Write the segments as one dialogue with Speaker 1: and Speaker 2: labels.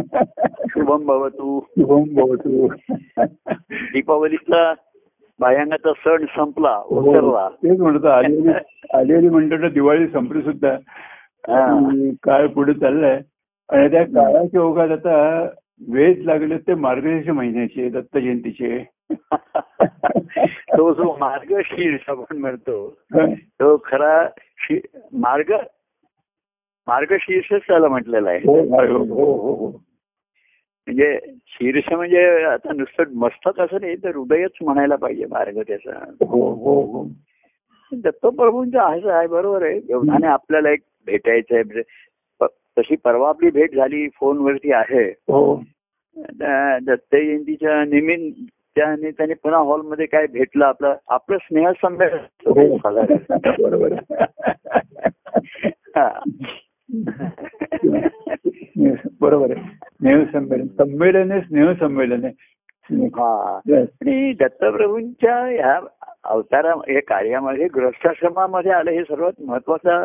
Speaker 1: शुभम भवतु
Speaker 2: शुभम भवतु
Speaker 1: दीपावलीचा भायंगाचा सण संपला
Speaker 2: हो.
Speaker 1: ओसरला
Speaker 2: तेच म्हणतो आलेली आलेली म्हणतो ना दिवाळी संपली सुद्धा
Speaker 1: हा.
Speaker 2: आणि काळ पुढे चाललाय आणि त्या काळाच्या ओघात आता वेध लागले ते मार्गशीर्ष महिन्याचे दत्त जयंतीचे
Speaker 1: तो जो मार्गशीर्ष आपण म्हणतो तो खरा शि- मार्ग मार्गशीर्षच त्याला म्हटलेला आहे
Speaker 2: हो हो हो हो
Speaker 1: म्हणजे शीर्ष म्हणजे आता नुसतं मस्तक असं नाही तर हृदयच म्हणायला पाहिजे मार्ग त्याचा
Speaker 2: हो हो हो
Speaker 1: दत्तप्रभूंचा असं आहे बरोबर आहे एवढाने आपल्याला एक भेटायचं आहे म्हणजे प- तशी परवा आपली भेट झाली फोनवरती आहे
Speaker 2: हो
Speaker 1: त्या दत्त जयंतीच्या निमित्त त्याने त्याने पुन्हा हॉलमध्ये काय भेटलं आपलं आपलं स्नेहसंमेलन असतं साधारण.
Speaker 2: बरोबर
Speaker 1: हा.
Speaker 2: बरोबर आहे स्नेहसंमेलन संमेलन आहे स्नेहसंमेलन आहे
Speaker 1: हा
Speaker 2: Yes.
Speaker 1: आणि दत्तप्रभूंच्या ह्या अवतारा या कार्यामध्ये ग्रस्थाश्रमामध्ये आलं हे सर्वात महत्वाचा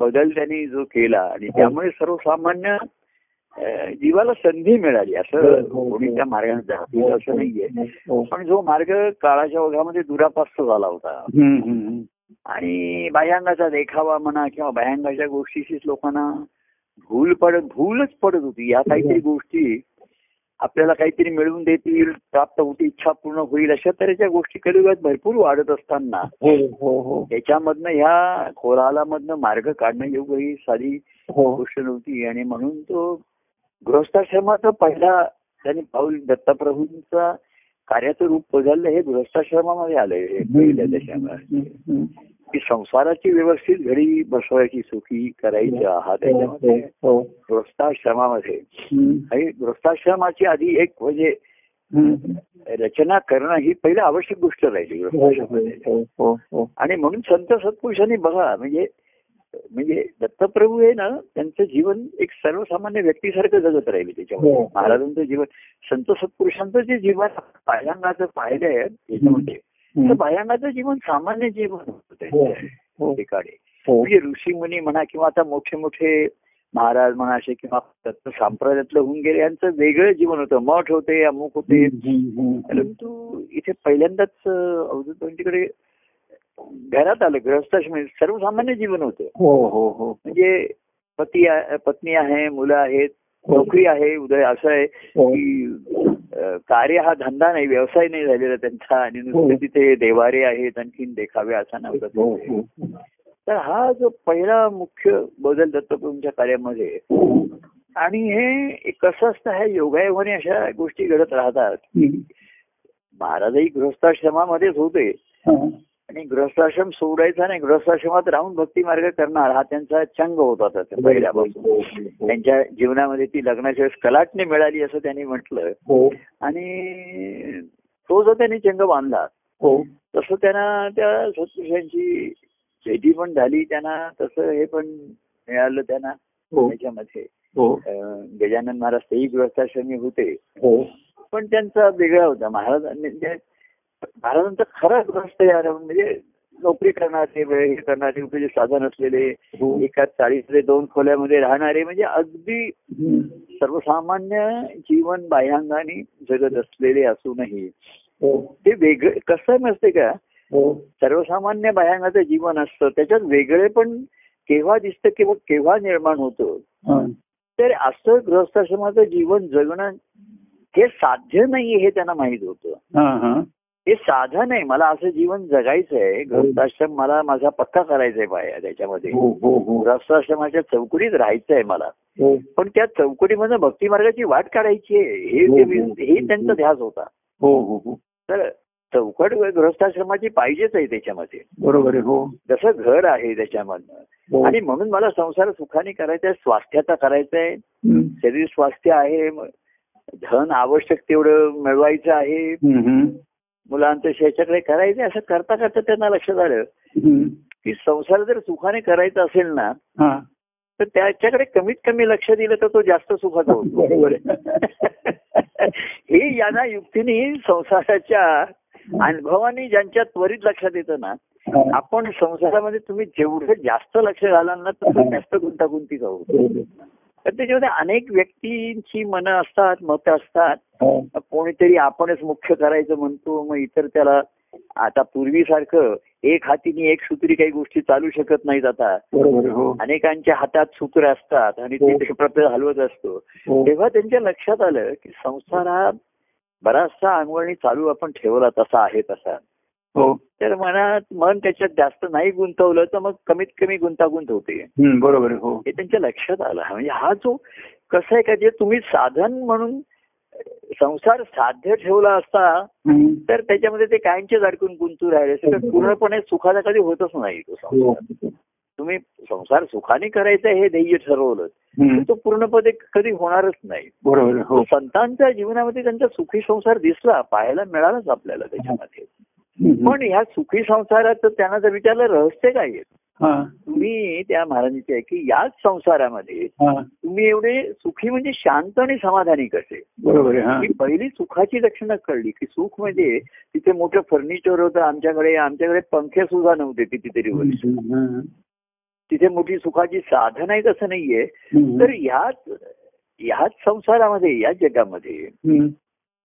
Speaker 1: बदल त्यांनी जो केला आणि त्यामुळे सर्वसामान्य अ, जीवाला संधी मिळाली असं कोणी त्या मार्गाने जातील असं नाहीये
Speaker 2: हो.
Speaker 1: पण जो मार्ग काळाच्या ओघामध्ये दुरापास्त झाला होता
Speaker 2: हम्म, हम्म, हम्म.
Speaker 1: आणि बाह्यांगाचा देखावा म्हणा किंवा बाह्यांगाच्या गोष्टीशीच लोकांना भूल पडत भूलच पडत होती या काहीतरी गोष्टी आपल्याला काहीतरी मिळवून देतील प्राप्त होती इच्छा पूर्ण होईल अशा तऱ्हेच्या गोष्टी कलियुगात भरपूर वाढत असताना
Speaker 2: हो हो हो
Speaker 1: त्याच्यामधनं ह्या कोरालामधनं मार्ग काढणं योग्य ही साधी
Speaker 2: हो
Speaker 1: गोष्ट नव्हती आणि म्हणून तो गृहस्थाश्रमाचा पहिला त्यांनी पाऊल दत्तप्रभूंचा कार्याचं रूप बदललं हे गृहस्थाश्रमामध्ये आलंय हे पहिल्या दशामध्ये
Speaker 2: हम्म,
Speaker 1: की संसाराची व्यवस्थित घडी बसवायची सुखी करायच्या हा त्याच्यामध्ये
Speaker 2: हम्म. हो.
Speaker 1: गृहस्थाश्रमामध्ये
Speaker 2: हम्म,
Speaker 1: आणि गृहस्थाश्रमाची आधी एक म्हणजे
Speaker 2: हम्म.
Speaker 1: रचना करणं ही पहिली आवश्यक गोष्ट राहिली
Speaker 2: हो,
Speaker 1: गृहस्थाश्रमामध्ये
Speaker 2: हो, हो, हो.
Speaker 1: आणि म्हणून संत सत्पुरुषांनी बघा म्हणजे म्हणजे दत्तप्रभू हे ना त्यांचं जीवन एक सर्वसामान्य व्यक्तीसारखं जगत राहिले त्याच्यामध्ये
Speaker 2: हो.
Speaker 1: महाराजांचं जीवन संत सत्पुरुषांचं जे जीवन पायांगाचं पाहिलंय त्याच्यामध्ये तर
Speaker 2: हम्म.
Speaker 1: बाह्यांगाचं जीवन सामान्य जीवन होतं
Speaker 2: हो,
Speaker 1: त्यांच्या
Speaker 2: हो,
Speaker 1: ठिकाणी
Speaker 2: हो.
Speaker 1: म्हणजे ऋषी मुनी म्हणा किंवा आता मोठे मोठे महाराज म्हणा असे किंवा दत्त संप्रदायातलं होऊन गेले यांचं वेगळं जीवन होतं मठ होते अमुक होते
Speaker 2: हम्म, हम्म.
Speaker 1: परंतु इथे पहिल्यांदाच अं, अवधूतपंटीकडे घरात आलं गृहस्थाश्रम म्हणजे सर्वसामान्य जीवन होतं
Speaker 2: हो हो हो
Speaker 1: म्हणजे पती आ- पत्नी आहे मुलं आहेत
Speaker 2: हो.
Speaker 1: नोकरी आहे उदय असं आहे
Speaker 2: हो.
Speaker 1: की अं, कार्य हा धंदा नाही व्यवसाय नाही झालेला त्यांचा आणि नुसते
Speaker 2: हो.
Speaker 1: तिथे देवारे आहेत आणखीन देखावे असा नव्हता
Speaker 2: हो,
Speaker 1: तिथे.
Speaker 2: हो.
Speaker 1: तर हा जो पहिला मुख्य बदल दत्तप्रभूंच्या कार्यामध्ये आणि हे कसं असतं ह्या योगायोगाने अशा गोष्टी घडत राहतात
Speaker 2: हम्म.
Speaker 1: महाराजही गृहस्थाश्रमामध्येच होते
Speaker 2: हा.
Speaker 1: आणि गृहस्थाश्रम सोडायचा नाही गृहस्थाश्रमात राहून भक्ती मार्ग करणार हा त्यांचा चंग होता त्याचा पहिल्यापासून त्यांच्या जीवनामध्ये ती लग्नाच्या वेळेस कलाटणी मिळाली असं त्यांनी म्हटलं
Speaker 2: हो
Speaker 1: आणि तो जो त्यांनी चंग बांधला
Speaker 2: हो
Speaker 1: तसं त्यांना त्या सत्पुरुषांची भेटी पण झाली त्यांना तसं हे पण मिळालं त्यांना
Speaker 2: हो
Speaker 1: त्याच्यामध्ये
Speaker 2: हो
Speaker 1: अं, गजानन महाराज तेही गृहस्थाश्रमी होते
Speaker 2: हो
Speaker 1: पण त्यांचा वेगळा होता महाराजांनी म्हणजे महाराजांचा खरा ग्रस्त यार म्हणजे नोकरी करणारे वेळ हे करणारे उपयोगी साधन असलेले
Speaker 2: हो
Speaker 1: एका चाळीतले दोन खोल्यामध्ये राहणारे म्हणजे अगदी
Speaker 2: हम्म.
Speaker 1: सर्वसामान्य जीवन बाह्यांगाने जगत असलेले असूनही
Speaker 2: हो
Speaker 1: ते वेगळे कसं नसते का
Speaker 2: हो
Speaker 1: सर्वसामान्य बाह्यांगाचं जीवन असतं त्याच्यात वेगळे पण केव्हा दिसतं किंवा केव्हा निर्माण होतं
Speaker 2: हा.
Speaker 1: तर असं गृहस्थाश्रमाचं जीवन जगणं हे साध्य नाही हे त्यांना माहीत होतं
Speaker 2: हा हा
Speaker 1: हे साधन आहे मला असं जीवन जगायचं आहे गृहस्थाश्रम मला माझा पक्का करायचा आहे बाया त्याच्यामध्ये
Speaker 2: हो हो हो
Speaker 1: गृहस्थाश्रमाच्या चौकटीत राहायचं आहे मला
Speaker 2: हो
Speaker 1: पण त्या चौकटीमधून भक्ती मार्गाची वाट काढायची आहे हे
Speaker 2: हो,
Speaker 1: ते
Speaker 2: हो,
Speaker 1: मी- हे
Speaker 2: हो,
Speaker 1: त्यांचा
Speaker 2: हो.
Speaker 1: ध्यास होता
Speaker 2: हो हो हो
Speaker 1: तर चौकट गृहस्थाश्रमाची पाहिजेच आहे त्याच्यामध्ये
Speaker 2: बरोबर आहे हो
Speaker 1: जसं घर आहे त्याच्यामधनं
Speaker 2: हो
Speaker 1: आणि म्हणून मला संसार सुखाने करायचा आहे स्वास्थ्याचा करायचा आहे
Speaker 2: हम्म.
Speaker 1: शरीर स्वास्थ्य आहे म- धन आवश्यक तेवढं मिळवायचं आहे
Speaker 2: हम्म, हम्म.
Speaker 1: मुलांचं याच्याकडे करायचं आहे. असं करता करता त्यांना लक्षात आलं
Speaker 2: हम्म.
Speaker 1: की संसार जर सुखाने करायचा असेल ना
Speaker 2: हा
Speaker 1: तर त्याच्याकडे कमीत कमी लक्ष दिलं तर तो जास्त सुखाचा होतो
Speaker 2: बरोबर आहे
Speaker 1: हे यांना युक्तीने संसाराच्या अनुभवाने ज्यांच्या त्वरित लक्षात येतं ना
Speaker 2: हा.
Speaker 1: आपण संसारामध्ये तुम्ही जेवढं जास्त लक्ष घालाल ना तसं जास्त गुंतागुंतीचा होतो
Speaker 2: बरोबर.
Speaker 1: तर त्याच्यामध्ये अनेक व्यक्तींची मनं असतात मतं असतात
Speaker 2: हा.
Speaker 1: कोणीतरी आपणच मुख्य करायचं म्हणतो मग इतर त्याला आता पूर्वीसारखं एक हातीने एक सूत्री काही गोष्टी चालू शकत नाहीत आता
Speaker 2: बरोबर हो
Speaker 1: अनेकांच्या हातात सूत्र असतात आणि ते
Speaker 2: हो.
Speaker 1: ते प्रत्येक हलवत असतो
Speaker 2: हो
Speaker 1: तेव्हा त्यांच्या लक्षात आलं की संसार हा बराचसा अंगवळणी चालू आपण ठेवला तसा आहे तसा
Speaker 2: हो
Speaker 1: तर मनात मन त्याच्यात जास्त नाही गुंतवलं तर मग कमीत कमी गुंतागुंत होते
Speaker 2: हम्म, बरोबर आहे, हो
Speaker 1: हे त्यांच्या लक्षात आलं म्हणजे हा जो कसं आहे का जे तुम्ही साधन म्हणून संसार साध्य ठेवला असता
Speaker 2: हम्म.
Speaker 1: तर त्याच्यामध्ये ते कायमचेच अडकून गुंतू राहिले असते तर पूर्णपणे सुखाचा कधी होतच नाही तो संसार.
Speaker 2: हो.
Speaker 1: तुम्ही संसार सुखाने करायचा हे ध्येय ठरवलं तर
Speaker 2: हम्म,
Speaker 1: तो पूर्णपणे कधी होणारच नाही
Speaker 2: बरोबर आहे, हो
Speaker 1: संतांच्या जीवनामध्ये त्यांचा सुखी संसार दिसला पाहायला मिळालाच आपल्याला त्याच्यामध्ये
Speaker 2: हो. हम्म,
Speaker 1: पण ह्या सुखी संसाराचं त्यांना जर विचारलं रहस्य काय आहे
Speaker 2: हा
Speaker 1: तुम्ही त्या महाराजांचे आहे की याच संसारामध्ये
Speaker 2: हा
Speaker 1: तुम्ही एवढे सुखी म्हणजे शांत आणि समाधानी कसे
Speaker 2: बरोबर आहे, हा
Speaker 1: ही पहिली सुखाची लक्षणं कळली की सुख म्हणजे तिथे मोठं फर्निचर होतं आमच्याकडे आमच्याकडे पंखे सुद्धा नव्हते कितीतरी वर्ष
Speaker 2: हम्म, हम्म,
Speaker 1: तिथे मोठी सुखाची साधन आहे असं नाहीये
Speaker 2: हम्म.
Speaker 1: तर ह्याच ह्याच संसारामध्ये या जगामध्ये
Speaker 2: हम्म.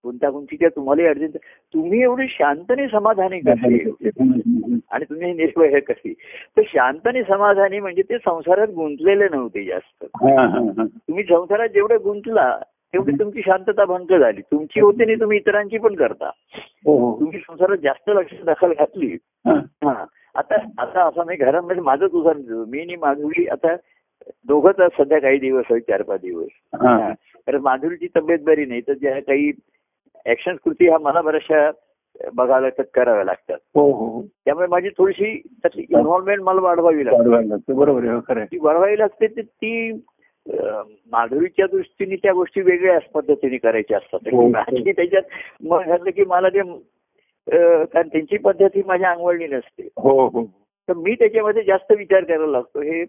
Speaker 1: गुंतागुंतीच्या तुम्हाला अडचण तुम्ही एवढी शांतने समाधानी कसे
Speaker 2: हम्म,
Speaker 1: आणि तुम्ही निर्भय कशी तर शांतने समाधानी म्हणजे ते संसारात गुंतलेले नव्हते जास्त
Speaker 2: हा, हा, हा.
Speaker 1: तुम्ही संसारात जेवढे गुंतला तेवढी तुमची शांतता भंग झाली तुमची होते आणि तुम्ही इतरांची पण करता
Speaker 2: हो हो
Speaker 1: तुम्ही संसारात जास्त लक्ष दखल घातली
Speaker 2: हा,
Speaker 1: हा आता आता असं मी घरामध्ये माझंच उदाहरण देतो मी आणि माधुरी आता दोघंच आज सध्या काही दिवस आहेत चार पाच दिवस
Speaker 2: हा.
Speaker 1: हा. तर माधुरीची तब्येत बरी नाही तर ज्या काही ऍक्शन कृती ह्या मला बऱ्याचशा बघाव्या लागतात कराव्या लागतात
Speaker 2: हो हो
Speaker 1: त्यामुळे माझी थोडीशी त्यातली इन्व्हॉल्वमेंट मला वाढवावी लागते
Speaker 2: वाढवायला लागतं बरोबर आहे हो, खरं आहे.
Speaker 1: ती वाढवावी लागते तर ती अं, माधुरीच्या दृष्टीने त्या गोष्टी वेगळ्या अस- पद्धतीने करायच्या असतात
Speaker 2: हो, हो.
Speaker 1: माझी त्याच्यात मग घातलं की मला ते अं, कारण त्यांची पद्धत ही माझ्या अंगवळली नसते
Speaker 2: हो हो
Speaker 1: तर मी त्याच्यामध्ये जास्त विचार करायला लागतो हे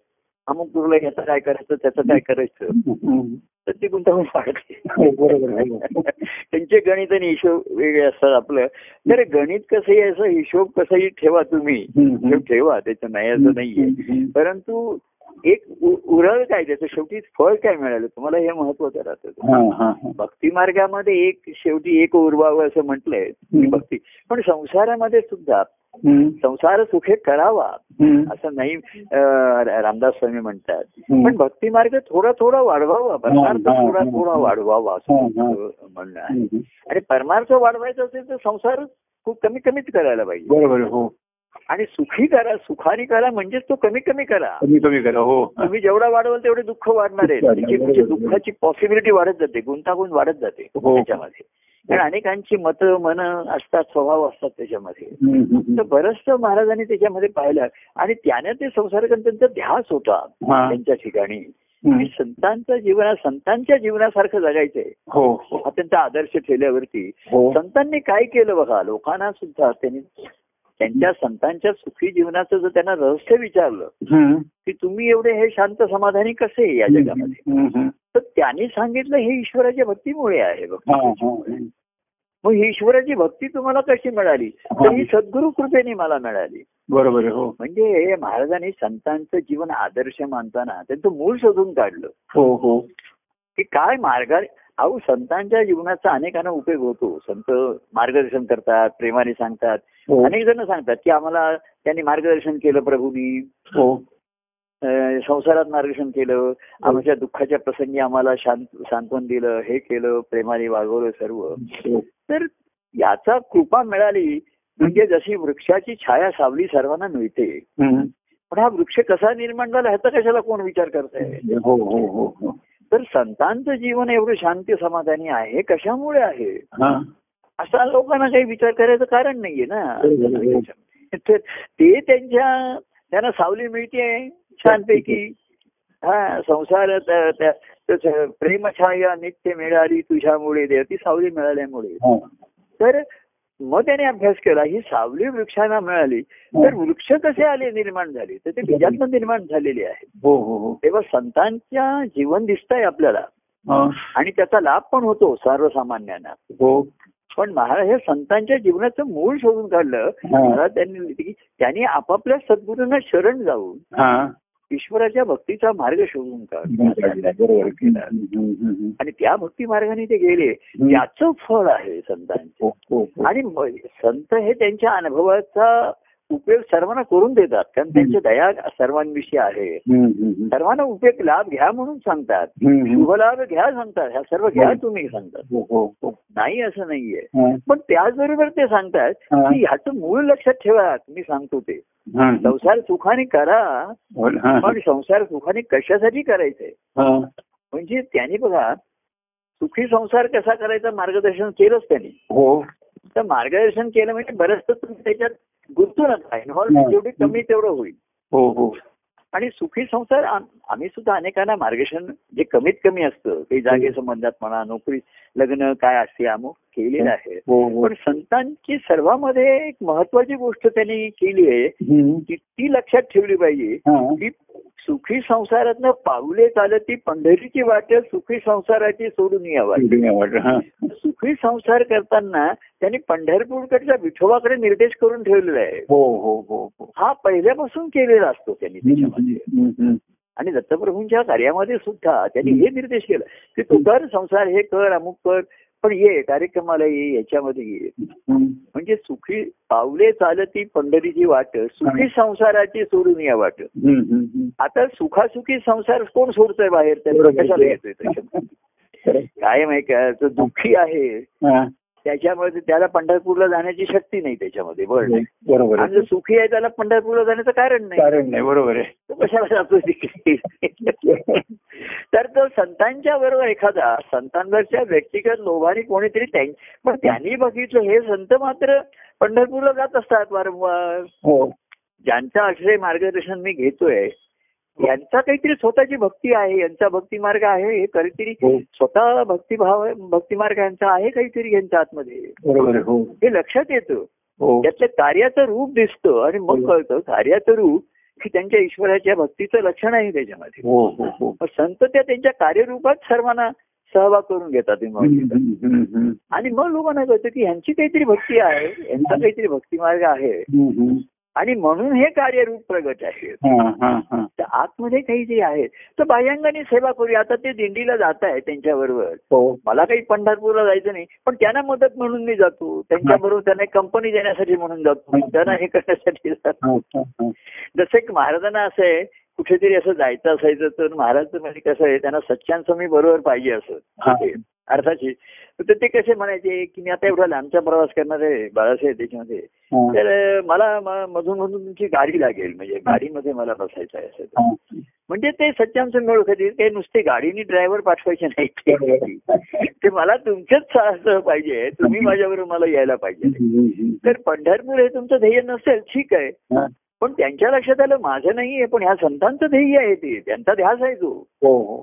Speaker 1: अमुक तुला याचं काय करायचं त्याचं काय करायचं
Speaker 2: हम्म.
Speaker 1: तर ती गुंतवणूक वाढते
Speaker 2: हो, बरोबर आहे, हो.
Speaker 1: त्यांचे गणित आणि हिशोब वेगळे असतात आपलं तर गणित कसंही असं हिशोब कसंही ठेवा तुम्ही
Speaker 2: हम्म, हम्म.
Speaker 1: हिशोब ठेवा त्याचं नाही असं नाहीये
Speaker 2: हम्म,
Speaker 1: परंतु एक उ- उरळ काय त्याचं शेवटी फळ काय मिळालं तुम्हाला हे महत्वाचं राहतं
Speaker 2: हा हा हा.
Speaker 1: भक्ती मार्गामध्ये एक शेवटी एक उरवावं असं म्हटलंय की
Speaker 2: हम्म.
Speaker 1: भक्ती पण संसारामध्ये सुद्धा
Speaker 2: हम्म,
Speaker 1: संसार सुखे करावा
Speaker 2: हम्म.
Speaker 1: असं नाही अं, रामदास स्वामी म्हणतात
Speaker 2: हम्म.
Speaker 1: पण भक्ती मार्ग थोडा थोडा वाढवावा परमार्थ
Speaker 2: हा, हा,
Speaker 1: थोडा
Speaker 2: हा.
Speaker 1: थोडा वाढवावा
Speaker 2: हा,
Speaker 1: असं
Speaker 2: हा.
Speaker 1: त्यांचं म्हणणं आहे
Speaker 2: हम्म.
Speaker 1: आणि परमार्थ वाढवायचा असेल तर संसार खूप कमी कमीच करायला पाहिजे
Speaker 2: बरोबर आहे, हो
Speaker 1: आणि सुखी करा सुखारी करा म्हणजेच तो कमी कमी करा
Speaker 2: कमी कमी करा हो
Speaker 1: तुम्ही जेवढा वाढवाल तेवढे दुःख वाढणार आहे
Speaker 2: दुःख
Speaker 1: त्याची-
Speaker 2: वाढणार,
Speaker 1: त्याची
Speaker 2: बरोबर.
Speaker 1: दुःखाची पॉसिबिलिटी वाढत जाते गुंतागुंत वाढत जाते
Speaker 2: हो.
Speaker 1: त्याच्यामध्ये कारण अनेकांची मतं मन असतात स्वभाव असतात त्याच्यामध्ये
Speaker 2: हम्म, हम्म,
Speaker 1: तर
Speaker 2: हम्म.
Speaker 1: बरंचसं महाराजांनी त्याच्यामध्ये पाहिलं आणि त्याने ते संसारकन त्यांचा ध्यास होता
Speaker 2: हा.
Speaker 1: त्यांच्या ठिकाणी
Speaker 2: हम्म.
Speaker 1: आणि संतांच्या जीवनात संतांच्या जीवनासारखं जगायचंय
Speaker 2: हो हो
Speaker 1: हा त्यांचा आदर्श ठेवल्यावरती
Speaker 2: हो
Speaker 1: संतांनी काय केलं बघा लोकांना सुद्धा त्यांनी त्यांच्या संतांच्या सुखी जीवनाचं जर त्यांना रहस्य विचारलं
Speaker 2: हम्म.
Speaker 1: की तुम्ही एवढे हे शांत समाधानी कसे आहे या जगामध्ये
Speaker 2: हम्म, हम्म.
Speaker 1: तर त्यांनी सांगितलं हे ईश्वराच्या भक्तीमुळे आहे बघ
Speaker 2: हा, हा.
Speaker 1: मग ही ईश्वराची भक्ती तुम्हाला कशी मिळाली तर ही सद्गुरु कृपेने मला मिळाली
Speaker 2: बरोबर आहे, हो
Speaker 1: म्हणजे महाराजांनी संतांचं जीवन आदर्श मानताना त्यांचं मूळ शोधून काढलं
Speaker 2: हो हो
Speaker 1: की काय मार्गाने अहो संतांच्या जीवनाचा अनेकांना उपयोग होतो संत मार्गदर्शन करतात प्रेमाने सांगतात
Speaker 2: हो
Speaker 1: अनेक जण सांगतात की आम्हाला त्यांनी मार्गदर्शन केलं प्रभूंनी
Speaker 2: हो
Speaker 1: अं, संसारात मार्गदर्शन केलं आमच्या दुःखाच्या प्रसंगी आम्हाला शांत सांत्वन दिलं हे केलं प्रेमाने वागवलं सर्व
Speaker 2: हो.
Speaker 1: तर याचा कृपा मिळाली म्हणजे जशी वृक्षाची छाया सावली सर्वांना मिळते
Speaker 2: हम्म.
Speaker 1: पण हा वृक्ष कसा निर्माण झाला ह्याचा कशाला कोण विचार करताय
Speaker 2: हो हो हो हो
Speaker 1: तर संतांचं जीवन एवढं शांती समाधानी आहे कशामुळे आहे
Speaker 2: हा
Speaker 1: असा लोकांना काही विचार करायचं कारण नाहीये
Speaker 2: बरोबर,
Speaker 1: ना
Speaker 2: बरोबर.
Speaker 1: तर ते त्यांच्या त्यांना सावली मिळते छानपैकी हा संसार प्रेमछाया नित्य मिळाली तुझ्यामुळे देव ती सावली मिळाल्यामुळे
Speaker 2: हा.
Speaker 1: तर मग त्याने अभ्यास केला ही सावली वृक्षांना मिळाली तर वृक्ष कसे आले निर्माण झाले तर ते बीजातनं निर्माण झालेले आहे
Speaker 2: हो हो हो
Speaker 1: तेव्हा संतांच्या जीवन दिसतंय आपल्याला
Speaker 2: हा.
Speaker 1: आणि त्याचा लाभ पण होतो सर्वसामान्यांना
Speaker 2: हो
Speaker 1: पण महाराज हे संतांच्या जीवनाचं मूळ शोधून काढलं
Speaker 2: हा.
Speaker 1: महाराज त्यांनी लिहिलं की त्यांनी आपापल्या सद्गुरूंना शरण जाऊन
Speaker 2: हा
Speaker 1: ईश्वराच्या भक्तीचा मार्ग शोधून काढला
Speaker 2: बरोबर केला. हम्म, हम्म, हम्म.
Speaker 1: आणि त्या भक्ती मार्गाने ते गेले याचं फळ आहे संतांचे
Speaker 2: हो, हो, हो.
Speaker 1: आणि म- संत हे त्यांच्या अनुभवाचा उपयोग सर्वांना करून देतात कारण त्यांची दया सर्वांविषयी आहे
Speaker 2: हम्म, हम्म, हम्म.
Speaker 1: सर्वांना उपयोग लाभ घ्या म्हणून सांगतात
Speaker 2: हम्म, हम्म.
Speaker 1: शुभलाभ घ्या सांगतात ह्या सर्व घ्या तुम्ही सांगतात
Speaker 2: हो, हो, हो.
Speaker 1: नाही असं नाहीये
Speaker 2: हा,
Speaker 1: पण त्याचबरोबर ते सांगतात
Speaker 2: हा.
Speaker 1: की ह्याचं मूळ लक्षात ठेवा मी सांगतो ते
Speaker 2: हा.
Speaker 1: संसार सुखाने करा
Speaker 2: हो, हा,
Speaker 1: पण संसार सुखाने कशासाठी करायचंय
Speaker 2: हा.
Speaker 1: म्हणजे त्याने बघा सुखी संसार कसा करायचा मार्गदर्शन केलंच त्यांनी
Speaker 2: हो
Speaker 1: तर मार्गदर्शन केलं म्हणजे बरंचसं तुम्ही त्याच्यात गुंतू नका इन्व्हॉल्वमेंट जेवढी कमी तेवढं होईल
Speaker 2: हो हो
Speaker 1: आणि सुखी संसार आम- आम्ही सुद्धा अनेकांना मार्गदर्शन जे कमीत कमी असतं काही जागे संबंधात म्हणा नोकरी लग्न काय असते अमुक केलेलं आहे
Speaker 2: हो हो
Speaker 1: पण संतांची सर्वांमध्ये एक महत्वाची गोष्ट त्यांनी केली आहे
Speaker 2: हम्म.
Speaker 1: ती ती लक्षात ठेवली पाहिजे
Speaker 2: हा.
Speaker 1: की सुखी संसारातनं पाऊले चालत ती पंढरीची वाट सुखी संसाराची सोडून यावा
Speaker 2: धन्यवाद. हा.
Speaker 1: सुखी संसार करताना त्यांनी पंढरपूरकडच्या विठोबाकडे निर्देश करून ठेवलेला आहे
Speaker 2: हो हो हो हो
Speaker 1: हा पहिल्यापासून केलेला असतो त्यांनी त्याच्यामध्ये
Speaker 2: हम्म, हम्म.
Speaker 1: आणि दत्तप्रभूंच्या कार्यामध्ये सुद्धा त्यांनी हे निर्देश केला की तू कर संसार हे कर अमुक कर पण ये कार्यक्रमाला ये याच्यामध्ये ये
Speaker 2: हम्म.
Speaker 1: म्हणजे सुखी पावले चालती पंढरीची वाट सुखी संसाराची सोडून या वाट
Speaker 2: हम्म, हम्म, हम्म.
Speaker 1: आता सुखासुखी संसार कोण सोडतोय बाहेर त्याला कशाला येतोय त्याच्यामध्ये?
Speaker 2: खरं.
Speaker 1: काय माहिती का जो दुःखी आहे
Speaker 2: हा.
Speaker 1: त्याच्यामध्ये त्याला पंढरपूरला जाण्याची शक्ती नाही त्याच्यामध्ये बरं
Speaker 2: बरोबर
Speaker 1: आणि जो
Speaker 2: आहे.
Speaker 1: सुखी आहे त्याला पंढरपूरला जाण्याचं कारण नाही
Speaker 2: कारण नाही बरोबर आहे
Speaker 1: तो कशाला जातो तिकडे? तर तो संतांच्या बरोबर एखादा संतांवरच्या व्यक्तिगत लोभाने कोणीतरी त्यां- पण त्यांनी बघितलं हे संत मात्र पंढरपूरला जात असतात वारंवार
Speaker 2: हो
Speaker 1: ज्यांचा आश्रय मार्गदर्शन मी घेतोय यांचा काहीतरी स्वतःची भक्ती आहे यांचा भक्ती मार्ग आहे हे काहीतरी
Speaker 2: हो
Speaker 1: स्वतः भक्तिभाव भक्ती मार्ग यांचा आहे काहीतरी यांच्या आतमध्ये
Speaker 2: बरोबर आहे. हो
Speaker 1: हे लक्षात येतं
Speaker 2: हो
Speaker 1: त्यातलं कार्याचं रूप दिसतं आणि मग कळतं कार्याचं रूप हे त्यांच्या ईश्वराच्या भक्तीचं लक्षण आहे त्याच्यामध्ये
Speaker 2: हो हो हो
Speaker 1: मग संत त्या त्यांच्या कार्यरूपात सर्वांना सहभाग करून घेतात
Speaker 2: हम्म,
Speaker 1: इन्व्हॉल्व
Speaker 2: हम्म, हम्म, हम्म.
Speaker 1: आणि मग लोकांना कळतं की ह्यांची काहीतरी भक्ती आहे यांचा काहीतरी भक्तिमार्ग आहे
Speaker 2: हम्म, हम्म.
Speaker 1: आणि म्हणून हे कार्यरूप प्रगट आहे
Speaker 2: हा, हा, हा.
Speaker 1: तर आतमध्ये काही जे आहे तर बाह्यांगाने सेवा करूया आता ते दिंडीला जात आहे त्यांच्याबरोबर
Speaker 2: हो
Speaker 1: मला काही पंढरपूरला जायचं नाही पण त्यांना मदत म्हणून मी जातो त्यांच्याबरोबर त्यांना एक कंपनी देण्यासाठी म्हणून जातो त्यांना हे करण्यासाठी जातो
Speaker 2: हा, हा, हा.
Speaker 1: जसं एक महाराजांना असं आहे कुठेतरी असं जायचं असायचं तर महाराज म्हणजे कसं आहे त्यांना सच्चान स्वामी बरोबर पाहिजे
Speaker 2: हा.
Speaker 1: असं अर्थाची तर ते कसे म्हणायचे की मी आता एवढा लांबचा प्रवास करणार आहे बाळासाहेब त्याच्यामध्ये
Speaker 2: हा,
Speaker 1: तर मला म- मधून मधून तुमची गाडी लागेल म्हणजे गाडीमध्ये मला बसायचं आहे असं
Speaker 2: हा.
Speaker 1: म्हणजे ते सच्चान स्वामी ओळखत ते नुसते गाडीने ड्रायव्हर पाठवायचे नाही ते मला तुमचेच साहस पाहिजे तुम्ही माझ्याबरोबर मला यायला पाहिजे
Speaker 2: हम्म, हम्म.
Speaker 1: तर पंढरपूर हे तुमचं ध्येय नसेल ठीक आहे
Speaker 2: हा.
Speaker 1: पण त्यांच्या लक्षात आलं माझं नाहीये पण ह्या संतांचं ध्येय आहे ते त्यांचा ध्यास आहे तो
Speaker 2: हो हो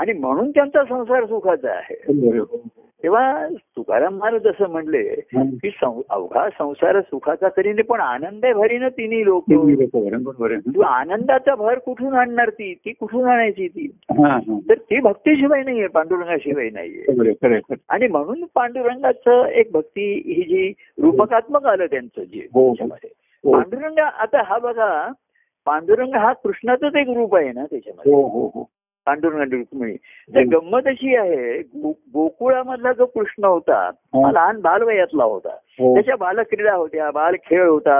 Speaker 1: आणि म्हणून त्यांचा संसार सुखाचा आहे
Speaker 2: बरोबर आहे. हो.
Speaker 1: तेव्हा तुकाराम महाराज असं म्हणले
Speaker 2: हम्म.
Speaker 1: की सं- अवघा संसार सुखाचा करीने पण आनंद भरीनं तिन्ही लोक
Speaker 2: बरोबर आहे, बरोबर आहे.
Speaker 1: तू आनंदाचा भर कुठून आणणार ती ती कुठून आणायची ती
Speaker 2: हा, हा.
Speaker 1: तर ती भक्तीशिवाय नाहीये पांडुरंगाशिवाय नाहीये
Speaker 2: बरोबर आहे, खरं आहे, खरं आहे.
Speaker 1: आणि म्हणून पांडुरंगाचं एक भक्ती ही जी रूपकात्मक आलं त्यांचं जे
Speaker 2: हो, हो.
Speaker 1: त्याच्यामध्ये.
Speaker 2: हो
Speaker 1: पांडुरंग आता हा बघा पांडुरंग हा कृष्णाचाच एक रूप आहे ना त्याच्यामध्ये
Speaker 2: हो हो हो
Speaker 1: पांडुरंग रुक्मिणी तर
Speaker 2: हो.
Speaker 1: गंमत अशी आहे गो- गोकुळामधला जो कृष्ण होता
Speaker 2: हो.
Speaker 1: हा लहान बालवयातला होता
Speaker 2: हो
Speaker 1: त्याच्या बालक्रीडा होत्या बाल खेळ होता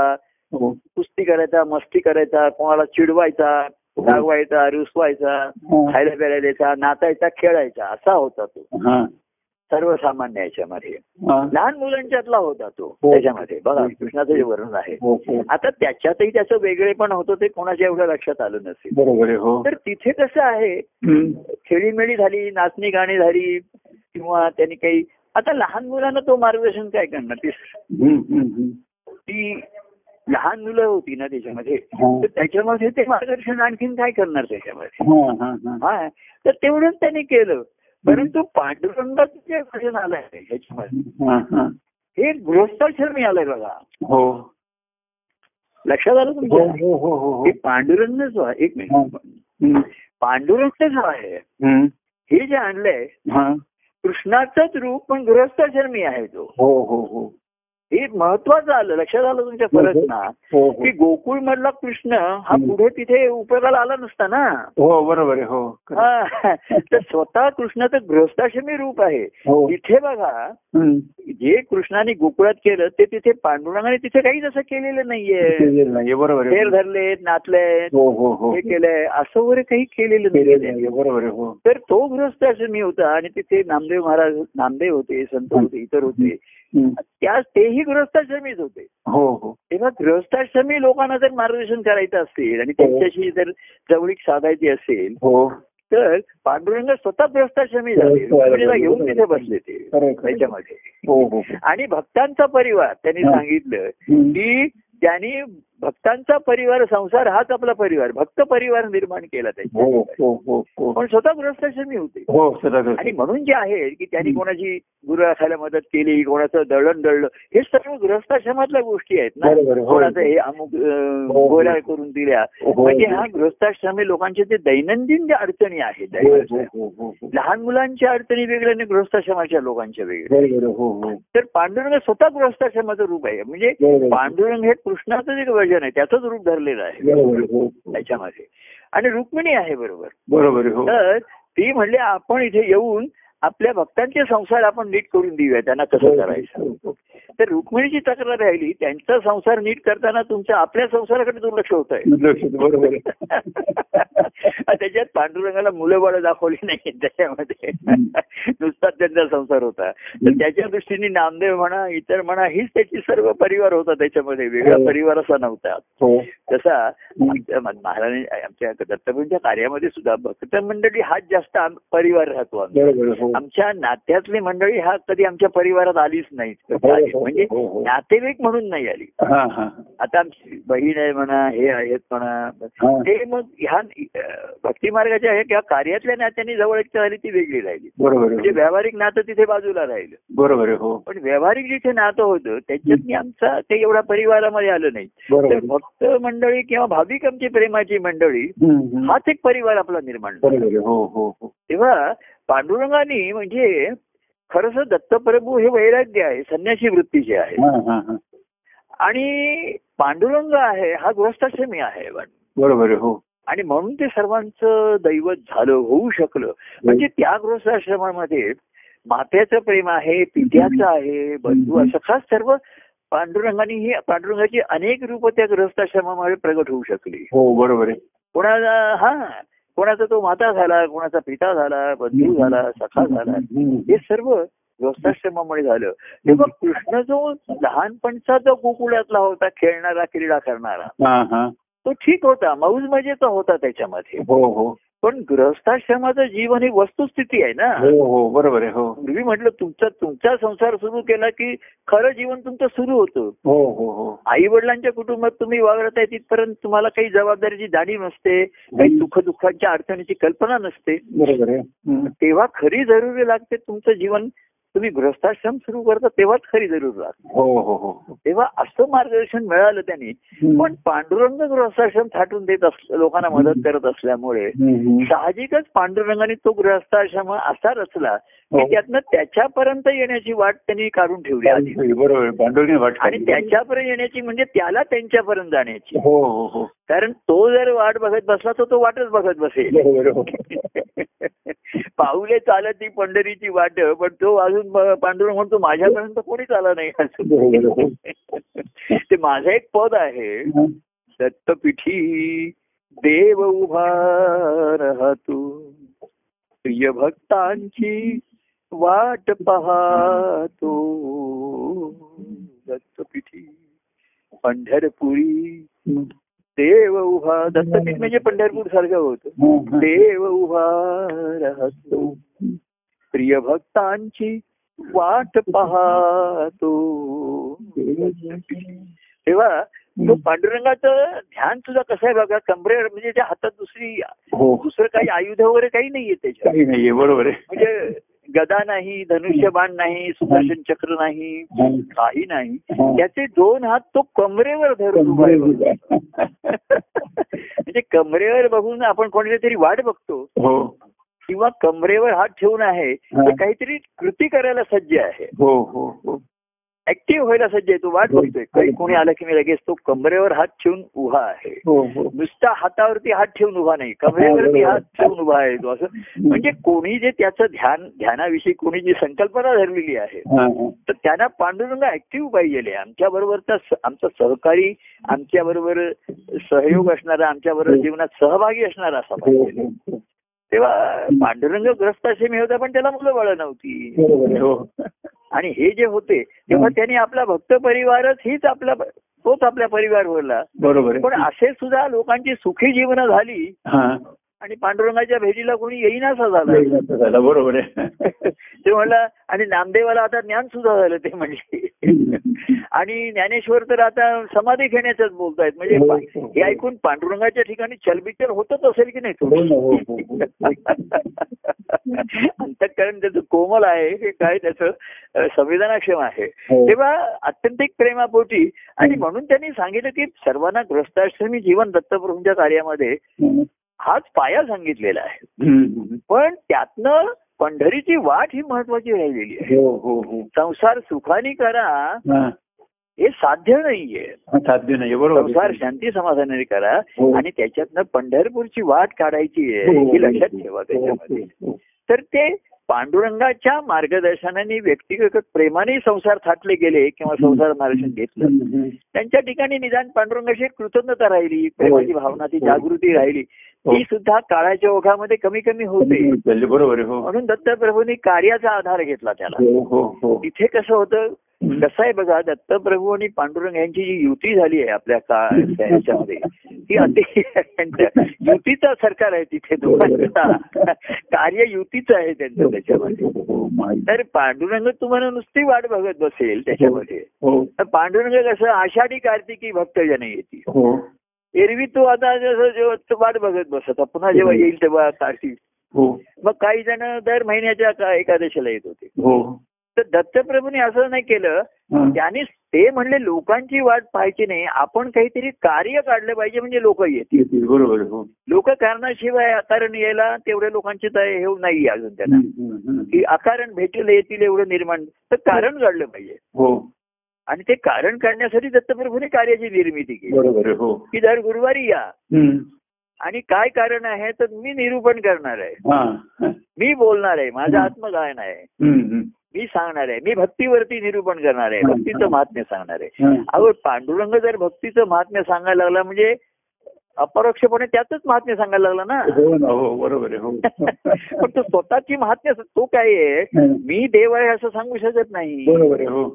Speaker 2: हो
Speaker 1: कुस्ती करायचा मस्ती करायचा कोणाला चिडवायचा रागवायचा रुसवायचा
Speaker 2: हा.
Speaker 1: खायला प्यायला द्यायचा नाचायचा खेळायचा असा होता तो
Speaker 2: हा.
Speaker 1: सर्वसामान्य याच्यामध्ये
Speaker 2: हा.
Speaker 1: लहान मुलांच्यातला होता तो
Speaker 2: हो.
Speaker 1: त्याच्यामध्ये बघा कृष्णाचं जे वर्णन आहे
Speaker 2: हो हो
Speaker 1: आता त्याच्यातही त्याचं वेगळेपण होतं ते कोणाच्या एवढं लक्षात आलं नसेल
Speaker 2: बरोबर आहे हो
Speaker 1: तर तिथे कसं आहे
Speaker 2: हम्म.
Speaker 1: खेळीमेळी झाली नाचणी गाणी झाली किंवा त्यांनी काही आता लहान मुलांना तो मार्गदर्शन काय करणार ती
Speaker 2: हम्म, हम्म, हम्म.
Speaker 1: ती लहान मुलं होती ना त्याच्यामध्ये
Speaker 2: हा.
Speaker 1: तर त्याच्यामध्ये ते मार्गदर्शन आणखीन काय करणार त्याच्यामध्ये
Speaker 2: हा, हा, हा.
Speaker 1: हा तर तेवढंच त्यांनी केलं परंतु पांडुरंगाचं जे भजन आलं आहे ह्याच्यामध्ये
Speaker 2: हा, हा.
Speaker 1: हे गृहस्थाश्रमी आलंय बघा
Speaker 2: हो
Speaker 1: लक्षात आलं
Speaker 2: हो
Speaker 1: तुमच्या
Speaker 2: हो हो हो
Speaker 1: हे पांडुरंगच आहे. एक मिनिट
Speaker 2: हा. हम्म,
Speaker 1: पांडुरंगच आहे
Speaker 2: हम्म.
Speaker 1: हे जे आणलंय
Speaker 2: हा.
Speaker 1: कृष्णाचंच रूप पण गृहस्थाश्रमी आहे तो
Speaker 2: हो हो हो
Speaker 1: हे महत्वाचं आलं लक्षात आलं तुमच्या परत ना
Speaker 2: हो
Speaker 1: की
Speaker 2: हो.
Speaker 1: गोकुळ मधला कृष्ण हा
Speaker 2: हम्म.
Speaker 1: पुढे तिथे उपयोगाला आला नसता ना
Speaker 2: हो बरोबर आहे हो खरं.
Speaker 1: हा. तर स्वतः कृष्ण तर गृहस्थाश्रमी रूप आहे
Speaker 2: हो
Speaker 1: तिथे बघा
Speaker 2: हम्म.
Speaker 1: जे कृष्णाने गोकुळात केलं ते तिथे पांडुरंगाने तिथे काहीच असं केलेलं नाहीये
Speaker 2: केलेलं नाहीये, बरोबर
Speaker 1: फेर
Speaker 2: आहे
Speaker 1: धरलेत नाचलेत
Speaker 2: हो हो हो
Speaker 1: हे केलंय असं वगैरे काही केलेलं
Speaker 2: केलेलं
Speaker 1: नाही
Speaker 2: नाहीये, बरोबर आहे हो
Speaker 1: तर तो गृहस्थाश्रमी होता आणि तिथे नामदेव महाराज नामदेव होते संत होते इतर होते
Speaker 2: हम्म.
Speaker 1: त्या तेही गृहस्थाश्रमीच होते
Speaker 2: हो हो
Speaker 1: तेव्हा गृहस्थाश्रमी लोकांना जर मार्गदर्शन करायचं असेल आणि त्यांच्याशी जर जवळीक साधायची असेल
Speaker 2: हो
Speaker 1: तर पांडुरंग स्वतः गृहस्थाश्रमी झाले रुक्मिणीला घेऊन तिथे बसले ते
Speaker 2: खरं, खरं.
Speaker 1: त्याच्यामध्ये
Speaker 2: हो हो
Speaker 1: आणि भक्तांचा परिवार त्यांनी
Speaker 2: हा.
Speaker 1: सांगितलं
Speaker 2: हम्म.
Speaker 1: की त्यांनी भक्तांचा परिवार संसार हाच आपला परिवार भक्त परिवार निर्माण केला
Speaker 2: हो
Speaker 1: त्याच्या
Speaker 2: हो हो हो
Speaker 1: पण स्वतः गृहस्थाश्रमी होते
Speaker 2: हो सदा करतो.
Speaker 1: आणि म्हणून जे आहे की त्यांनी कोणाची गुरु राखायला मदत केली कोणाचं दळण दळलं हे सर्व गृहस्थाश्रमातल्या गोष्टी आहेत ना
Speaker 2: बरोबर, हो.
Speaker 1: कोणाचं हे अमुक अं,
Speaker 2: हो, हो.
Speaker 1: गोळ्या करून दिल्या
Speaker 2: हो, हो.
Speaker 1: म्हणजे ह्या गृहस्थाश्रमी लोकांचे जे दैनंदिन ज्या अडचणी आहेत
Speaker 2: हो,
Speaker 1: दैनंदिन.
Speaker 2: हो, हो, हो, हो.
Speaker 1: लहान मुलांच्या अडचणी वेगळ्या आणि गृहस्थाश्रमाच्या लोकांच्या वेगळ्या
Speaker 2: बरोबर, हो, हो.
Speaker 1: तर पांडुरंग स्वतः गृहस्थाश्रमाचं रूप आहे म्हणजे
Speaker 2: बरोबर.
Speaker 1: पांडुरंग हे कृष्णाचं जे वजन आहे त्याचंच रूप धरलेलं आहे
Speaker 2: बरोबर, हो, हो.
Speaker 1: त्याच्यामध्ये आणि रुक्मिणी आहे बरोबर
Speaker 2: बरोबर आहे, हो
Speaker 1: तर ती म्हणले आपण इथे येऊन आपल्या भक्तांचे संसार आपण नीट करून देऊया त्यांना कसं करायचं
Speaker 2: हो, हो.
Speaker 1: तर रुक्मिणीची तक्रार राहिली त्यांचा संसार नीट करताना तुमच्या आपल्या संसाराकडे दुर्लक्ष होत आहे
Speaker 2: लक्षात, बरोबर आहे.
Speaker 1: त्याच्यात पांडुरंगाला मुलं बाळं दाखवली नाही त्याच्यामध्ये नुसताच त्यांचा संसार होता तर त्याच्या दृष्टीने नामदेव म्हणा इतर म्हणा हीच त्याची सर्व परिवार होता त्याच्यामध्ये वेगळा परिवार असा नव्हता
Speaker 2: हो
Speaker 1: तसा आमच्या म- महाराणी आमच्या दत्तप्रभूंच्या कार्यामध्ये सुद्धा भक्त मंडळी हाच जास्त आम- परिवार राहतो आम्ही
Speaker 2: बरोबर आहे, हो
Speaker 1: आमच्या नात्यातली मंडळी हा कधी आमच्या परिवारात आलीच नाही
Speaker 2: हो,
Speaker 1: आली.
Speaker 2: हो,
Speaker 1: म्हणजे
Speaker 2: हो, हो.
Speaker 1: नातेवाईक म्हणून नाही आली
Speaker 2: हा हा
Speaker 1: आता आमची बहीण आहे म्हणा हे आहेत म्हणा
Speaker 2: हा
Speaker 1: ते मग ह्या अं, भक्ती मार्गाच्या हे किंवा कार्यातल्या नात्यांनी जवळ एक झाली ती वेगळी राहिली
Speaker 2: बरोबर
Speaker 1: म्हणजे
Speaker 2: आहे, हो.
Speaker 1: व्यावहारिक नातं तिथे बाजूला राहिलं
Speaker 2: बरोबर आहे, हो
Speaker 1: पण व्यावहारिक जिथे नातं होतं त्याच्यात मी आमचा ते एवढ्या परिवारामध्ये आलं नाही
Speaker 2: बरोबर
Speaker 1: तर
Speaker 2: आहे.
Speaker 1: भक्त मंडळी किंवा भाविक आमची प्रेमाची मंडळी
Speaker 2: हम्म, हम्म.
Speaker 1: हाच एक परिवार आपला निर्माण झाला.
Speaker 2: बरोबर आहे, हो हो हो
Speaker 1: तेव्हा पांडुरंगाने म्हणजे खरंच दत्तप्रभू हे वैराग्य आहे संन्यासी वृत्तीचे आहे
Speaker 2: हा हा हा
Speaker 1: आणि पांडुरंग आहे हा गृहस्थाश्रमी आहे पण
Speaker 2: बरोबर आहे, हो
Speaker 1: आणि म्हणून ते सर्वांचं दैवत झालं होऊ शकलं म्हणजे त्या गृहस्थाश्रमामध्ये मात्याचं प्रेम आहे पित्याचं आहे बंधू असं खास सर्व पांडुरंगाने ही पांडुरंगाची अनेक रूप त्या गृहस्थाश्रमामध्ये प्रगट होऊ शकली
Speaker 2: हो बरोबर आहे
Speaker 1: कोणाला हा कोणाचा तो माता झाला कोणाचा पिता झाला बंधू झाला सखा झाला हे
Speaker 2: हम्म.
Speaker 1: सर्व गृहस्थाश्रमामुळे झालं तेव्हा कृष्ण जो लहानपणचा जो गोकुळातला होता खेळणारा क्रीडा करणारा
Speaker 2: हा हा
Speaker 1: तो ठीक होता मौज मजेचा होता त्याच्यामध्ये
Speaker 2: हो हो
Speaker 1: पण गृहस्थाश्रमाचं जीवन ही वस्तुस्थिती आहे ना
Speaker 2: हो हो बरोबर आहे हो
Speaker 1: पूर्वी म्हटलं तुमचा तुमचा संसार सुरू केला की खरं जीवन तुमचं सुरू होतं
Speaker 2: हो हो हो
Speaker 1: आई वडिलांच्या कुटुंबात तुम्ही वावरत आहे तिथपर्यंत तुम्हाला काही जबाबदारीची जाणीव नसते काही दुःख दुःखांच्या अडचणीची कल्पना नसते
Speaker 2: बरोबर आहे हम्म.
Speaker 1: तेव्हा खरी जरुरी लागते तुमचं जीवन तुम्ही गृहस्थाश्रम सुरू करता तेव्हाच खरी जरुरी लागते
Speaker 2: हो हो हो
Speaker 1: तेव्हा असं मार्गदर्शन मिळालं त्यांनी
Speaker 2: हम्म.
Speaker 1: पण पांडुरंग गृहस्थाश्रम थाटून देत अस लोकांना मदत करत असल्यामुळे
Speaker 2: हम्म.
Speaker 1: साहजिकच पांडुरंगाने तो गृहस्थाश्रम असा रचला की
Speaker 2: हो.
Speaker 1: त्यातनं त्याच्यापर्यंत येण्याची वाट त्यांनी काढून ठेवली आधी
Speaker 2: बरोबर आहे भांडवली वाट
Speaker 1: आणि
Speaker 2: काढली.
Speaker 1: त्याच्यापर्यंत येण्याची म्हणजे त्याला त्यांच्यापर्यंत जाण्याची
Speaker 2: हो हो हो
Speaker 1: कारण तो जर वाट बघत बसला तर तो वाटच बघत बसेल
Speaker 2: बरोबर आहे, हो
Speaker 1: पाऊले चालत ती पंढरीची वाट पण तो अजून ब- पांडुरंग म्हणतो माझ्यापर्यंत कोणीच आला नाही
Speaker 2: बरोबर आहे, हो.
Speaker 1: असं ते माझं एक पद आहे
Speaker 2: हं.
Speaker 1: दत्तपिठी देव उभा राहतो प्रिय भक्तांची वाट पाहतो दत्तपिठी पंढरपुरी
Speaker 2: हं.
Speaker 1: देव उभा दत्तपीठ म्हणजे पंढरपूर सारखं होतं
Speaker 2: हं.
Speaker 1: देव उभा राहतो प्रिय भक्तांची वाट पाहतो तेव्हा तो पांडुरंगाचं ध्यान सुद्धा कसं आहे बघा कमरेवर म्हणजे त्या हातात दुसरी
Speaker 2: हो
Speaker 1: दुसरं काही आयुध वगैरे काही नाहीये त्याच्यात
Speaker 2: काही नाहीये बरोबर आहे
Speaker 1: म्हणजे गदा नाही धनुष्यबाण नाही सुदर्शन चक्र नाही
Speaker 2: हं.
Speaker 1: काही नाही
Speaker 2: हं.
Speaker 1: त्याचे दोन हात तो कमरेवर धरून उभा आहे बघा. म्हणजे कमरेवर बघून आपण कोणाची तरी वाट बघतो
Speaker 2: हो
Speaker 1: किंवा कमरेवर हात ठेवून आहे
Speaker 2: हा.
Speaker 1: तर काहीतरी कृती करायला सज्ज आहे
Speaker 2: हो हो हो
Speaker 1: ऍक्टिव्ह व्हायला सज्ज आहे तो वाट बघतोय काही कोणी आलं की मी लगेच तो कमरेवर हात ठेवून उभा आहे
Speaker 2: हो हो
Speaker 1: नुसता हातावरती हात ठेवून उभा नाही कमरेवरती हात ठेवून उभा आहे तो असं म्हणजे कोणी जे त्याचं ध्यान ध्यानाविषयी कोणी जी संकल्पना धरलेली आहे
Speaker 2: हा, हा.
Speaker 1: तर त्यांना पांडुरंग ऍक्टिव्ह पाहिजे आमच्या बरोबर आमचा सहकारी आमच्या बरोबर सहयोग असणारा आमच्या बरोबर जीवनात सहभागी असणारा असा
Speaker 2: हो,
Speaker 1: पाहिजे
Speaker 2: हो, हो.
Speaker 1: तेव्हा पांडुरंग ग्रस्त असे मी होता पण त्याला मुलं बाळ नव्हती
Speaker 2: बरोबर आहे, हो
Speaker 1: आणि हे जे होते तेव्हा त्यांनी आपला भक्त परिवारच हीच आपला तोच आपला परिवार होता
Speaker 2: बरोबर
Speaker 1: पण
Speaker 2: आहे
Speaker 1: असे सुद्धा लोकांची सुखी जीवन झाली
Speaker 2: हा
Speaker 1: आणि पांडुरंगाच्या भेटीला कोणी येईनासा झाला
Speaker 2: लग्नाचं झालं बरोबर आहे
Speaker 1: ते म्हणला आणि नामदेवाला आता ज्ञान सुद्धा झालं ते म्हणजे आणि ज्ञानेश्वर तर आता समाधी घेण्याच्याच बोलतायत म्हणजे
Speaker 2: हो,
Speaker 1: पा-
Speaker 2: हो, हो.
Speaker 1: हे ऐकून पांडुरंगाच्या ठिकाणी चलबिचल होतच असेल की नाही
Speaker 2: हो ना, हो, हो, हो.
Speaker 1: अंतकरण त्याचं कोमल आहे हे काय त्याचं अ, संवेदनाक्षम आहे
Speaker 2: हो.
Speaker 1: तेव्हा अत्यंतिक प्रेमापोटी आणि म्हणून त्यांनी सांगितलं की सर्वांना ग्रस्ताश्रमी जीवन दत्तप्रभूंच्या कार्यामध्ये
Speaker 2: हम्म,
Speaker 1: हाच पाया सांगितलेला आहे
Speaker 2: हम्म.
Speaker 1: पण त्यातनं पंढरीची वाट ही महत्वाची राहिलेली आहे
Speaker 2: हो हो हो
Speaker 1: संसार सुखाने करा
Speaker 2: हा
Speaker 1: हे साध्य नाहीये
Speaker 2: हा, साध्य नाही बरोबर
Speaker 1: संसार
Speaker 2: आहे.
Speaker 1: शांती समाधानाने करा
Speaker 2: हो.
Speaker 1: आणि त्याच्यातनं पंढरपूरची वाट काढायची
Speaker 2: हो,
Speaker 1: आहे
Speaker 2: हो,
Speaker 1: ही लक्षात
Speaker 2: हो,
Speaker 1: ठेवा
Speaker 2: हो,
Speaker 1: त्याच्यामध्ये
Speaker 2: हो, हो.
Speaker 1: तर ते पांडुरंगाच्या मार्गदर्शनाने व्यक्तिगत प्रेमाने संसार थाटले गेले किंवा संसार मार्गदर्शन घेतलं
Speaker 2: हम्म, हम्म.
Speaker 1: त्यांच्या ठिकाणी निदान पांडुरंगाशी एक कृतज्ञता राहिली प्रेमाची
Speaker 2: हो.
Speaker 1: भावना ती
Speaker 2: हो.
Speaker 1: जागृती राहिली
Speaker 2: हो.
Speaker 1: ती सुद्धा काळाच्या ओघामध्ये कमी कमी होते
Speaker 2: चालले, बरोबर आहे हो
Speaker 1: म्हणून दत्तप्रभूंनी कार्याचा आधार घेतला त्याला
Speaker 2: हो हो हो
Speaker 1: तिथे कसं होतं
Speaker 2: हम्म.
Speaker 1: कसं आहे बघा दत्तप्रभू आणि पांडुरंग यांची जी युती झाली आहे आपल्या का ह्याच्यामध्ये ती अति त्यांच्या युतीचा सरकार आहे तिथे दोघांचा कार्य युतीचं आहे त्यांचं त्याच्यामध्ये
Speaker 2: हो, हो, माहिती.
Speaker 1: तर पांडुरंग तुम्हाला नुसती वाट बघत बसेल त्याच्यामध्ये
Speaker 2: हो
Speaker 1: तर पांडुरंग कसं आषाढी कार्तिकी भक्तजन येते
Speaker 2: हो
Speaker 1: एरवी तो आता जसं जेव्हा तो वाट बघत बसत पुन्हा जेव्हा येईल तेव्हा कार्तिक
Speaker 2: हो
Speaker 1: मग काही जण दर महिन्याच्या का- एकादशीला येत होते
Speaker 2: हो
Speaker 1: तर दत्तप्रभूंनी असं नाही केलं
Speaker 2: हा.
Speaker 1: त्यांनी म्हणजे ते म्हणले लोकांची वाट पाहायची नाही आपण काहीतरी कार्य काढलं पाहिजे म्हणजे लोक येतील
Speaker 2: येतील, बरोबर आहे, हो
Speaker 1: लोक कारणाशिवाय अकारण यायला तेवढ्या लोकांची तर हे नाही अजून त्यांना
Speaker 2: हम्म, हम्म, हम्म.
Speaker 1: की अकारण भेटेल येतील एवढं निर्माण तर कारण काढलं पाहिजे
Speaker 2: हो
Speaker 1: आणि ते कारण काढण्यासाठी दत्तप्रभूने कार्याची निर्मिती केली
Speaker 2: बरोबर आहे, हो
Speaker 1: की दर गुरुवारी या
Speaker 2: हम्म.
Speaker 1: आणि काय कारण आहे तर मी निरूपण करणार आहे
Speaker 2: हा
Speaker 1: मी बोलणार आहे माझं
Speaker 2: हं.
Speaker 1: आत्मगायन आहे
Speaker 2: हम्म, हम्म.
Speaker 1: मी सांगणार आहे मी भक्तीवरती निरूपण करणार आहे
Speaker 2: हं.
Speaker 1: भक्तीचं महात्म्य सांगणार आहे
Speaker 2: हा.
Speaker 1: अहो पांडुरंग जर भक्तीचं महात्म्य सांगायला लागला म्हणजे अपरोक्षपणे त्याच महात्म्य सांगायला लागला ना
Speaker 2: हो ना हो बरोबर आहे हो
Speaker 1: पण तो स्वतःची महात्म्य असं- तो काय आहे मी देव आहे असं सांगू शकत नाही
Speaker 2: बरोबर आहे हो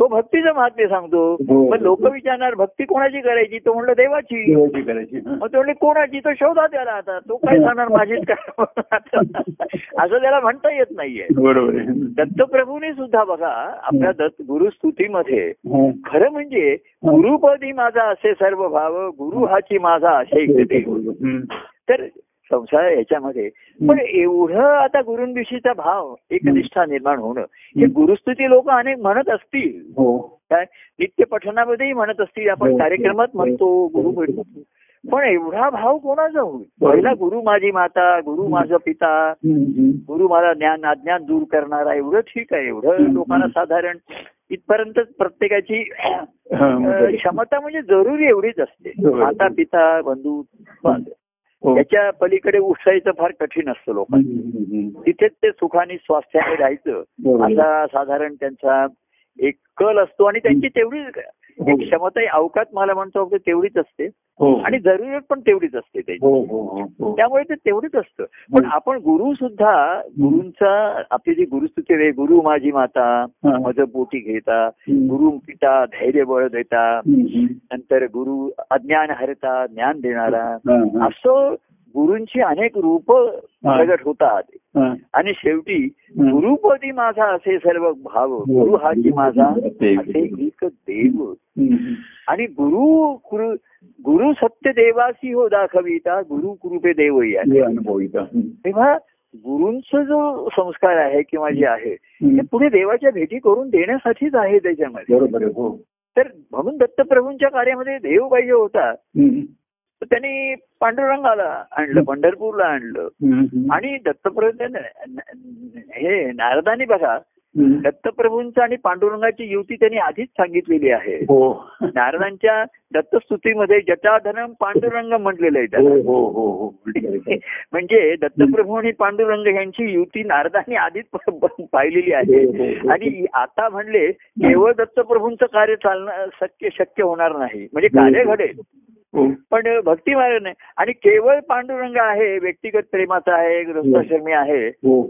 Speaker 1: तो भक्तीचं महात्म्य सांगतो
Speaker 2: हो.
Speaker 1: मग लोक विचारणार भक्ती कोणाची करायची तो म्हणलं देवाची
Speaker 2: देवाची करायची हा.
Speaker 1: मग तो म्हणले कोणाची तो शोधा त्याला आता तो
Speaker 2: हो.
Speaker 1: काय सांगणार माझीच काय असं त्याला म्हणता येत नाहीये
Speaker 2: बरोबर आहे
Speaker 1: दत्तप्रभूने सुद्धा बघा आपल्या
Speaker 2: हो.
Speaker 1: दत्त गुरुस्तुतीमध्ये
Speaker 2: हा.
Speaker 1: खरं म्हणजे गुरुपदी माझा असे सर्व भाव गुरु हाची माझा असे
Speaker 2: हो,
Speaker 1: इकडे देव.
Speaker 2: हम्म.
Speaker 1: तर संसार याच्यामध्ये पण एवढं आता गुरुंविषयीचा भाव एक निष्ठा निर्माण होणं हे गुरुस्तुती लोक अनेक म्हणत असतील
Speaker 2: हो
Speaker 1: काय नित्य पठणामध्येही म्हणत असतील आपण कार्यक्रमात म्हणतो गुरु म्हणतो पण एवढा भाव कोणाचा होईल पहिला गुरु माझी माता गुरु माझा पिता
Speaker 2: हम्म, हम्म.
Speaker 1: गुरु मला ज्ञान अज्ञान दूर करणारा एवढं ठीक आहे एवढं लोकांना साधारण इथपर्यंत प्रत्येकाची
Speaker 2: हा,
Speaker 1: अं,
Speaker 2: बरोबर.
Speaker 1: क्षमता म्हणजे जरुरी एवढीच असते
Speaker 2: बरोबर.
Speaker 1: माता पिता बंधू बस.
Speaker 2: हो.
Speaker 1: त्याच्या पलीकडे उठायचं फार कठीण असतं लोकांना
Speaker 2: हम्म, हम्म, हम्म.
Speaker 1: तिथेच ते सुखाने स्वास्थ्याने राहायचं
Speaker 2: बरोबर आहे.
Speaker 1: असा साधारण त्यांचा एक कल असतो आणि त्यांची तेवढीच
Speaker 2: हो.
Speaker 1: एक क्षमता आहे, अवकात मला म्हणतो आपण तेवढीच असते
Speaker 2: हो.
Speaker 1: आणि जरुरत पण तेवढीच असते त्याची
Speaker 2: हो हो हो हो
Speaker 1: त्यामुळे ते तेवढंच असतं पण आपण गुरु सुद्धा गुरुंचा आपली जी गुरुस्तुती आहे गुरु माझी माता
Speaker 2: हा.
Speaker 1: माझं पोटी घेता
Speaker 2: हम्म.
Speaker 1: गुरु पिता धैर्य बळ देता
Speaker 2: हम्म, हम्म.
Speaker 1: नंतर गुरु अज्ञान हरता ज्ञान देणारा
Speaker 2: हा, हा.
Speaker 1: असं गुरूंची अनेक रूप प्रगट होतात
Speaker 2: हा.
Speaker 1: आणि शेवटी
Speaker 2: हम्म.
Speaker 1: गुरुपदी माझा असे सर्व भाव गुरु हा जी माझा असे एक देव
Speaker 2: हम्म.
Speaker 1: आणि गुरु गुरु गुरु सत्य देवासी हो दाखविता गुरु कृपे देवही आहे
Speaker 2: हे अनुभविता. हम्म.
Speaker 1: तेव्हा गुरूंचा जो संस्कार आहे किंवा जे आहे ते
Speaker 2: हम्म.
Speaker 1: पुढे देवाच्या भेटी करून देण्यासाठीच आहे त्याच्यामध्ये
Speaker 2: बरोबर आहे हो
Speaker 1: तर म्हणून दत्तप्रभूंच्या कार्यामध्ये देव पाहिजे होता
Speaker 2: हम्म.
Speaker 1: तर त्यांनी पांडुरंगाला आणलं पंढरपूरला आणलं
Speaker 2: हम्म.
Speaker 1: आणि दत्तप्रभू हे नारदानी बघा
Speaker 2: हम्म.
Speaker 1: दत्तप्रभूंचा आणि पांडुरंगाची युती त्यांनी आधीच सांगितलेली आहे
Speaker 2: हो
Speaker 1: नारदांच्या दत्तस्तुतीमध्ये जटाधनम पांडुरंग म्हटलेलं आहे
Speaker 2: हो
Speaker 1: त्याला
Speaker 2: हो हो हो बरोबर.
Speaker 1: म्हणजे दत्तप्रभू आणि पांडुरंग यांची युती नारदांनी आधीच प- प- पाहिलेली
Speaker 2: हो,
Speaker 1: आहे
Speaker 2: हो, हो.
Speaker 1: आणि आता म्हणले केवळ दत्तप्रभूंचं कार्य चालणं शक्य शक्य होणार नाही म्हणजे कार्य घडेल
Speaker 2: हो
Speaker 1: पण भक्ती मार्ग नाही आणि केवळ पांडुरंग आहे व्यक्तिगत प्रेमाचा आहे गृहस्थाश्रमी आहे
Speaker 2: हो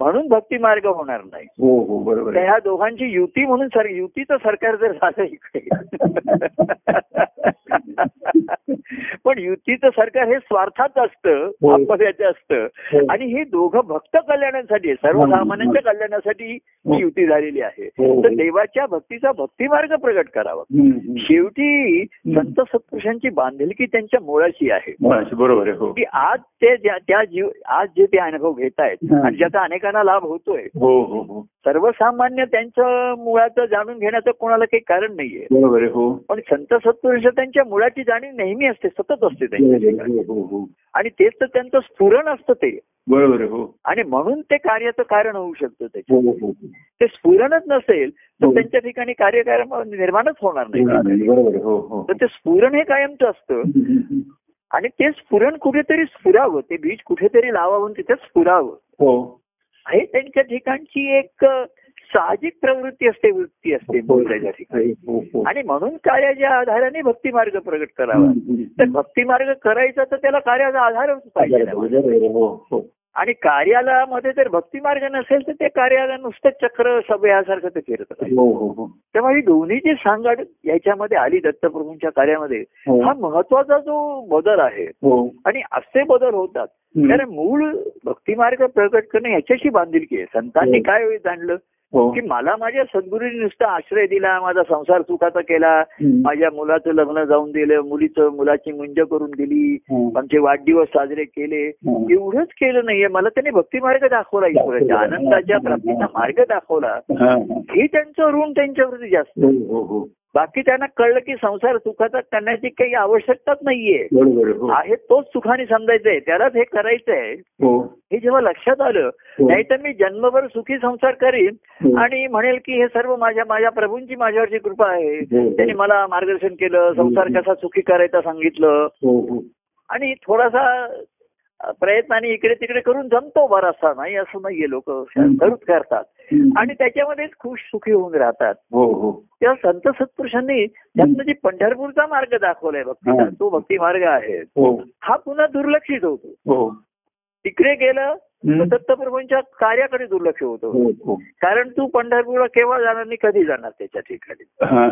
Speaker 1: म्हणून भक्ती मार्ग होणार नाही
Speaker 2: हो हो बरोबर
Speaker 1: तर
Speaker 2: आहे.
Speaker 1: ह्या दोघांची युती म्हणून सर युतीचं सरकार जर झालं इकडे पण युतीचं सरकार हे स्वार्थाचं असतं
Speaker 2: हो.
Speaker 1: अपव्याचं असतं
Speaker 2: हो.
Speaker 1: आणि हे दोघं भक्त कल्याणासाठी आहे. सर्वसामान्यांच्या कल्याणासाठी
Speaker 2: हो.
Speaker 1: ही युती झालेली आहे
Speaker 2: हो, हो.
Speaker 1: तर देवाच्या भक्तीचा भक्तिमार्ग प्रगट करावा
Speaker 2: हम्म, हम्म.
Speaker 1: शेवटी संत सत्पुरुषांची बांधिलकी त्यांच्या मुळाशी आहे
Speaker 2: मुळाशी बरोबर आहे हो
Speaker 1: की आज ते ज्या- त्या जीव आज जे ते अनुभव घेत आहेत
Speaker 2: हा.
Speaker 1: आणि ज्याचा अनेकांना लाभ होतोय
Speaker 2: हो हो हो
Speaker 1: सर्वसामान्य त्यांचं मुळाचं जाणून घेण्याचं कोणाला काही कारण नाहीये
Speaker 2: बरोबर आहे हो
Speaker 1: पण संत सत्पुरुष त्यांच्या मुळाची जाणीव नेहमी असते सतत असते त्यांच्या ठिकाणी.
Speaker 2: हो हो हो
Speaker 1: आणि तेच तर त्यांचं स्फुरण असतं ते
Speaker 2: बरोबर आहे हो
Speaker 1: आणि म्हणून ते कार्याचं कारण होऊ शकतं त्याच्यात
Speaker 2: हो हो
Speaker 1: ते स्फुरणच नसेल
Speaker 2: हो.
Speaker 1: तर त्यांच्या ठिकाणी कार्यक्रम निर्माणच होणार नाही
Speaker 2: बरोबर आहे हो हो
Speaker 1: तर ते स्फुरण हे कायमचं असतं आणि ते स्फुरण कुठेतरी स्फुरावं ते बीज कुठेतरी लावावं तिथे स्फुरावं
Speaker 2: हो
Speaker 1: हे त्यांच्या ठिकाणची एक अ, साहजिक प्रवृत्ती असते वृत्ती असते बोलायच्या ठिकाणी
Speaker 2: हो हो
Speaker 1: आणि म्हणून कार्याच्या आधाराने भक्ती मार्ग प्रगट करावा तर
Speaker 2: बरोबर
Speaker 1: भक्ती मार्ग करायचा तर त्याला कार्याचा आधारच पाहिजे ना.
Speaker 2: आहे, हो हो
Speaker 1: आणि कार्याला मध्ये जर भक्ती मार्ग नसेल तर ते कार्याला नुसतं चक्र सभ्यासारखं ते फिरत राहील
Speaker 2: हो हो हो
Speaker 1: तेव्हा ही दोन्ही जी सांगड याच्यामध्ये आली दत्तप्रभूंच्या कार्यामध्ये
Speaker 2: हो.
Speaker 1: हा महत्वाचा जो बदल आहे
Speaker 2: हो
Speaker 1: आणि असे बदल होतात
Speaker 2: हम्म.
Speaker 1: कारण मूळ भक्तिमार्ग प्रकट करणे ह्याच्याशी बांधिलकी आहे संतांनी
Speaker 2: हो.
Speaker 1: काय जाणलं
Speaker 2: हो
Speaker 1: की मला माझ्या सद्गुरूंनी नुसता आश्रय दिला माझा संसार सुखाचा केला
Speaker 2: हम्म.
Speaker 1: माझ्या मुलाचं लग्न जाऊन दिलं मुलीचं मुलाची मुंज करून दिली
Speaker 2: हम्म.
Speaker 1: आमचे वाढदिवस साजरे केले
Speaker 2: हम्म.
Speaker 1: एवढंच केलं नाहीये मला त्याने भक्तिमार्ग दाखवला ईश्वराच्या आनंदाच्या प्राप्तीचा मार्ग दाखवला
Speaker 2: हा, हा.
Speaker 1: हे त्यांचं ऋण त्यांच्यावरती जास्त
Speaker 2: हो हो हो
Speaker 1: बाकी त्यांना कळलं की संसार सुखाचा करण्याची काही आवश्यकताच नाहीये
Speaker 2: बरोबर आहे,
Speaker 1: आहे तोच सुखाने समजायचंय त्यालाच हे करायचंय
Speaker 2: हो
Speaker 1: हे जेव्हा लक्षात आलं
Speaker 2: हो.
Speaker 1: नाहीतर मी जन्मभर सुखी संसार करीन
Speaker 2: हो.
Speaker 1: आणि म्हणेल की हे सर्व माझ्या माझ्या प्रभूंची माझ्यावरची कृपा आहे
Speaker 2: हो, हो.
Speaker 1: त्यांनी मला मार्गदर्शन केलं संसार कसा सुखी करायचा सांगितलं
Speaker 2: हो हो
Speaker 1: आणि थोडासा अ, प्रयत्नाने इकडे तिकडे करून जमतो बराचसा नाही असं नाहीये लोक
Speaker 2: हो.
Speaker 1: करूच करतात
Speaker 2: हम्म.
Speaker 1: आणि त्याच्यामध्येच खुश सुखी होऊन राहतात
Speaker 2: हो हो
Speaker 1: तेव्हा संत सत्पुरुषांनी त्यांना जे पंढरपूरचा मार्ग दाखवलाय भक्तीचा
Speaker 2: हम्म.
Speaker 1: तो भक्ती मार्ग आहे
Speaker 2: हो
Speaker 1: हा पुन्हा दुर्लक्षित होतो
Speaker 2: हो
Speaker 1: तिकडे गेलं तर
Speaker 2: हम्म.
Speaker 1: दत्तप्रभूंच्या कार्याकडे दुर्लक्ष होतं
Speaker 2: हो हो
Speaker 1: कारण तू पंढरपूरला केव्हा जाणार नाही कधी जाणार त्याच्या ठिकाणी
Speaker 2: हा.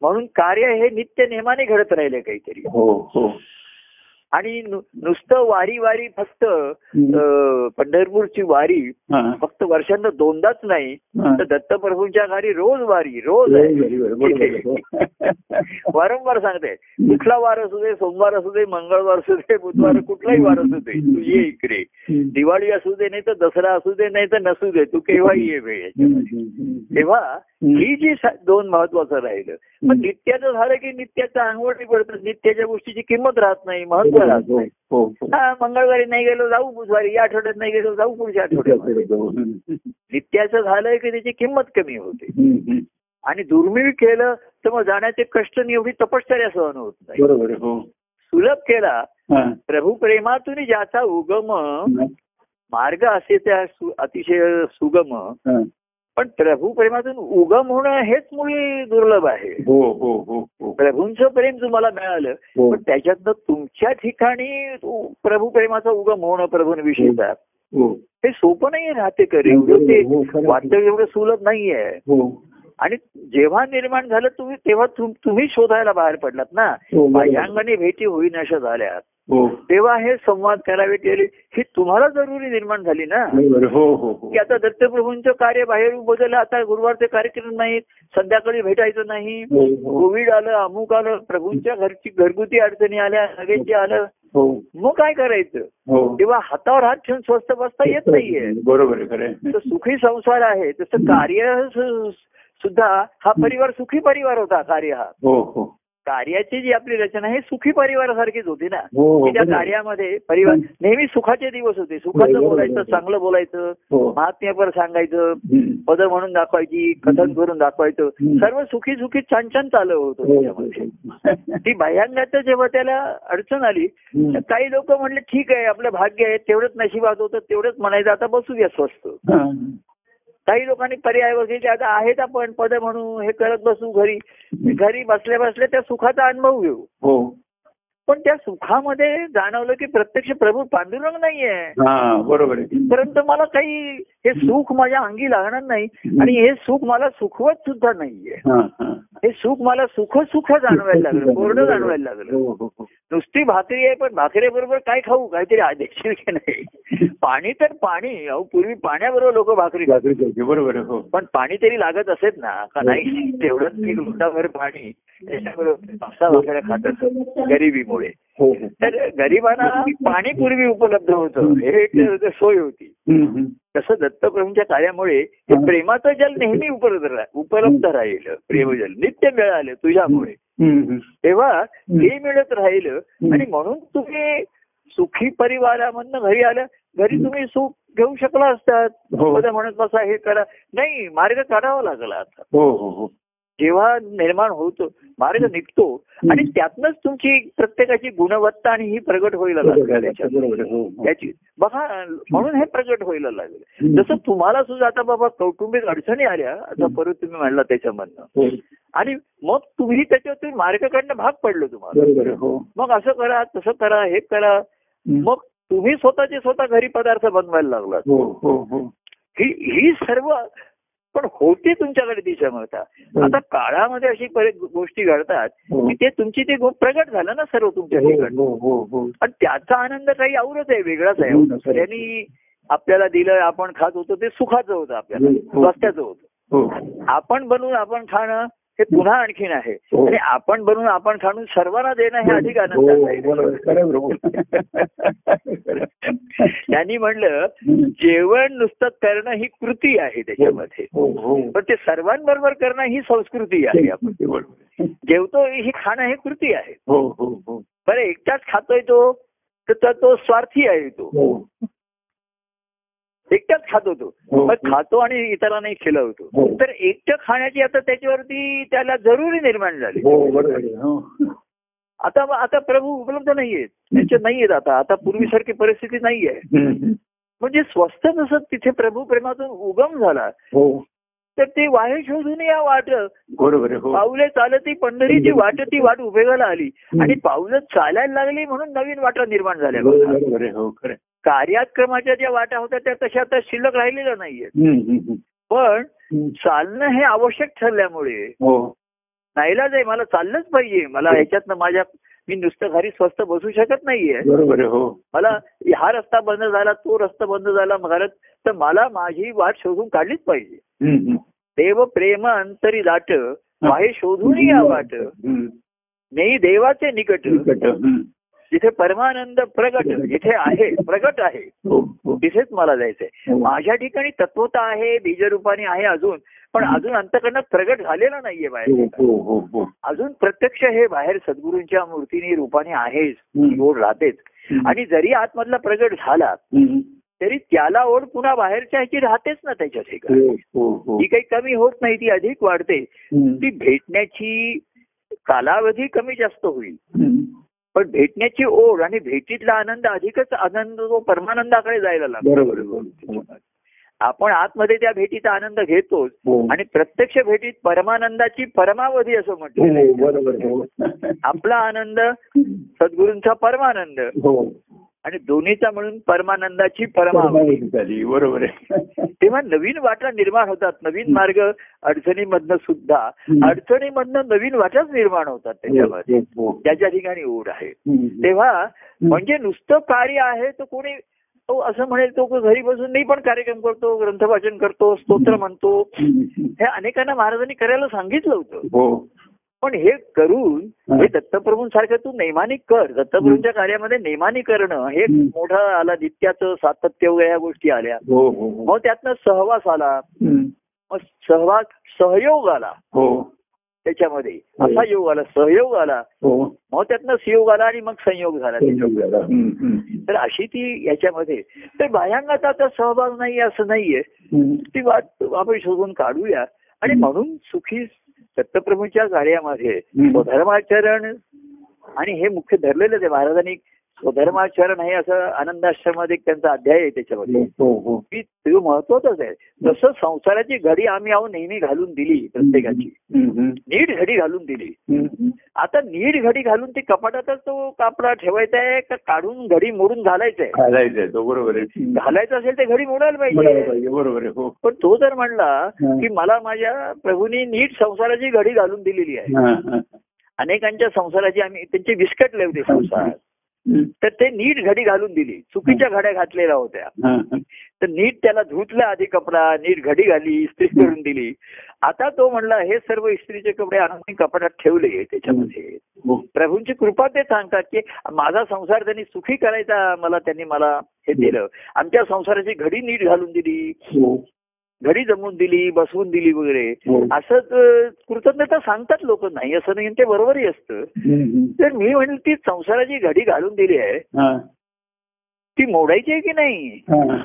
Speaker 1: म्हणून कार्य हे नित्य नेमाने घडत राहिले काहीतरी
Speaker 2: हो हो
Speaker 1: आणि नु- नुसतं वारी वारी फक्त
Speaker 2: हम्म.
Speaker 1: अं, पंढरपूरची वारी
Speaker 2: हा.
Speaker 1: फक्त वर्षांना दोनदाच नाही
Speaker 2: हा.
Speaker 1: तर दत्तप्रभूंच्या घरी रोज वारी रोज आहे
Speaker 2: बरोबर, बरोबर, बरोबर.
Speaker 1: वारंवार सांगते कुठला वार असू दे सोमवार असू दे मंगळवार असू दे बुधवार कुठलाही वार असू दे तू ये इकडे
Speaker 2: हम्म.
Speaker 1: दिवाळी असू दे नाही तर दसरा असू दे नाही तर नसू दे तू केव्हाही ये वेळ तेव्हा ही जी सा- दोन महत्वाचं राहिलं मग नित्याचं झालं की नित्याचं अंगवटी पडतं नित्याच्या गोष्टीची किंमत राहत नाही महत्व राहत
Speaker 2: हो,
Speaker 1: नाही
Speaker 2: हो, हो.
Speaker 1: हा मंगळवारी नाही गेलो जाऊ बुधवारी या आठवड्यात नाही गेलो जाऊ पुढच्या आठवड्यात नित्याचं झालं की त्याची किंमत कमी होते
Speaker 2: हम्म, हम्म.
Speaker 1: आणि दुर्मिळ केलं तर मग जाण्याचे कष्ट आणि एवढी तपश्चर्या सहन होत नाही
Speaker 2: बरोबर आहे, हो
Speaker 1: सुलभ केला
Speaker 2: हा.
Speaker 1: प्रभू प्रेमातून ज्याचा उगम मार्ग असे त्या सु- अतिशय सुगम
Speaker 2: हा.
Speaker 1: पण प्रभू प्रेमातून उगम होणं हेच मुळी दुर्लभ आहे
Speaker 2: हो हो हो हो
Speaker 1: प्रभूंचं प्रेम तुम्हाला मिळालं
Speaker 2: हो.
Speaker 1: पण त्याच्यातनं तुमच्या ठिकाणी उ- प्रभू प्रेमाचा उगम होणं प्रभूंविषयीचा
Speaker 2: हो
Speaker 1: हे सोपं नाही राहते करे एवढं ते
Speaker 2: हो, खरं आहे.
Speaker 1: वाटतं एवढं सुलभ नाहीये
Speaker 2: हो
Speaker 1: आणि जेव्हा निर्माण झालं तुम्ही तेव्हा तुम- तुम्ही शोधायला बाहेर पडलात ना
Speaker 2: हो, बरोबर.
Speaker 1: बाह्यांगाने भेटी होईनाशा झाल्या
Speaker 2: हो
Speaker 1: तेव्हा हे संवाद करावे गेले ही तुम्हाला जरुरी निर्माण झाली ना
Speaker 2: बरोबर हो हो हो
Speaker 1: की आता दत्तप्रभूंचं कार्य बाहेर बदललं आता गुरुवारचे कार्यक्रम नाहीत संध्याकाळी भेटायचं नाही
Speaker 2: हो, हो
Speaker 1: कोविड आलं अमुक आलं प्रभूंच्या घरची घरगुती अडचणी आल्या लगेच आलं
Speaker 2: हो
Speaker 1: मग काय करायचं
Speaker 2: हो
Speaker 1: तेव्हा हातावर हात ठेवून स्वस्त बसता येत नाहीये
Speaker 2: बरोबर आहे, खरं आहे.
Speaker 1: तर सुखी संसार आहे तसं कार्य सु- सुद्धा हा परिवार सुखी परिवार होता कार्य हा
Speaker 2: हो हो
Speaker 1: कार्याची जी आपली रचना आहे सुखी परिवारासारखीच होती ना
Speaker 2: हो हो
Speaker 1: की त्या
Speaker 2: बरोबर.
Speaker 1: कार्यामध्ये परिवार नेहमी सुखाचे दिवस होते सुखाचं
Speaker 2: बरोबर,
Speaker 1: बोलायचं
Speaker 2: बरोबर.
Speaker 1: चांगलं बोलायचं
Speaker 2: हो.
Speaker 1: महात्म्यपर सांगायचं
Speaker 2: हम्म.
Speaker 1: पद म्हणून दाखवायची कथन करून दाखवायचं
Speaker 2: हम्म.
Speaker 1: सर्व सुखी सुखी छान छान चालू होतं
Speaker 2: हो,
Speaker 1: त्याच्यामध्ये
Speaker 2: हो.
Speaker 1: ती भयांगाचं जेव्हा त्याला अडचण आली तर
Speaker 2: हम्म.
Speaker 1: काही लोक म्हणले ठीक आहे आपलं भाग्य आहे तेवढंच नशिबात होतं तेवढंच म्हणायचं आता बसू द्या स्वस्त
Speaker 2: हा.
Speaker 1: काही लोकांनी पर्याय वगैरे आता आहेत आपण पद म्हणू हे करत बसू घरी घरी बसल्या बसल्या त्या सुखाचा अनुभव घेऊ
Speaker 2: हो
Speaker 1: पण त्या सुखामध्ये जाणवलं की प्रत्यक्ष प्रभू पांडुरंग नाहीये
Speaker 2: हा बरोबर आहे
Speaker 1: परंतु मला काही हे सुख माझ्या अंगी लागणार नाही आणि हे सुख मला सुखवत सुद्धा नाहीये
Speaker 2: हा, हा.
Speaker 1: हे सुख मला सुख सुख जाणवायला लागलं कोरडं जाणवायला लागलं
Speaker 2: हो, हो, हो.
Speaker 1: नुसती भाकरी आहे पण भाकरीबरोबर काय खाऊ काहीतरी आदेशील की नाही पाणी तर पाणी अहो पूर्वी पाण्याबरोबर लोक भाकरी खात
Speaker 2: जागृत आहे. बरोबर आहे, हो
Speaker 1: पण पाणी तरी लागत असेल ना का नाही तेवढंच पीक लोटाभर पाणी त्याच्याबरोबर पासा वगैरे खात असत गरिबीमुळे
Speaker 2: हो, हो.
Speaker 1: तर गरिबांना पाणी पूर्वी उपलब्ध होतं हे एक सोय होती
Speaker 2: हम्म, हम्म.
Speaker 1: तसं दत्तप्रभूंच्या कार्यामुळे हे प्रेमाचं जल नेहमी उपलब्ध रा- उपलब्ध राहिलं प्रेमजल नित्य मिळालं तुझ्यामुळे
Speaker 2: हम्म, हम्म.
Speaker 1: तेव्हा ते मिळत राहिलं आणि म्हणून तुम्ही सुखी परिवारामधनं घरी आलं घरी तुम्ही सुख घेऊ शकला असतात
Speaker 2: हो.
Speaker 1: मला म्हणत बसा हे करा नाही मार्ग काढावा लागला आता
Speaker 2: हो हो हो
Speaker 1: जेव्हा निर्माण होतो मार्ग निघतो आणि त्यातनंच तुमची प्रत्येकाची गुणवत्ता आणि ही प्रगट व्हायला लागली त्याच्यात.
Speaker 2: बरोबर आहे, हो, हो.
Speaker 1: याची बघा म्हणून हे प्रगट व्हायला लागलं जसं तुम्हाला सुद्धा आता बाबा कौटुंबिक अडचणी आल्या आता परत तुम्ही म्हणला त्याच्यामधनं
Speaker 2: हो,
Speaker 1: आणि मग तुम्ही त्याच्यातून मार्ग काढणं भाग पडलं तुम्हाला
Speaker 2: बरोबर आहे, हो
Speaker 1: मग असं करा तसं करा हे करा मग तुम्ही स्वतःचे स्वतः घरी पदार्थ बनवायला लागलात
Speaker 2: हो हो हो
Speaker 1: ही ही सर्व पण होती तुमच्याकडे ती क्षमता आता काळामध्ये अशी बरेच गोष्टी घडतात
Speaker 2: हो.
Speaker 1: की ते तुमची ते गो- प्रगट झालं ना सर्व तुमच्या ठिकाणी
Speaker 2: हो हो हो
Speaker 1: आणि त्याचा आनंद काही औरच आहे वेगळाच
Speaker 2: हो
Speaker 1: आहे
Speaker 2: ना, खरं.
Speaker 1: त्यांनी आपल्याला दिलं आपण खात होतो ते सुखाचं होतं आपल्याला
Speaker 2: हो.
Speaker 1: स्वास्थ्याचं होतं
Speaker 2: हो
Speaker 1: आपण बनवून आपण खाणं हे पुन्हा आणखीन आहे
Speaker 2: हो.
Speaker 1: आणि आपण बनवून आपण खाणून सर्वांना देणं हे अधिक
Speaker 2: हो,
Speaker 1: आनंदाचं आहे
Speaker 2: बरोबर, खरं बरोबर.
Speaker 1: त्यांनी म्हणलं जेवण नुसतं करणं ही कृती आहे त्याच्यामध्ये
Speaker 2: हो, हो.
Speaker 1: पण ते सर्वांबरोबर करणं ही संस्कृती आहे आपण
Speaker 2: ते बरोबर आहे.
Speaker 1: जेवतो ही खाणं हे कृती आहे
Speaker 2: हो हो हो
Speaker 1: बरं एकटाच खातोय तो तर तो- तो स्वार्थी आहे तो
Speaker 2: हो
Speaker 1: एकटाच खातो तो
Speaker 2: हो.
Speaker 1: मग खातो आणि इतरांनाही
Speaker 2: हो.
Speaker 1: खिलवतो तर एकटं खाण्याची आता त्याच्यावरती त्याला जरुरी निर्माण झाली
Speaker 2: हो बरोबर आहे, हो
Speaker 1: आता आता प्रभू उपलब्ध नाहीयेत त्याच्यात नाहीयेत आता आता पूर्वीसारखी परिस्थिती नाहीये
Speaker 2: हम्म.
Speaker 1: म्हणजे स्वस्त जसं तिथे प्रभू प्रेमातून उगम झाला
Speaker 2: हो
Speaker 1: तर ते वाहे शोधून या वाट
Speaker 2: बरोबर आहे, हो
Speaker 1: पावले चालती पंढरीची वाट ती वाट उभेगाला आली आणि पावलं चालायला लागली म्हणून नवीन वाटा निर्माण झाल्या बघा.
Speaker 2: बरोबर आहे, हो खरं आहे.
Speaker 1: कार्याक्रमाच्या ज्या वाटा होत्या त्या तशा आता शिल्लक राहिलेल्या नाहीयेत
Speaker 2: हम्म, हम्म,
Speaker 1: पण
Speaker 2: हम्म.
Speaker 1: चालणं हे आवश्यक ठरल्यामुळे
Speaker 2: हो
Speaker 1: नाहीलाच आहे मला चाललंच पाहिजे मला याच्यातनं माझ्या मी नुसतं घरी स्वस्त बसू शकत नाहीये
Speaker 2: बरोबर आहे, हो
Speaker 1: मला हा रस्ता बंद झाला तो रस्ता बंद झाला घरात तर मला माझी वाट शोधून काढलीच पाहिजे
Speaker 2: हम्म, हम्म.
Speaker 1: देव प्रेम अंतरी दाट माहे शोधून या वाट
Speaker 2: हम्म.
Speaker 1: नेई देवाचे निकट
Speaker 2: निकट, हम्म.
Speaker 1: जिथे परमानंद प्रगट जिथे आहे प्रगट आहे
Speaker 2: हो हो
Speaker 1: तिथेच मला जायचंय
Speaker 2: हो.
Speaker 1: माझ्या ठिकाणी तत्वता आहे बीजरूपाने आहे अजून पण अजून अंतकरणात प्रगट झालेला नाहीये
Speaker 2: हो
Speaker 1: बाहेर
Speaker 2: हो हो हो
Speaker 1: अजून प्रत्यक्ष हे बाहेर सद्गुरूंच्या मूर्तीने रूपाने आहेच
Speaker 2: हम्म.
Speaker 1: ओढ राहतेच आणि जरी आतमधला प्रगट झाला
Speaker 2: हम्म.
Speaker 1: तरी त्याला ओढ पुन्हा बाहेरच्या ह्याची राहतेच ना त्याच्या ठिकाणी
Speaker 2: हो हो हो
Speaker 1: ही काही कमी होत नाही ती अधिक वाढते ती भेटण्याची कालावधी कमी जास्त होईल
Speaker 2: बरोबर
Speaker 1: पण भेटण्याची ओढ आणि भेटीतला आनंद अधिकच आनंद तो परमानंदाकडे जायला लागतो आपण आतमध्ये त्या भेटीचा आनंद घेतोच आणि प्रत्यक्ष भेटीत परमानंदाची परमावधी असं
Speaker 2: हो
Speaker 1: म्हटलं
Speaker 2: बरोबर हो
Speaker 1: आपला आनंद सद्गुरूंचा परमानंद
Speaker 2: हो
Speaker 1: आणि दोन्हीचा मिळून परमानंदाची परमावधी
Speaker 2: परमावधी झाली बरोबर आहे
Speaker 1: तेव्हा नवीन वाटा निर्माण होतात नवीन मार्ग अडचणीमधनं सुद्धा
Speaker 2: हम्म.
Speaker 1: अडचणीमधनं नवीन वाटाच निर्माण होतात त्याच्यामध्ये
Speaker 2: हो, हो.
Speaker 1: ज्याच्या ठिकाणी ओढ आहे
Speaker 2: हम्म.
Speaker 1: तेव्हा म्हणजे नुसतं कार्य आहे तर कोणी तो असं म्हणेल तो घरी बसून नाही पण कार्यक्रम करतो ग्रंथवाचन करतो स्तोत्र म्हणतो
Speaker 2: हम्म.
Speaker 1: हे अनेकांना महाराजांनी करायला सांगितलं होतं
Speaker 2: हो
Speaker 1: पण हे करून हे दत्तप्रभूंसारखं तू नैमानिक कर दत्तप्रभूंच्या कार्यामध्ये नैमानी करणं हे
Speaker 2: हम्म.
Speaker 1: मोठं आला नित्याचं सातत्य वगैरे ह्या गोष्टी आल्या
Speaker 2: हो हो हो
Speaker 1: मग त्यातनं सहवास आला
Speaker 2: हम्म.
Speaker 1: मग सहभाग सहयोग आला
Speaker 2: हो
Speaker 1: त्याच्यामध्ये
Speaker 2: हो.
Speaker 1: असा योग आला सहयोग आला
Speaker 2: हो
Speaker 1: मग त्यातनं सुयोग आला आणि मग संयोग झाला
Speaker 2: संयोग झाला. हम्म, हम्म.
Speaker 1: तर अशी ती याच्यामध्ये तर बाह्यांगाचा सहभाग नाही असं नाहीये
Speaker 2: हम्म.
Speaker 1: ती वाट आपण शोधून काढूया आणि म्हणून सुखी दत्तप्रभूंच्या कार्यामध्ये
Speaker 2: हम्म.
Speaker 1: स्वधर्माचरण आणि हे मुख्य धरलेलं आहे महाराजांनी स्वधर्माचरण हे असं आनंदाश्रमात एक त्यांचा अध्याय आहे त्याच्यामध्ये
Speaker 2: हो हो
Speaker 1: की ते महत्वाचंच आहे जसं संसाराची घडी आम्ही आहो नेहमी घालून दिली प्रत्येकाची
Speaker 2: हम्म, हम्म.
Speaker 1: नीट घडी घालून दिली
Speaker 2: हम्म.
Speaker 1: आता नीट घडी घालून ती कपाटातच तो कापडा ठेवायचा आहे का काढून घडी मोडून घालायचा आहे
Speaker 2: घालायचं आहे तो बरोबर आहे
Speaker 1: घालायचं असेल तर घडी मोडायला
Speaker 2: म्हणायला
Speaker 1: पाहिजे
Speaker 2: पाहिजे बरोबर आहे हो
Speaker 1: पण तो जर म्हणला
Speaker 2: हा.
Speaker 1: की मला माझ्या प्रभूंनी नीट संसाराची घडी घालून दिलेली आहे
Speaker 2: हा, हा.
Speaker 1: अनेकांच्या संसाराची आम्ही त्यांचे विस्कटले होते संसार
Speaker 2: हम्म.
Speaker 1: तर ते नीट घडी घालून दिली चुकीच्या घड्या घातलेल्या होत्या
Speaker 2: हा, हा.
Speaker 1: तर नीट त्याला धुतला आधी कपडा नीट घडी घाली इस्त्री करून दिली आता तो म्हणला हे सर्व इस्त्रीचे कपडे आणून कपड्यात ठेवले त्याच्यामध्ये
Speaker 2: हो.
Speaker 1: प्रभूंची कृपा ते सांगतात की माझा संसार त्यांनी सुखी करायचा मला त्यांनी मला हे दिलं आमच्या संसाराची घडी नीट घालून दिली
Speaker 2: हो.
Speaker 1: घडी जमवून दिली बसवून दिली वगैरे
Speaker 2: हो.
Speaker 1: असंच अ, कृतज्ञता सांगतात लोक नाही असं नाही आणि ते बरोबरही असतं
Speaker 2: हम्म, हम्म.
Speaker 1: तर मी म्हणेल ती संसाराची घडी घालून दिली आहे
Speaker 2: हा,
Speaker 1: ती मोडायची आहे की नाही
Speaker 2: हा.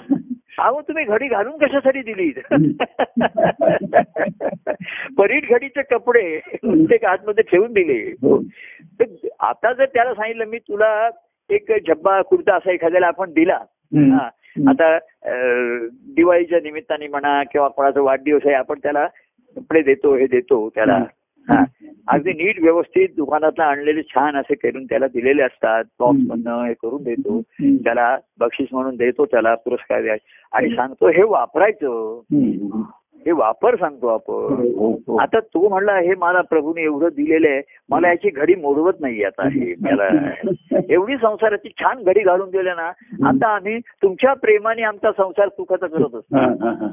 Speaker 1: अहो तुम्ही घडी घालून कशासाठी दिली
Speaker 2: हम्म.
Speaker 1: परीट घडीचे कपडे प्रत्येक आतमध्ये ठेवून दिले
Speaker 2: हो.
Speaker 1: तर आता जर त्याला सांगितलं मी तुला एक झब्बा कुर्ता असा एखाद्याला आपण दिला
Speaker 2: हम्म.
Speaker 1: हा. आता अं, दिवाळीच्या निमित्ताने म्हणा किंवा कोणाचा वाढदिवस आहे आपण त्याला कपडे देतो हे देतो त्याला हा. अगदी नीट व्यवस्थित दुकानातला आणलेले छान असे करून त्याला दिलेले असतात बॉक्स मधनं हे करून देतो
Speaker 2: हम्म.
Speaker 1: त्याला बक्षीस म्हणून देतो त्याला पुरस्कार द्या आणि सांगतो हे वापरायचं
Speaker 2: हम्म.
Speaker 1: हे वापर सांगतो आपण
Speaker 2: हो, हो.
Speaker 1: आता तू म्हणला हे मला प्रभूने एवढं दिलेलं आहे मला याची घडी मोडवत नाही आता हे मला एवढी संसाराची छान घडी घालून दिल्या ना आता आम्ही तुमच्या प्रेमाने आमचा संसार सुखाचा करत असतो
Speaker 2: हा, हा, हा.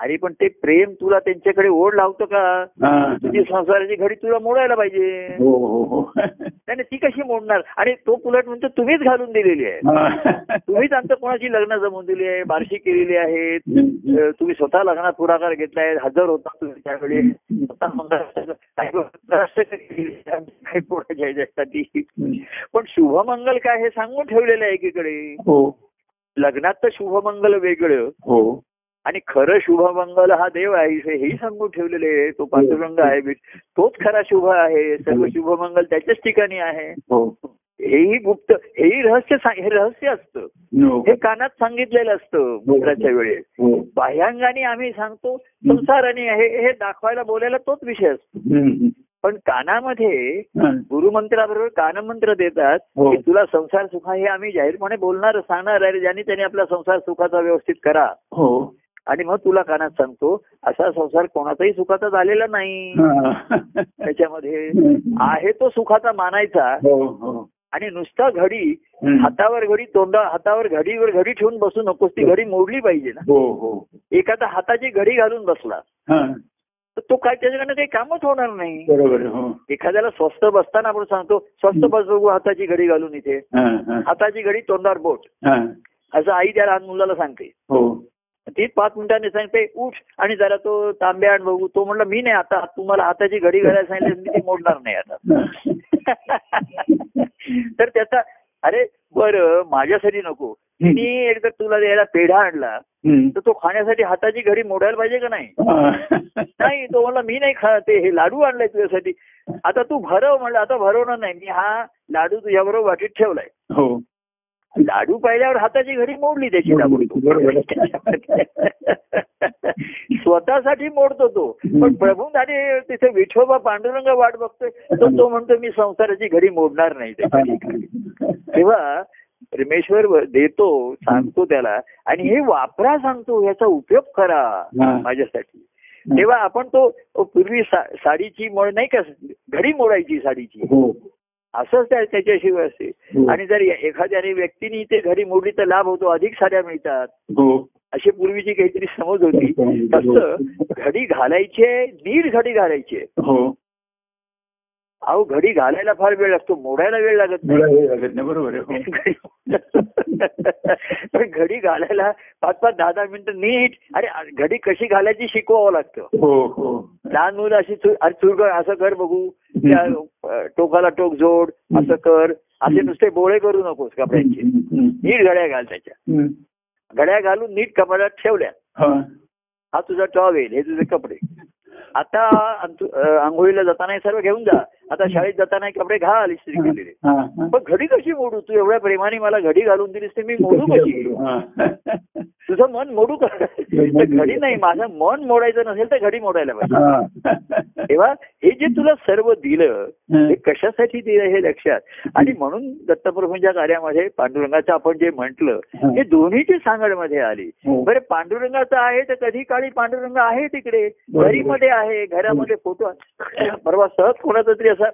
Speaker 1: अरे पण ते प्रेम तुला त्यांच्याकडे ओढ लावतो का
Speaker 2: हा.
Speaker 1: तुझी संसाराची घडी तुला मोडायला पाहिजे
Speaker 2: हो, हो, हो.
Speaker 1: नाही नाही, ती कशी मोडणार आणि तो पुलट म्हणतो तुम्हीच घालून दिलेली आहे
Speaker 2: हा.
Speaker 1: तुम्हीच आमचं कोणाची लग्न जमवून दिली आहे बारशी केलेली आहे
Speaker 2: हम्म.
Speaker 1: अ, तुम्ही स्वतः लग्नात पुढाकार घेतलाय हजर होता तुम्ही त्यावेळी स्वतः मंगळाष्टक- काही मंगळाष्टक केली, काही पोरं घ्यायच्यासाठी. पण शुभमंगल काय हे सांगून ठेवलेलं आहे एकीकडे
Speaker 2: हो
Speaker 1: लग्नात तर शुभमंगल वेगळं
Speaker 2: हो
Speaker 1: आणि खरं शुभमंगल हा देव आहे हे- हेही सांगून ठेवलेले आहे तो पांडुरंग आहे बी- तोच खरा शुभ आहे सर्व शुभमंगल त्याच्याच ठिकाणी आहे
Speaker 2: हो
Speaker 1: हेही गुप्त हेही रहस्य सांग- हे रहस्य असतं
Speaker 2: नो.
Speaker 1: हे कानात सांगितलेलं असतं मुद्राच्या वेळेस
Speaker 2: हो
Speaker 1: बाह्यांगाने आम्ही सांगतो संसाराने हे हे दाखवायला बोलायला तोच विषय असतो
Speaker 2: हम्म.
Speaker 1: पण कानामध्ये
Speaker 2: हा.
Speaker 1: गुरुमंत्राबरोबर कानमंत्र देतात
Speaker 2: हो.
Speaker 1: की तुला संसार सुखा हे आम्ही जाहीरपणे बोलणार सांगणार आहे ज्याने त्याने आपला संसार सुखाचा व्यवस्थित करा
Speaker 2: हो
Speaker 1: आणि मग तुला कानात सांगतो असा संसार कोणाचाही सुखाचा झालेला नाही
Speaker 2: हा.
Speaker 1: त्याच्यामध्ये
Speaker 2: हम्म.
Speaker 1: आहे तो सुखाचा मानायचा
Speaker 2: हो हो
Speaker 1: आणि नुसता घडी
Speaker 2: हम्म.
Speaker 1: हातावर घडी तोंडा हातावर घडीवर घडी ठेवून बसू नकोस ती घडी मोडली पाहिजे ना
Speaker 2: हो हो
Speaker 1: एखादा हाताची घडी घालून बसला
Speaker 2: हा
Speaker 1: तर तो काय त्याच्याकडनं काही कामच होणार नाही
Speaker 2: बरोबर आहे, हो
Speaker 1: एखाद्याला स्वस्त बसताना आपण सांगतो स्वस्त बस बघू हाताची घडी घालून इथे
Speaker 2: हा, हा,
Speaker 1: हाताची घडी तोंडावर बोट
Speaker 2: हा.
Speaker 1: असं आई त्या लहान मुलाला सांगते
Speaker 2: हो
Speaker 1: ती पाच मिनिटांनी सांगते उठ आणि जरा तो तांबे आण बघू तो म्हणला मी नाही आता तुम्हाला हाताची घडी घालायला सांगितली मी ती मोडणार नाही
Speaker 2: हा.
Speaker 1: आता तर त्याचा अरे बरं माझ्यासाठी नको मी एकदा तुला द्यायला पेढा आणला
Speaker 2: हम्म.
Speaker 1: तर तो खाण्यासाठी हाताची घडी मोडायला पाहिजे का नाही
Speaker 2: हा.
Speaker 1: नाही तो म्हणला मी नाही खा ते हे लाडू आणलाय तुझ्यासाठी आता तू भरव म्हणलं आता भरवणार नाही मी हा लाडू तुझ्याबरोबर वाटीत ठेवलाय
Speaker 2: हो
Speaker 1: लाडू पाहिल्यावर हाताची घडी मोडली त्याची ताबडतोब.
Speaker 2: बरोबर
Speaker 1: स्वतःसाठी मोडतो तो पण प्रभूंसाठी तिथे विठोबा पांडुरंग वाट बघतोय तर तो म्हणतो मी संसाराची घडी मोडणार नाही त्याची. तेव्हा रमेश्वर व- देतो सांगतो त्याला आणि हे वापरा सांगतो याचा उपयोग करा
Speaker 2: हा.
Speaker 1: माझ्यासाठी तेव्हा आपण तो पूर्वी सा- साडीची मोड नाही का घडी मोडायची साडीची
Speaker 2: हो
Speaker 1: असंच त्या- त्याच्याशिवाय असते
Speaker 2: हो.
Speaker 1: आणि जर या- एखाद्याने व्यक्तीने ते घडी मोडली तर लाभ होतो अधिक साड्या मिळतात
Speaker 2: हो
Speaker 1: अशी पूर्वीची काहीतरी समज होती तसं घडी घालायचे नीट घडी घालायचे
Speaker 2: हो
Speaker 1: अहो घडी घालायला फार वेळ लागतो मोडायला वेळ लागत नाही
Speaker 2: मला हे लागत नाही बरोबर आहे हो
Speaker 1: पण घडी घालायला पाच पाच दहा दहा मिनिटं नीट आणि घडी कशी घालायची शिकवावं लागतं
Speaker 2: हो हो
Speaker 1: लहान मुलं अशी चु- अरे चूर कर असं कर बघू त्या अ, टोकाला टोक जोड असं कर असे नुसते बोळे करू नकोस कपड्यांचे नीट घड्या घाल त्याच्या
Speaker 2: हम्म.
Speaker 1: घड्या घालून नीट कपड्यात ठेवल्या
Speaker 2: हा.
Speaker 1: हा तुझा टॉवेल हे तुझे कपडे आता अंतु- अ, आंघोळीला जाताना हे सर्व घेऊन जा आता शाळेत जाताना हे कपडे घाल इस्त्री केलेले
Speaker 2: हा, हा.
Speaker 1: पण घडी कशी मोडू तू एवढ्या प्रेमाने मला घडी घालून दिलीस ते मी मोडू कशी
Speaker 2: हा.
Speaker 1: तुझं मन मोडू का तर घडी नाही माझं मन मोडायचं नसेल तर घडी मोडायला पाहिजे
Speaker 2: हा.
Speaker 1: तेव्हा हे जे तुला सर्व दिलं
Speaker 2: हं.
Speaker 1: हे कशासाठी दिलं हे लक्षात आणि म्हणून दत्तप्रभूंच्या कार्यामध्ये पांडुरंगाचं आपण जे म्हंटल हे दोन्हीची सांगडमध्ये आली
Speaker 2: हो.
Speaker 1: बरं पांडुरंगाचं आहे तर कधी काळी पांडुरंग आहे तिकडे
Speaker 2: बरोबर.
Speaker 1: घरीमध्ये आहे घरामध्ये फोटो आहे. परवा सहज कोणाचा तरी असा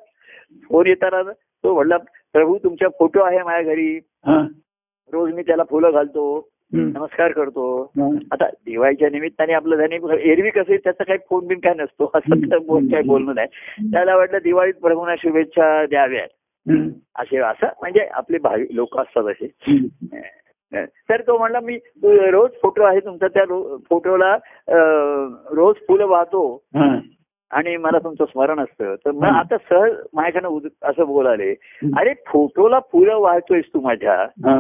Speaker 1: फोन येताना तो म्हणला प्रभू तुमचा फोटो आहे माझ्या घरी
Speaker 2: हा.
Speaker 1: रोज मी त्याला फुलं घालतो
Speaker 2: हम्म.
Speaker 1: नमस्कार करतो
Speaker 2: हा.
Speaker 1: आता दिवाळीच्या निमित्ताने आपलं धनी एरवी कसं त्याचा काही फोन बिन काय नसतो असं तर बोल काय बोलणं नाही त्याला वाटलं दिवाळीत प्रभूंना शुभेच्छा द्याव्यात
Speaker 2: हम्म.
Speaker 1: असे असं म्हणजे आपले भावी लोक असतात असे
Speaker 2: हम्म.
Speaker 1: अं, तर तो म्हणला मी अं, रोज फोटो आहे तुमचा त्या रो- फोटोला अं, रोज फुलं वाहतो
Speaker 2: हा.
Speaker 1: आणि मला तुमचं स्मरण असतं तर मग
Speaker 2: हं.
Speaker 1: आता सहज माझ्याकडनं उद- असं बोलाले
Speaker 2: हं.
Speaker 1: अरे फोटोला फुलं वाहतोयस तू माझ्या
Speaker 2: हा.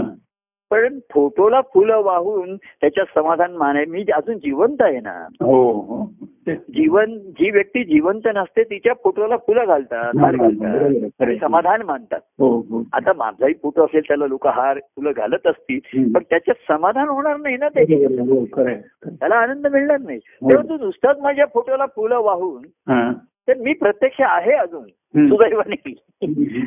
Speaker 1: पण फोटोला फुलं वाहून त्याच्यात समाधान माने मी अजून जिवंत आहे ना
Speaker 2: हो हो ते-
Speaker 1: जीवन जी व्यक्ती जिवंत नसते तिच्या फोटोला फुलं घालतात हार
Speaker 2: बरोबर,
Speaker 1: घालतात
Speaker 2: खरं
Speaker 1: आणि
Speaker 2: आहे.
Speaker 1: समाधान मानतात
Speaker 2: हो हो
Speaker 1: आता माझाही फोटो असेल त्याला लोक हार फुलं घालत असतील
Speaker 2: हम्म.
Speaker 1: पण त्याच्यात समाधान होणार नाही ना त्याचे
Speaker 2: हो, खरं आहे, खरं आहे.
Speaker 1: त्याला आनंद मिळणार नाही
Speaker 2: हो.
Speaker 1: परंतु नुसताच माझ्या फोटोला फुलं वाहून
Speaker 2: हा.
Speaker 1: तर मी प्रत्यक्ष आहे अजून
Speaker 2: हम्म.
Speaker 1: सुदैवाने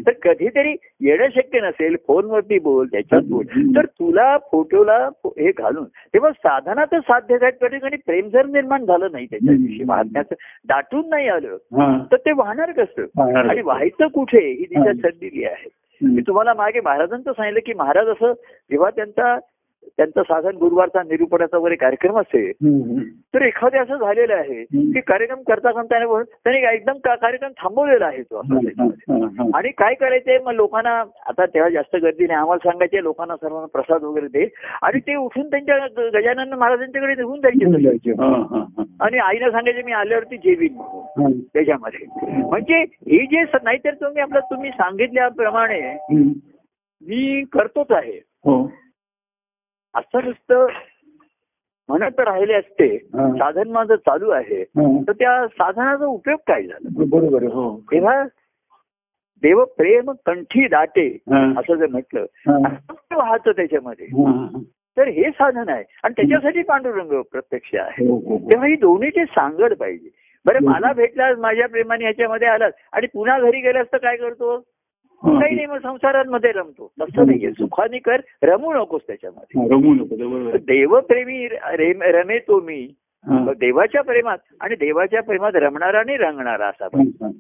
Speaker 1: तर कधीतरी येणं शक्य नसेल फोनवरती बोल त्याच्यात बोल तर तुला फोटोला फो- हे घालून तेव्हा साधना तर साध्य झाली त्या ठिकाणी प्रेम जर निर्माण झालं नाही त्याच्याविषयी
Speaker 2: हम्म.
Speaker 1: वाहण्याचं दाटून नाही आलं
Speaker 2: हा.
Speaker 1: तर ते वाहणार कसं
Speaker 2: पाहणार.
Speaker 1: आणि व्हायचं कुठे ही दिशा
Speaker 2: हम्म.
Speaker 1: ठरलेली आहे मी
Speaker 2: हम्म.
Speaker 1: तुम्हाला मागे महाराजांचं सांगितलं की महाराज असं जेव्हा त्यांचा त्यांचा साधन गुरुवारचा निरूपणाचा वगैरे कार्यक्रम असेल
Speaker 2: हम्म.
Speaker 1: तर एखादे असं झालेलं आहे
Speaker 2: हम्म.
Speaker 1: की कार्यक्रम करता करता आणि बोल- त्यांनी एकदम का- कार्यक्रम थांबवलेला आहे तो
Speaker 2: हा, हा,
Speaker 1: असा
Speaker 2: हा, हा.
Speaker 1: आणि काय करायचंय मग लोकांना आता तेव्हा जास्त गर्दी नाही आम्हाला सांगायचे लोकांना सर्वांना प्रसाद वगैरे दे आणि ते उठून त्यांच्या ग- गजानन महाराजांच्याकडे निघून जायचे तसे.
Speaker 2: हा, हा, हा.
Speaker 1: आणि आईला सांगायचे मी आल्यावरती जेवीन म्हणून
Speaker 2: हा.
Speaker 1: त्याच्यामध्ये म्हणजे हे जे स- नाहीतर तुम्ही आपलं तुम्ही सांगितल्याप्रमाणे
Speaker 2: हम्म.
Speaker 1: मी करतोच आहे
Speaker 2: हो
Speaker 1: असं नुसतं म्हणत तर राहिले असते
Speaker 2: हा.
Speaker 1: साधन माझं चालू आहे
Speaker 2: हा.
Speaker 1: तर त्या साधनाचा उपयोग काय झाला
Speaker 2: बरोबर आहे, हो
Speaker 1: तेव्हा देव प्रेम कंठी दाटे
Speaker 2: हा.
Speaker 1: असं जर म्हटलं
Speaker 2: हा.
Speaker 1: असं वाहतं त्याच्यामध्ये
Speaker 2: हा, हा.
Speaker 1: तर हे साधन आहे आणि त्याच्यासाठी पांडुरंग प्रत्यक्ष आहे
Speaker 2: हो, हो, हो.
Speaker 1: तेव्हा ही दोन्हीची सांगड पाहिजे बरं मला भेटलास माझ्या प्रेमाने ह्याच्यामध्ये आलास आणि पुन्हा घरी गेलास तर काय करतो
Speaker 2: हा.
Speaker 1: काही नाही मग संसारांमध्ये रमतो तसं नाहीये सुखाने कर रमू नकोस त्याच्यामध्ये
Speaker 2: हा, रमू नको ते बरोबर आहे.
Speaker 1: देवप्रेमी रेम- रमे तो मी
Speaker 2: हा.
Speaker 1: मग देवाच्या प्रेमात आणि देवाच्या प्रेमात रमणारा आणि रंगणारा असा
Speaker 2: हा,
Speaker 1: पाहिजे
Speaker 2: हा.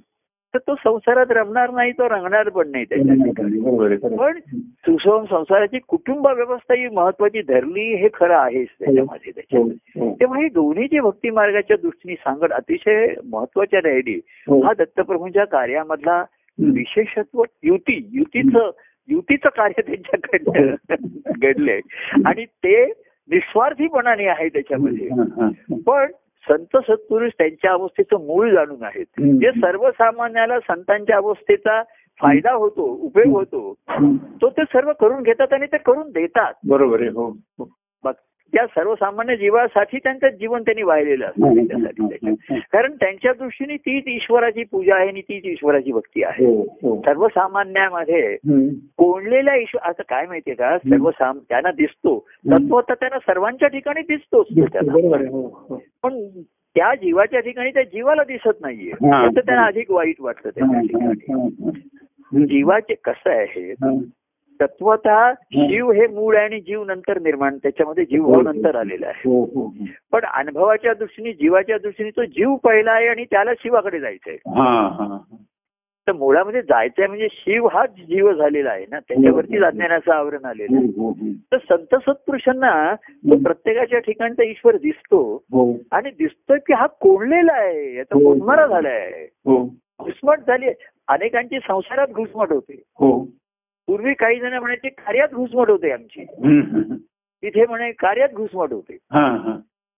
Speaker 1: तर तो संसारात रमणार नाही तो रंगणार पण नाही त्याच्या ठिकाणी
Speaker 2: बरोबर आहे, खरं आहे.
Speaker 1: पण सुसम संसाराची कुटुंब व्यवस्था ही महत्वाची धरली हे खरं आहेच त्याच्यामध्ये
Speaker 2: हो,
Speaker 1: त्याच्यामध्ये
Speaker 2: हो,
Speaker 1: तेव्हा ही दोन्ही जी भक्ती मार्गाच्या दृष्टीने सांगड अतिशय महत्वाच्या राहिली
Speaker 2: हो.
Speaker 1: हा दत्तप्रभूंच्या कार्यामधला
Speaker 2: हम्म.
Speaker 1: विशेषत्व युती युतीचं युतीचं कार्य त्यांच्याकडनं घडलंय आणि ते निस्वार्थीपणाने आहे त्याच्यामध्ये
Speaker 2: हा, हा, हा.
Speaker 1: पण संत सत्पुरुष त्यांच्या अवस्थेचं मूळ जाणून आहेत
Speaker 2: हम्म.
Speaker 1: जे सर्वसामान्याला संतांच्या अवस्थेचा फायदा होतो उपयोग होतो
Speaker 2: हम्म.
Speaker 1: तो ते सर्व करून घेतात आणि ते करून देतात
Speaker 2: बरोबर आहे हो हो.
Speaker 1: मग त्या सर्वसामान्य जीवासाठी त्यांचं जीवन त्यांनी वाहिलेलं
Speaker 2: हा,
Speaker 1: असतं
Speaker 2: हा,
Speaker 1: त्यासाठी
Speaker 2: हा,
Speaker 1: त्याच्यात.
Speaker 2: हा.
Speaker 1: कारण त्यांच्या दृष्टीने तीच ईश्वराची पूजा आहे आणि तीच ईश्वराची भक्ती आहे
Speaker 2: हो, हो.
Speaker 1: सर्वसामान्यामध्ये
Speaker 2: हम्म.
Speaker 1: कोंडलेला ईश्वर असं काय माहितीये का सर्वसाम त्यांना दिसतो
Speaker 2: हम्म.
Speaker 1: तत्वत त्यांना सर्वांच्या ठिकाणी दिसतोच तो त्याला
Speaker 2: बरोबर आहे हो हो.
Speaker 1: पण त्या जीवाच्या ठिकाणी त्या जीवाला दिसत नाहीये
Speaker 2: हा.
Speaker 1: फक्त त्यांना अधिक वाईट वाटतं
Speaker 2: हा,
Speaker 1: त्याच्या
Speaker 2: हा,
Speaker 1: ठिकाणी
Speaker 2: हा, हा. म्हणजे हम्म.
Speaker 1: जीवाचे कसं आहे
Speaker 2: हो, हा.
Speaker 1: तत्वत जीव हे मूळ आहे आणि जीव नंतर निर्माण त्याच्यामध्ये जीव भाव नंतर आलेला आहे
Speaker 2: हो हो हो.
Speaker 1: पण अनुभवाच्या दृष्टीने जीवाच्या दृष्टीने तो जीव पहिला आहे आणि त्याला शिवाकडे जायचंय
Speaker 2: हा हा हा.
Speaker 1: तर मुळामध्ये जायचंय म्हणजे शिव हाच जीव झालेला आहे ना त्याच्यावरती अज्ञानाचं आवरण आलेलं
Speaker 2: हो
Speaker 1: आहे
Speaker 2: हो हो.
Speaker 1: तर संत सत्पुरुषांना तो प्रत्येकाच्या ठिकाणचा ईश्वर दिसतो
Speaker 2: हो
Speaker 1: आणि दिसतोय की हा कोंडलेला आहे याचा
Speaker 2: हो.
Speaker 1: घुसमारा झालाय
Speaker 2: हो
Speaker 1: घुसमट झाली आहे. अनेकांची संसारात घुसमट होते
Speaker 2: हो
Speaker 1: पूर्वी काही जण म्हणायचे कार्यात घुसमट होते आमची
Speaker 2: हम्म, हम्म.
Speaker 1: तिथे म्हणे कार्यात घुसमट होते
Speaker 2: हा हा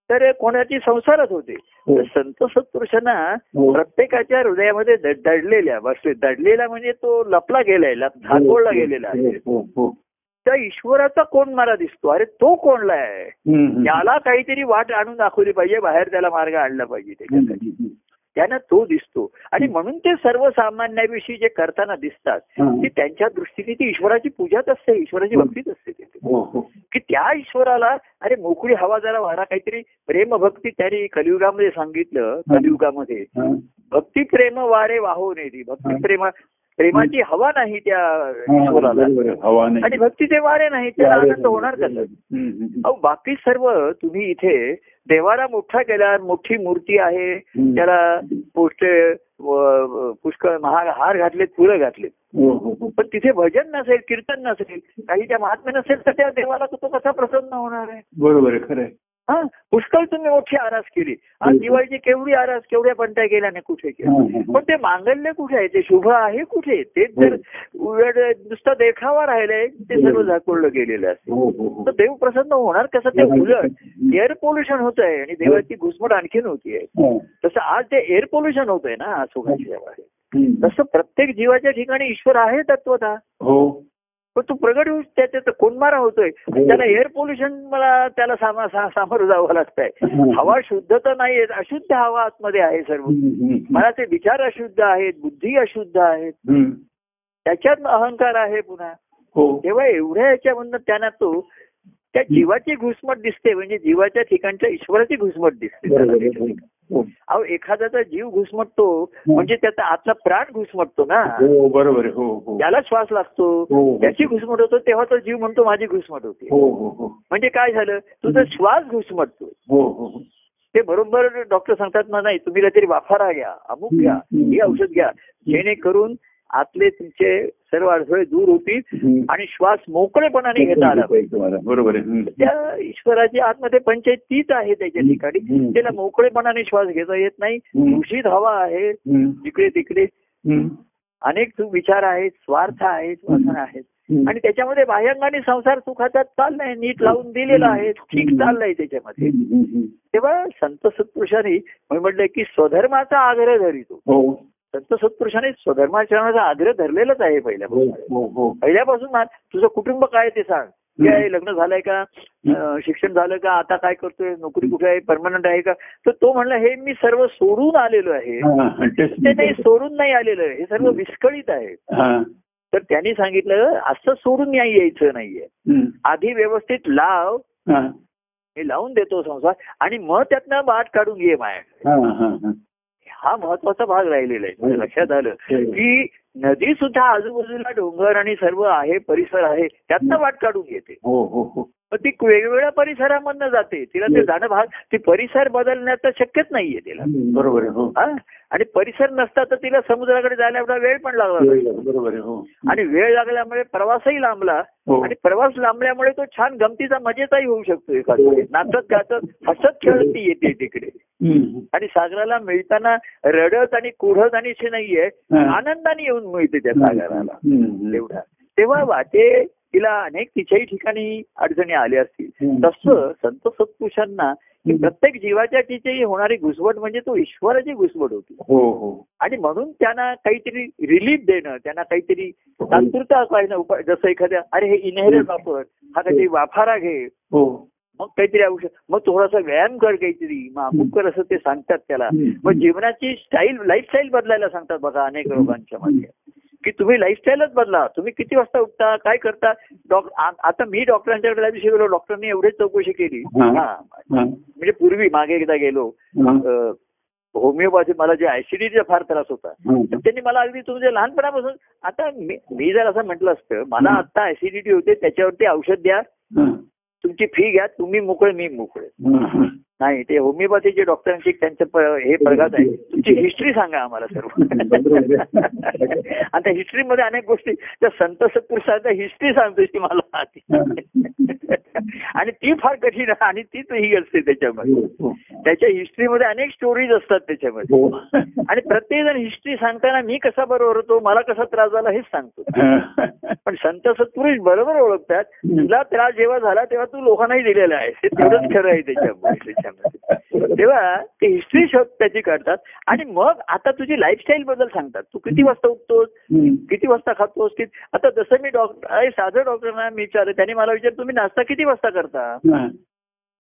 Speaker 1: तर कोणाची संसारच होते तर संत सत्पुरुषांना
Speaker 2: हो.
Speaker 1: प्रत्येकाच्या हृदयामध्ये द- दडलेल्या बसले दडलेला म्हणजे तो लपला गेलाय लप- झाकोळला गेलेला
Speaker 2: हो,
Speaker 1: आहे
Speaker 2: हो, हो.
Speaker 1: त्या ईश्वराचा कोण मला दिसतो अरे तो कोणला आहे
Speaker 2: हम्म, हम्म.
Speaker 1: त्याला काहीतरी वाट आणून दाखवली पाहिजे बाहेर त्याला मार्ग आणला पाहिजे त्याच्यात.
Speaker 2: हम्म, हम्म,
Speaker 1: त्यांना तो दिसतो आणि म्हणून ते सर्वसामान्याविषयी जे करताना दिसतात
Speaker 2: हम्म.
Speaker 1: ती त्यांच्या दृष्टीने ती ईश्वराची पूजाच असते ईश्वराची भक्तीच असते तिथे
Speaker 2: हो, हो.
Speaker 1: की त्या ईश्वराला अरे मोकळी हवा जरा वारा काहीतरी प्रेमभक्ती त्यांनी कलियुगामध्ये सांगितलं कलियुगामध्ये
Speaker 2: हा.
Speaker 1: भक्ती प्रेम वारे वाहो नेली भक्ती प्रेमा प्रेमाची हवा नाही त्या
Speaker 2: हा,
Speaker 1: ईश्वराला
Speaker 2: बरोबर आहे. हवा नाही
Speaker 1: आणि भक्तीचे वारे नाही त्याला आनंद होणार कसं
Speaker 2: हम्म, हम्म.
Speaker 1: अहो बाकी सर्व तुम्ही इथे देवाला मोठा केला मोठी मूर्ती आहे
Speaker 2: हम्म.
Speaker 1: त्याला पुष्ट व- व- पुष्कळ महाग हार घातलेत फुलं घातलेत
Speaker 2: हो, हो, हो.
Speaker 1: पण तिथे भजन नसेल कीर्तन नसेल काही त्या महात्म्य नसेल तर त्या देवाला तो तो कसा प्रसन्न होणार आहे
Speaker 2: बरोबर आहे खरं आहे.
Speaker 1: हा पुष्कळ तुम्ही मोठी आरास केली आज
Speaker 2: हम्म.
Speaker 1: दिवाळीची केवढी आरास केवढ्या पंट्या केल्या नाही कुठे केल्या
Speaker 2: हा, हा, हा.
Speaker 1: पण ते मांगल्य कुठे आहे ते शुभ आहे कुठे ते तर उलट नुसता देखावा राहिलाय ते सर्व झाकोळलं गेलेलं असतं
Speaker 2: हो, हो, हो.
Speaker 1: तर देव प्रसन्न होणार कसं ते उलट एअर पोल्युशन होत आहे आणि देवाची घुसमट आणखीन होतीये
Speaker 2: हा.
Speaker 1: तसं आज ते एअर पोल्युशन होत आहे ना आज सोगाची आहे
Speaker 2: हम्म.
Speaker 1: तसं प्रत्येक जीवाच्या ठिकाणी ईश्वर आहे तत्वता
Speaker 2: हो
Speaker 1: पण तो प्रगट होऊ त्याच्यात कोंडमारा होतोय त्याला एअर पोल्युशन मला त्याला सामा- सा- सामोरं जावं लागतंय हवा शुद्ध तर नाहीये अशुद्ध हवा आतमध्ये आहे सर्व
Speaker 2: हम्म, हम्म, हम्म.
Speaker 1: मनाचे विचार अशुद्ध आहेत बुद्धी अशुद्ध आहेत
Speaker 2: हम्म.
Speaker 1: त्याच्यात अहंकार आहे पुन्हा
Speaker 2: हो
Speaker 1: तेव्हा एवढ्या याच्यामधनं त्यांना तो त्या जीवाची घुसमट दिसते म्हणजे जीवाच्या ठिकाणच्या ईश्वराची घुसमट दिसते
Speaker 2: बरोबर
Speaker 1: त्याला
Speaker 2: आहे.
Speaker 1: त्याच्या ठिकाणी.
Speaker 2: हो.
Speaker 1: अहो एखाद्याचा जीव घुसमटतो म्हणजे त्याचा आतला प्राण घुसमटतो ना
Speaker 2: हो बरोबर आहे. हो हो
Speaker 1: त्याला श्वास लागतो
Speaker 2: हो, हो.
Speaker 1: त्याची घुसमट होतो तेव्हा तो जीव म्हणतो माझी घुसमट होते
Speaker 2: हो हो हो
Speaker 1: म्हणजे काय झालं तुझा श्वास घुसमटतो
Speaker 2: हो हो हो.
Speaker 1: ते बरोबर डॉक्टर सांगतात ना नाही तुम्ही काहीतरी वाफारा घ्या अमुक घ्या
Speaker 2: हम्म.
Speaker 1: हे औषध घ्या जेणेकरून आतले तुमचे सर्व अडथळे दूर होतील
Speaker 2: हम्म.
Speaker 1: आणि श्वास मोकळेपणाने घेता आला पाहिजे.
Speaker 2: तुम्हाला. बरोबर आहे हम्म.
Speaker 1: त्या ईश्वराची आतमध्ये पंचायत तीच आहे त्याच्या ठिकाणी
Speaker 2: हम्म.
Speaker 1: त्याला मोकळेपणाने श्वास घेता येत नाही
Speaker 2: हम्म.
Speaker 1: दूषित हवा आहे
Speaker 2: हम्म.
Speaker 1: इकडे तिकडे
Speaker 2: हम्म.
Speaker 1: अनेक सु- विचार आहेत स्वार्थ आहेत वासना आहेत
Speaker 2: हम्म.
Speaker 1: आणि त्याच्यामध्ये बाह्यांगाने संसार सुखाचा चाललाय नीट लावून दिलेला आहे ठीक चाललाय त्याच्यामध्ये
Speaker 2: हम्म, हम्म, हम्म.
Speaker 1: तेव्हा संत सत्पुरुषांनी मी म्हटलं की स्वधर्माचा आग्रह धरितो
Speaker 2: हो
Speaker 1: संत सत्पुरुषांनी स्वधर्माचरणाचा आग्रह धरलेलाच आहे
Speaker 2: हो
Speaker 1: पहिल्यापासून
Speaker 2: हो हो
Speaker 1: पहिल्यापासून ना तुझं कुटुंब काय ते सांग
Speaker 2: हम्म.
Speaker 1: काय लग्न झालंय का अं, शिक्षण झालं का आता काय करतोय नोकरी कुठे आहे परमनंट आहे का तर तो म्हणला हे मी सर्व सोडून आलेलो आहे
Speaker 2: हा, हा, test
Speaker 1: ते नाही
Speaker 2: मी करतो.
Speaker 1: सोडून नाही आलेलं आहे. हे सर्व विस्कळीत आहे
Speaker 2: हा.
Speaker 1: तर त्यांनी सांगितलं असं सोडून नाही यायचं नाहीये
Speaker 2: हम्म.
Speaker 1: आधी व्यवस्थित लाव
Speaker 2: हा,
Speaker 1: मी लावून देतो संसार आणि मग त्यातनं बाट काढून ये माया
Speaker 2: हा, हा, हा.
Speaker 1: हा महत्वाचा भाग राहिलेला आहे
Speaker 2: हो.
Speaker 1: लक्षात आलं की नदी सुद्धा आजूबाजूला डोंगर आणि सर्व आहे परिसर आहे त्यातनं वाट काढून घेते
Speaker 2: हो हो हो
Speaker 1: पण ती वेगवेगळ्या परिसरामधनं जाते तिला ते जाणं भाग ती परिसर बदलण्याचं शक्यच नाहीये तिला
Speaker 2: हम्म, बरोबर आहे हो
Speaker 1: हा? आणि परिसर नसता तर तिला समुद्राकडे जायला एवढा वेळ पण लागला असता.
Speaker 2: बरोबर आहे हो
Speaker 1: आणि वेळ लागल्यामुळे प्रवासही लांबला
Speaker 2: हो
Speaker 1: आणि प्रवास लांबल्यामुळे तो छान गमतीचा मजेचाही होऊ शकतो एखाद्या
Speaker 2: हो.
Speaker 1: वेळी. नाचत गाचत हसत खेळत ती येते तिकडे
Speaker 2: हम्म.
Speaker 1: आणि सागराला मिळताना रडत आणि कुढत आणि अशी नाहीये
Speaker 2: हा.
Speaker 1: आनंदाने येऊन मिळते त्या सागराला
Speaker 2: हम्म.
Speaker 1: तेवढा तेव्हा वाटे तिला अनेक तिच्याही ठिकाणी अडचणी आल्या असतील
Speaker 2: हम्म.
Speaker 1: तसं संत सत्पुरुषांना की प्रत्येक जीवाच्या तिच्याही होणारी घुसवट म्हणजे तो ईश्वराची घुसवट होती
Speaker 2: हो हो
Speaker 1: आणि म्हणून त्यांना काहीतरी रिलीफ देणं त्यांना काहीतरी तात्पुरता पाहिजे उपाय जसं एखाद्या अरे हे इनहेलर वापर हा काहीतरी वाफारा घे
Speaker 2: हो
Speaker 1: मग काहीतरी औषध मग थोडासा व्यायाम कर काहीतरी मग अमुक कर असं ते सांगतात त्याला मग जीवनाची स्टाईल लाईफस्टाईल बदलायला सांगतात बघा अनेक लोकांच्या मध्ये की तुम्ही लाईफस्टाईलच बदला तुम्ही किती वाजता उठता काय करता डॉक- आ- आता मी डॉक्टरांच्याकडे त्या दिवशी गेलो डॉक्टरांनी एवढीच चौकशी केली
Speaker 2: हा.
Speaker 1: हा
Speaker 2: हा,
Speaker 1: म्हणजे पूर्वी मागे एकदा गेलो
Speaker 2: हा,
Speaker 1: होमिओपॅथी मला जे ऍसिडिटीचा फार त्रास होता
Speaker 2: हा.
Speaker 1: तर त्यांनी मला अगदी तुमच्या लहानपणापासून आता मी मी जर असं म्हटलं असतं मला आता ऍसिडिटी होते त्याच्यावरती औषध द्या
Speaker 2: हा,
Speaker 1: तुमची फी घ्या तुम्ही मोकळे मी मोकळे
Speaker 2: हा, हा.
Speaker 1: नाही ते होमिओपॅथीचे डॉक्टरांची त्यांचं प- हे प्रघात आहे तुमची हिस्ट्री सांगा आम्हाला सर्व आता हिस्ट्रीमध्ये अनेक गोष्टी त्या संत सत्पुरुषांचा हिस्ट्री सांगतो की मला आधी. आणि ती फार कठीण आहे आणि तीच ही असते त्याच्यामध्ये
Speaker 2: हो, हो.
Speaker 1: त्याच्या हिस्ट्रीमध्ये अनेक स्टोरीज असतात त्याच्यामध्ये
Speaker 2: हो.
Speaker 1: आणि प्रत्येक जण हिस्ट्री सांगताना मी कसा बरोबर होतो मला कसा त्रास झाला हेच सांगतो पण संत सत्पुरुष बरोबर ओळखतात तुला त्रास जेव्हा झाला तेव्हा तू लोकांनाही दिलेला आहे तेवढंच खरं आहे त्याच्यामध्ये त्याच्यामध्ये तेव्हा ते हिस्ट्री शोध त्याची करतात आणि मग आता तुझी लाईफस्टाईल बद्दल सांगतात तू किती वाजता उठतोस
Speaker 2: हम्म.
Speaker 1: किती वाजता खातोस की आता जसं मी डॉक्टर साधं डॉक्टरांना मी विचारलं त्यांनी मला विचारलं तुम्ही नाश्ता किती वाजता करता
Speaker 2: हा.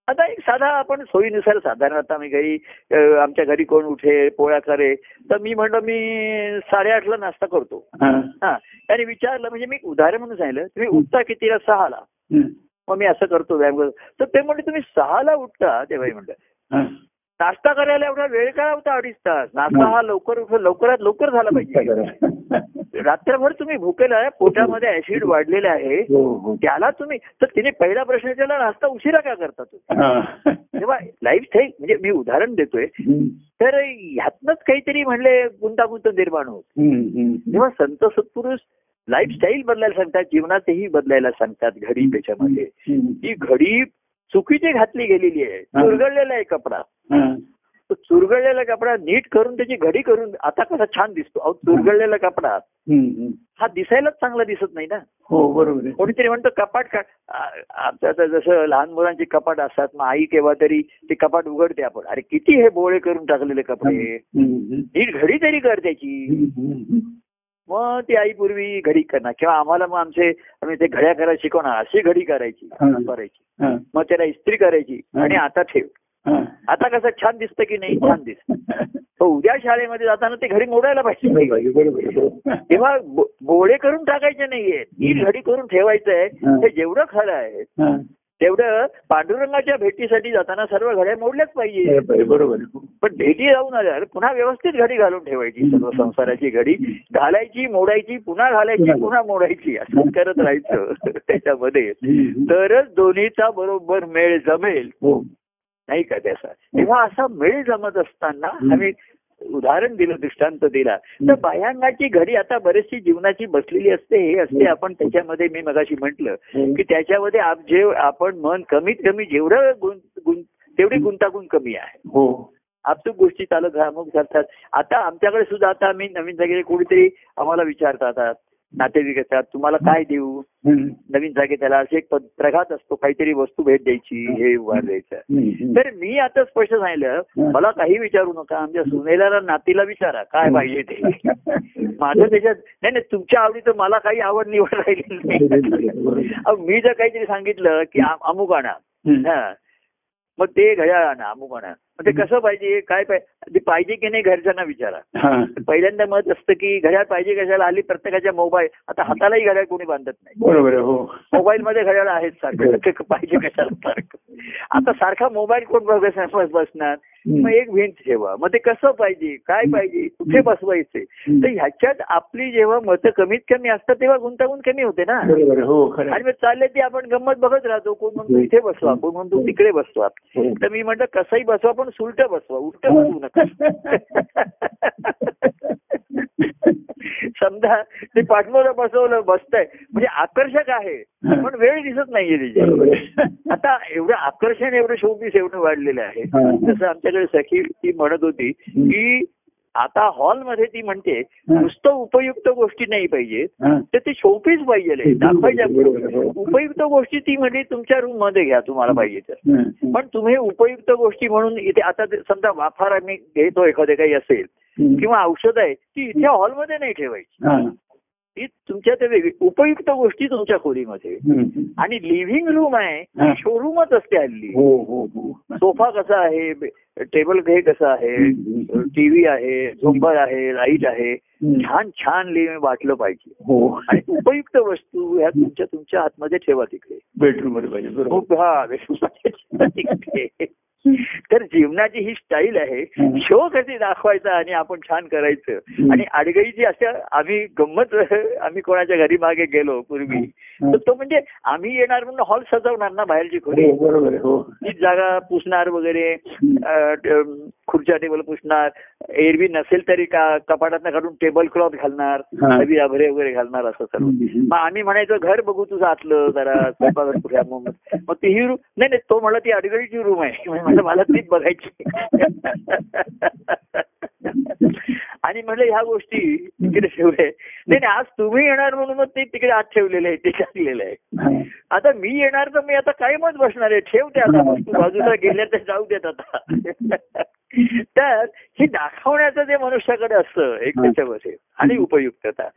Speaker 1: आता एक साधा आपण सोयीनुसार साधारण आता मी घरी अ, आमच्या घरी कोण उठे पोळ्या करे तर मी म्हणलं मी साडेआठला नाश्ता करतो
Speaker 2: हा.
Speaker 1: हा त्याने विचारलं म्हणजे मी उदाहरण म्हणून सांगितलं तुम्ही उठता कितीला सहाला
Speaker 2: हम्म.
Speaker 1: मग मी असं करतो व्यायाम करतो तर ते म्हणले तुम्ही सहाला उठता तेव्हा म्हणलं
Speaker 2: हा.
Speaker 1: नाश्ता करायला एवढा वेळ काय होता अडीच तास नाश्ता हा लवकर उठून लवकरात लवकर झाला पाहिजे रात्रभर तुम्ही भुकेला आहे, पोटामध्ये ऍसिड वाढलेले आहे
Speaker 2: हो, हो.
Speaker 1: त्याला तुम्ही तर तिने पहिला प्रश्न विचारला नाश्ता उशिरा का करता तुम्ही
Speaker 2: हा.
Speaker 1: तेव्हा लाईफ स्टाईल म्हणजे मी उदाहरण देतोय
Speaker 2: हम्म.
Speaker 1: तर ह्यातनच काहीतरी म्हणले गुंतागुंत निर्माण होत
Speaker 2: हम्म. हम्म.
Speaker 1: तेव्हा संत सत्पुरुष लाईफस्टाईल बदलायला सांगतात जीवनातही बदलायला सांगतात घडी त्याच्यामध्ये
Speaker 2: हम्म.
Speaker 1: ही घडी चुकीची घातली गेलेली आहे
Speaker 2: हा.
Speaker 1: चुरगळलेला आहे कपडा
Speaker 2: हा.
Speaker 1: तो चुरगळलेला कपडा नीट करून त्याची घडी करून आता कसा छान दिसतो अहो चुरगळलेला कपडा
Speaker 2: हम्म. हम्म.
Speaker 1: हा दिसायलाच चांगला दिसत नाही ना
Speaker 2: हो बरोबर आहे
Speaker 1: कोणीतरी म्हणतो कपाट का आ- आमचं आता जसं लहान मुलांची कपाट असतात मग आई केव्हा तरी ते कपाट उघडते आपण अरे किती हे बोळे करून टाकलेले कपडे
Speaker 2: हम्म.
Speaker 1: नीट घडी तरी कर त्याची
Speaker 2: हम्म. हम्म.
Speaker 1: मग ती आई पूर्वी घडी करणार किंवा आम्हाला मग आमचे आम्ही ते घड्या करायला शिकवणार अशी घडी करायची
Speaker 2: हं.
Speaker 1: करायची
Speaker 2: हा.
Speaker 1: मग त्याला इस्त्री करायची
Speaker 2: हं.
Speaker 1: आणि आता ठेव
Speaker 2: हा.
Speaker 1: आता कसं छान दिसतं की नाही छान दिसत उद्या शाळेमध्ये जाताना ते घडी मोडायला पाहिजे
Speaker 2: बरोबर आहे, बरोबर आहे, बरोबर आहे.
Speaker 1: तेव्हा बो- बोळे करून टाकायचे नाहीये नीट घडी करून ठेवायचं आहे
Speaker 2: हं.
Speaker 1: हे जेवढं खरं आहे
Speaker 2: हा.
Speaker 1: तेवढं पांडुरंगाच्या भेटीसाठी जाताना सर्व घड्या मोडल्याच पाहिजे
Speaker 2: बरोबर आहे, बरोबर आहे.
Speaker 1: पण भेटी जाऊन आल्यावर पुन्हा व्यवस्थित घडी घालून ठेवायची सर्व संसाराची घडी घालायची मोडायची पुन्हा घालायची पुन्हा मोडायची असं करत राहायचं त्याच्यामध्ये
Speaker 2: हम्म.
Speaker 1: तरच दोन्हीचा बरोबर मेळ जमेल
Speaker 2: हो
Speaker 1: नाही का त्याचा तेव्हा असा मेळ जमत असताना आम्ही उदाहरण दिलं दृष्टांत दिला तर बाह्यांगाची घडी आता बरीचशी जीवनाची बसलेली असते हे असते आपण त्याच्यामध्ये मी मगाशी म्हंटल की त्याच्यामध्ये आप जे आपण मन कमीत कमी जेवढं गुं गुं- तेवढी गुंतागुंत कमी आहे
Speaker 2: हो
Speaker 1: आपसूक गोष्टी चालत राहा मग चालतात आता आमच्याकडे सुद्धा आता आम्ही नवीन जागेला कोणीतरी आम्हाला विचारतात आता नातेवाईक येतात तुम्हाला काय देऊ
Speaker 2: हम्म.
Speaker 1: नवीन जागे त्याला असे एक पद- प्रघात असतो काहीतरी वस्तू भेट द्यायची हे वाढ द्यायचं
Speaker 2: हम्म. हम्म.
Speaker 1: तर मी आता स्पष्ट सांगितलं मला काही विचारू नका आमच्या सुनेला ना नातीला विचारा काय पाहिजे ते माझं त्याच्यात नाही नाही तुमच्या आवडीचं मला काही आवड निवड राहिली नाही अहो, मी जर काहीतरी सांगितलं की आ- अमुक आणा
Speaker 2: हम्म.
Speaker 1: हा. मग ते घड्याळ आणा अमुक आणा मग ते कसं पाहिजे काय पाहिजे ते पाहिजे की नाही घरच्यांना विचारा
Speaker 2: हा.
Speaker 1: पहिल्यांदा मत असतं की घड्याळ पाहिजे कशाला आली प्रत्येकाच्या मोबाईल आता हातालाही घड्याळ कोणी बांधत नाही
Speaker 2: बरोबर आहे, हो
Speaker 1: मोबाईल मध्ये घड्याळ आहेत सारखं ते क- पाहिजे कशाला सारखं आता सारखा मोबाईल कोण बघत नाही, बस- बसणार मग एक भिंत ठेवा मग ते कसं पाहिजे काय पाहिजे कुठे बसवायचे तर ह्याच्यात आपली जेव्हा मतं कमीत कमी असतात तेव्हा गुंतागुंत कमी होते ना
Speaker 2: बरोबर आहे, हो खरं
Speaker 1: आणि
Speaker 2: आहे.
Speaker 1: मग चालले ते आपण गंमत बघत राहतो कोण म्हणतो इथे बसवा कोण म्हणतो तिकडे बसवा
Speaker 2: हो.
Speaker 1: तर मी म्हटलं कसंही बसवा पण सुलट बसवा उलट बसवू नका समजा ते पाठमोला बसवलं बसतंय म्हणजे आकर्षक आहे पण वेळ दिसत नाहीये तिच्या
Speaker 2: बरोबर आहे.
Speaker 1: आता एवढं आकर्षण एवढं शोपीस एवढं वाढलेलं आहे
Speaker 2: हा.
Speaker 1: जसं आमच्याकडे सखी ती म्हणत होती की आता हॉलमध्ये ती म्हणते नुसतं उपयुक्त गोष्टी नाही पाहिजे
Speaker 2: हा.
Speaker 1: तर ते शोपीस पाहिजे
Speaker 2: बरोबर आहे,
Speaker 1: दाखवायच्या
Speaker 2: हो.
Speaker 1: उपयुक्त गोष्टी ती म्हणजे तुमच्या रूम मध्ये घ्या तुम्हाला पाहिजे तर
Speaker 2: हम्म.
Speaker 1: पण तुम्ही उपयुक्त गोष्टी म्हणून इथे आता ते समजा वाफार आम्ही घेतो एखादे काही असेल
Speaker 2: हम्म.
Speaker 1: किंवा औषध आहे ती इथे हॉलमध्ये नाही ठेवायची
Speaker 2: हा.
Speaker 1: ती तुमच्या ते वेगळी उपयुक्त गोष्टी तुमच्या खोलीमध्ये
Speaker 2: हम्म.
Speaker 1: आणि लिव्हिंग रूम आहे
Speaker 2: हा.
Speaker 1: ती शोरूमच असते हल्ली
Speaker 2: हो हो हो
Speaker 1: सोफा कसा आहे बे- टेबल हे कसं आहे
Speaker 2: हम्म.
Speaker 1: टीव्ही आहे झुंबर आहे लाईट आहे
Speaker 2: हम्म.
Speaker 1: छान छान लिव्ह वाटलं पाहिजे
Speaker 2: हो
Speaker 1: आणि उपयुक्त वस्तू ह्या तुमच्या तुमच्या आतमध्ये ठेवा तिकडे
Speaker 2: बेडरूम मध्ये पाहिजे बरोबर
Speaker 1: खूप हा तिकडे तर जीवनाची ही स्टाईल आहे
Speaker 2: हं.
Speaker 1: शो कधी दाखवायचा आणि आपण छान करायचं
Speaker 2: हं.
Speaker 1: आणि आडगळीची अशा आम्ही गंमत आम्ही कोणाच्या घरी मागे गेलो पूर्वी
Speaker 2: हं.
Speaker 1: तर तो म्हणजे आम्ही येणार म्हणून हॉल सजवणार ना बाहेरची खोली
Speaker 2: हो, बरोबर आहे, हो
Speaker 1: ती जागा पुसणार वगैरे अ, ट- खुर्च्या टेबल पुसणार एरवी नसेल तरी का कपाटात काढून टेबल क्लॉथ घालणार
Speaker 2: हा.
Speaker 1: नवी अभरे वगैरे घालणार असं सर्व
Speaker 2: हम्म.
Speaker 1: मग आम्ही म्हणायचो घर बघू तुझं आतलं जरा स्वयंपाकघर कुठे आहे? मग मग ती ही रूम नाही नाही तो म्हणला ती अडगळीची रूम आहे म्हणजे मला मला तीच बघायची आणि म्हटलं ह्या गोष्टी तिकडे ठेवल्या नाही नाही, आज तुम्ही येणार म्हणून मग ते तिकडे आत ठेवलेलं आहे ते टाकलेलं आहे आता मी येणार तर मी आता कायमच बसणार आहे ठेव ते आता वस्तू बाजूला गेल्या तर जाऊ देत आता तर हे दाखवण्याचं जे मनुष्याकडे असतं एक त्याच्यामध्ये आणि उपयुक्तता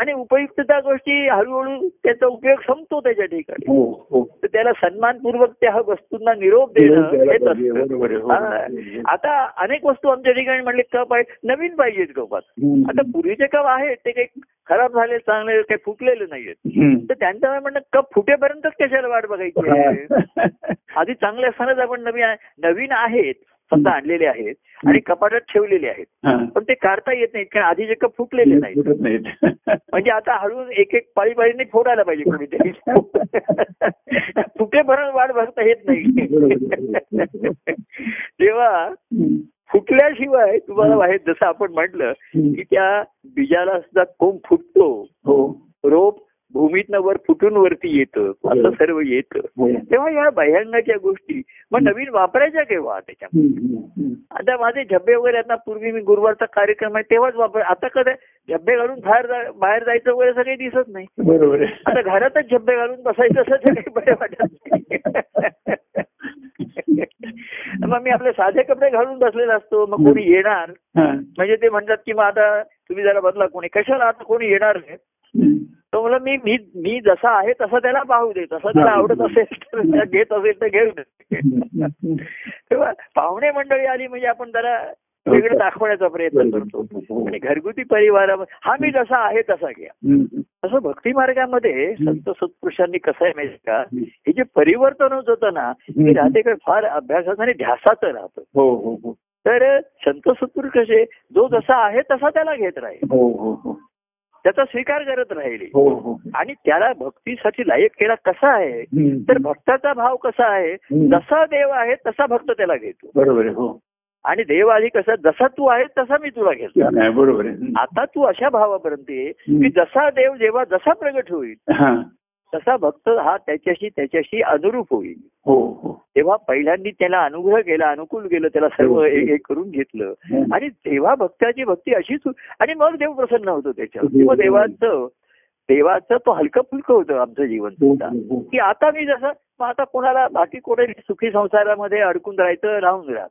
Speaker 1: आणि उपयुक्तता गोष्टी हळूहळू त्याचा उपयोग संपतो त्याच्या ठिकाणी
Speaker 2: हो हो
Speaker 1: तर त्याला सन्मानपूर्वक त्या वस्तूंना निरोप देणं हेच असतं
Speaker 2: बरोबर आहे, हो.
Speaker 1: हा. आता अनेक वस्तू आमच्या ठिकाणी म्हणले कप आहेत नवीन पाहिजेत कपात
Speaker 2: हम्म.
Speaker 1: आता पूर्वीचे कप आहेत ते काही खराब झाले चांगले काही फुटलेले नाहीयेत
Speaker 2: हम्म.
Speaker 1: तर त्यांचं म्हणणं कप फुटेपर्यंतच कशाला वाट बघायची आहे? आधी चांगले असतानाच आपण नवीन आहे- नवीन आहेत समजा आणलेले आहेत आणि कपाटात ठेवलेले आहेत
Speaker 2: हा.
Speaker 1: पण ते काढता येत नाहीत कारण आधीचे कप फुटलेले नाहीत
Speaker 2: फुटत नाहीत
Speaker 1: म्हणजे आता हळूहळू एक एक पाळी पाळीने फोडायला पाहिजे कोणीतरी फुटेपर्यंत वाट बघता येत नाही तेव्हा
Speaker 2: हम्म.
Speaker 1: फुटल्याशिवाय तुम्हाला माहित जसं आपण म्हटलं की
Speaker 2: हम्म.
Speaker 1: त्या बीजाला सुद्धा कोंब फुटतो
Speaker 2: हो
Speaker 1: रोप भूमीतनं वर फुटून वरती येतं असं
Speaker 2: बरोबर.
Speaker 1: सर्व येतं
Speaker 2: हो
Speaker 1: तेव्हा या बाह्यांच्या गोष्टी मग नवीन वापरायच्या केव्हा त्याच्या
Speaker 2: हम्म, हम्म.
Speaker 1: आता माझे झब्बे वगैरे आता पूर्वी मी गुरुवारचा कार्यक्रम आहे तेव्हाच वापर आता कदा झब्बे घालून बाहेर जा- बाहेर जायचं वगैरे असं काही दिसत नाही
Speaker 2: बरोबर
Speaker 1: आता घरातच झब्बे घालून बसायचं असं तर काही बरं वाटत नाही. मग मी आपले साधे कपडे घालून बसलेला असतो मग कोणी येणार
Speaker 2: हा.
Speaker 1: म्हणजे ते म्हणतात की मग आता तुम्ही जरा बदला कोणी कशाला आता कोणी येणार नाही
Speaker 2: हम्म.
Speaker 1: तो म्हणला मी मी मी जसा आहे तसा त्याला पाहू दे तसा त्याला आवडत असेल तर त्या घेत असेल तर घेऊ दे
Speaker 2: हम्म.
Speaker 1: तेव्हा पाहुणे मंडळी आली म्हणजे आपण जरा वेगळं दाखवण्याचा प्रयत्न करतो आणि घरगुती परिवारामध्ये हा मी जसा आहे तसा घ्या
Speaker 2: हम्म.
Speaker 1: तसं भक्ती मार्गामध्ये संत सत्पुरुषांनी कसं आहे माहिती का हे जे परिवर्तन होत होतं ना हे राहतेकडे फार अभ्यासाचं आणि ध्यासाचं राहतं
Speaker 2: हो हो हो
Speaker 1: तर संत सत्पुरुष कसे जो जसा आहे तसा त्याला घेत राहील
Speaker 2: हो हो हो
Speaker 1: त्याचा स्वीकार करत राहील
Speaker 2: हो हो
Speaker 1: आणि त्याला भक्तीसाठी लायक केला कसा आहे
Speaker 2: हम्म.
Speaker 1: तर भक्ताचा भाव कसा आहे
Speaker 2: हम्म.
Speaker 1: जसा देव आहे तसा भक्त त्याला घेतो
Speaker 2: बरोबर आहे हो
Speaker 1: आणि देव आधी कसा जसा तू आहे तसा मी तुला घेतो
Speaker 2: छान आहे, बरोबर आहे हम्म.
Speaker 1: आता तू अशा भावापर्यंत ये की जसा देव जेव्हा जसा प्रगट होईल
Speaker 2: हा.
Speaker 1: तसा भक्त हा त्याच्याशी त्याच्याशी अनुरूप होईल
Speaker 2: हो हो
Speaker 1: तेव्हा पहिल्यांदी त्याला अनुग्रह केला अनुकूल केलं त्याला सर्व एक एक करून घेतलं
Speaker 2: हम्म.
Speaker 1: आणि तेव्हा भक्ताची भक्ती अशीच हो- आणि मग देव प्रसन्न होतो त्याच्यावर मग देवाचं देवाचं तो हलकं फुलकं होतं आमचं जीवन
Speaker 2: हो,
Speaker 1: सुद्धा
Speaker 2: हो, हो.
Speaker 1: की आता मी जसं मग आता कोणाला बाकी कोणी सुखी संसारामध्ये अडकून राहायचं राहून राहा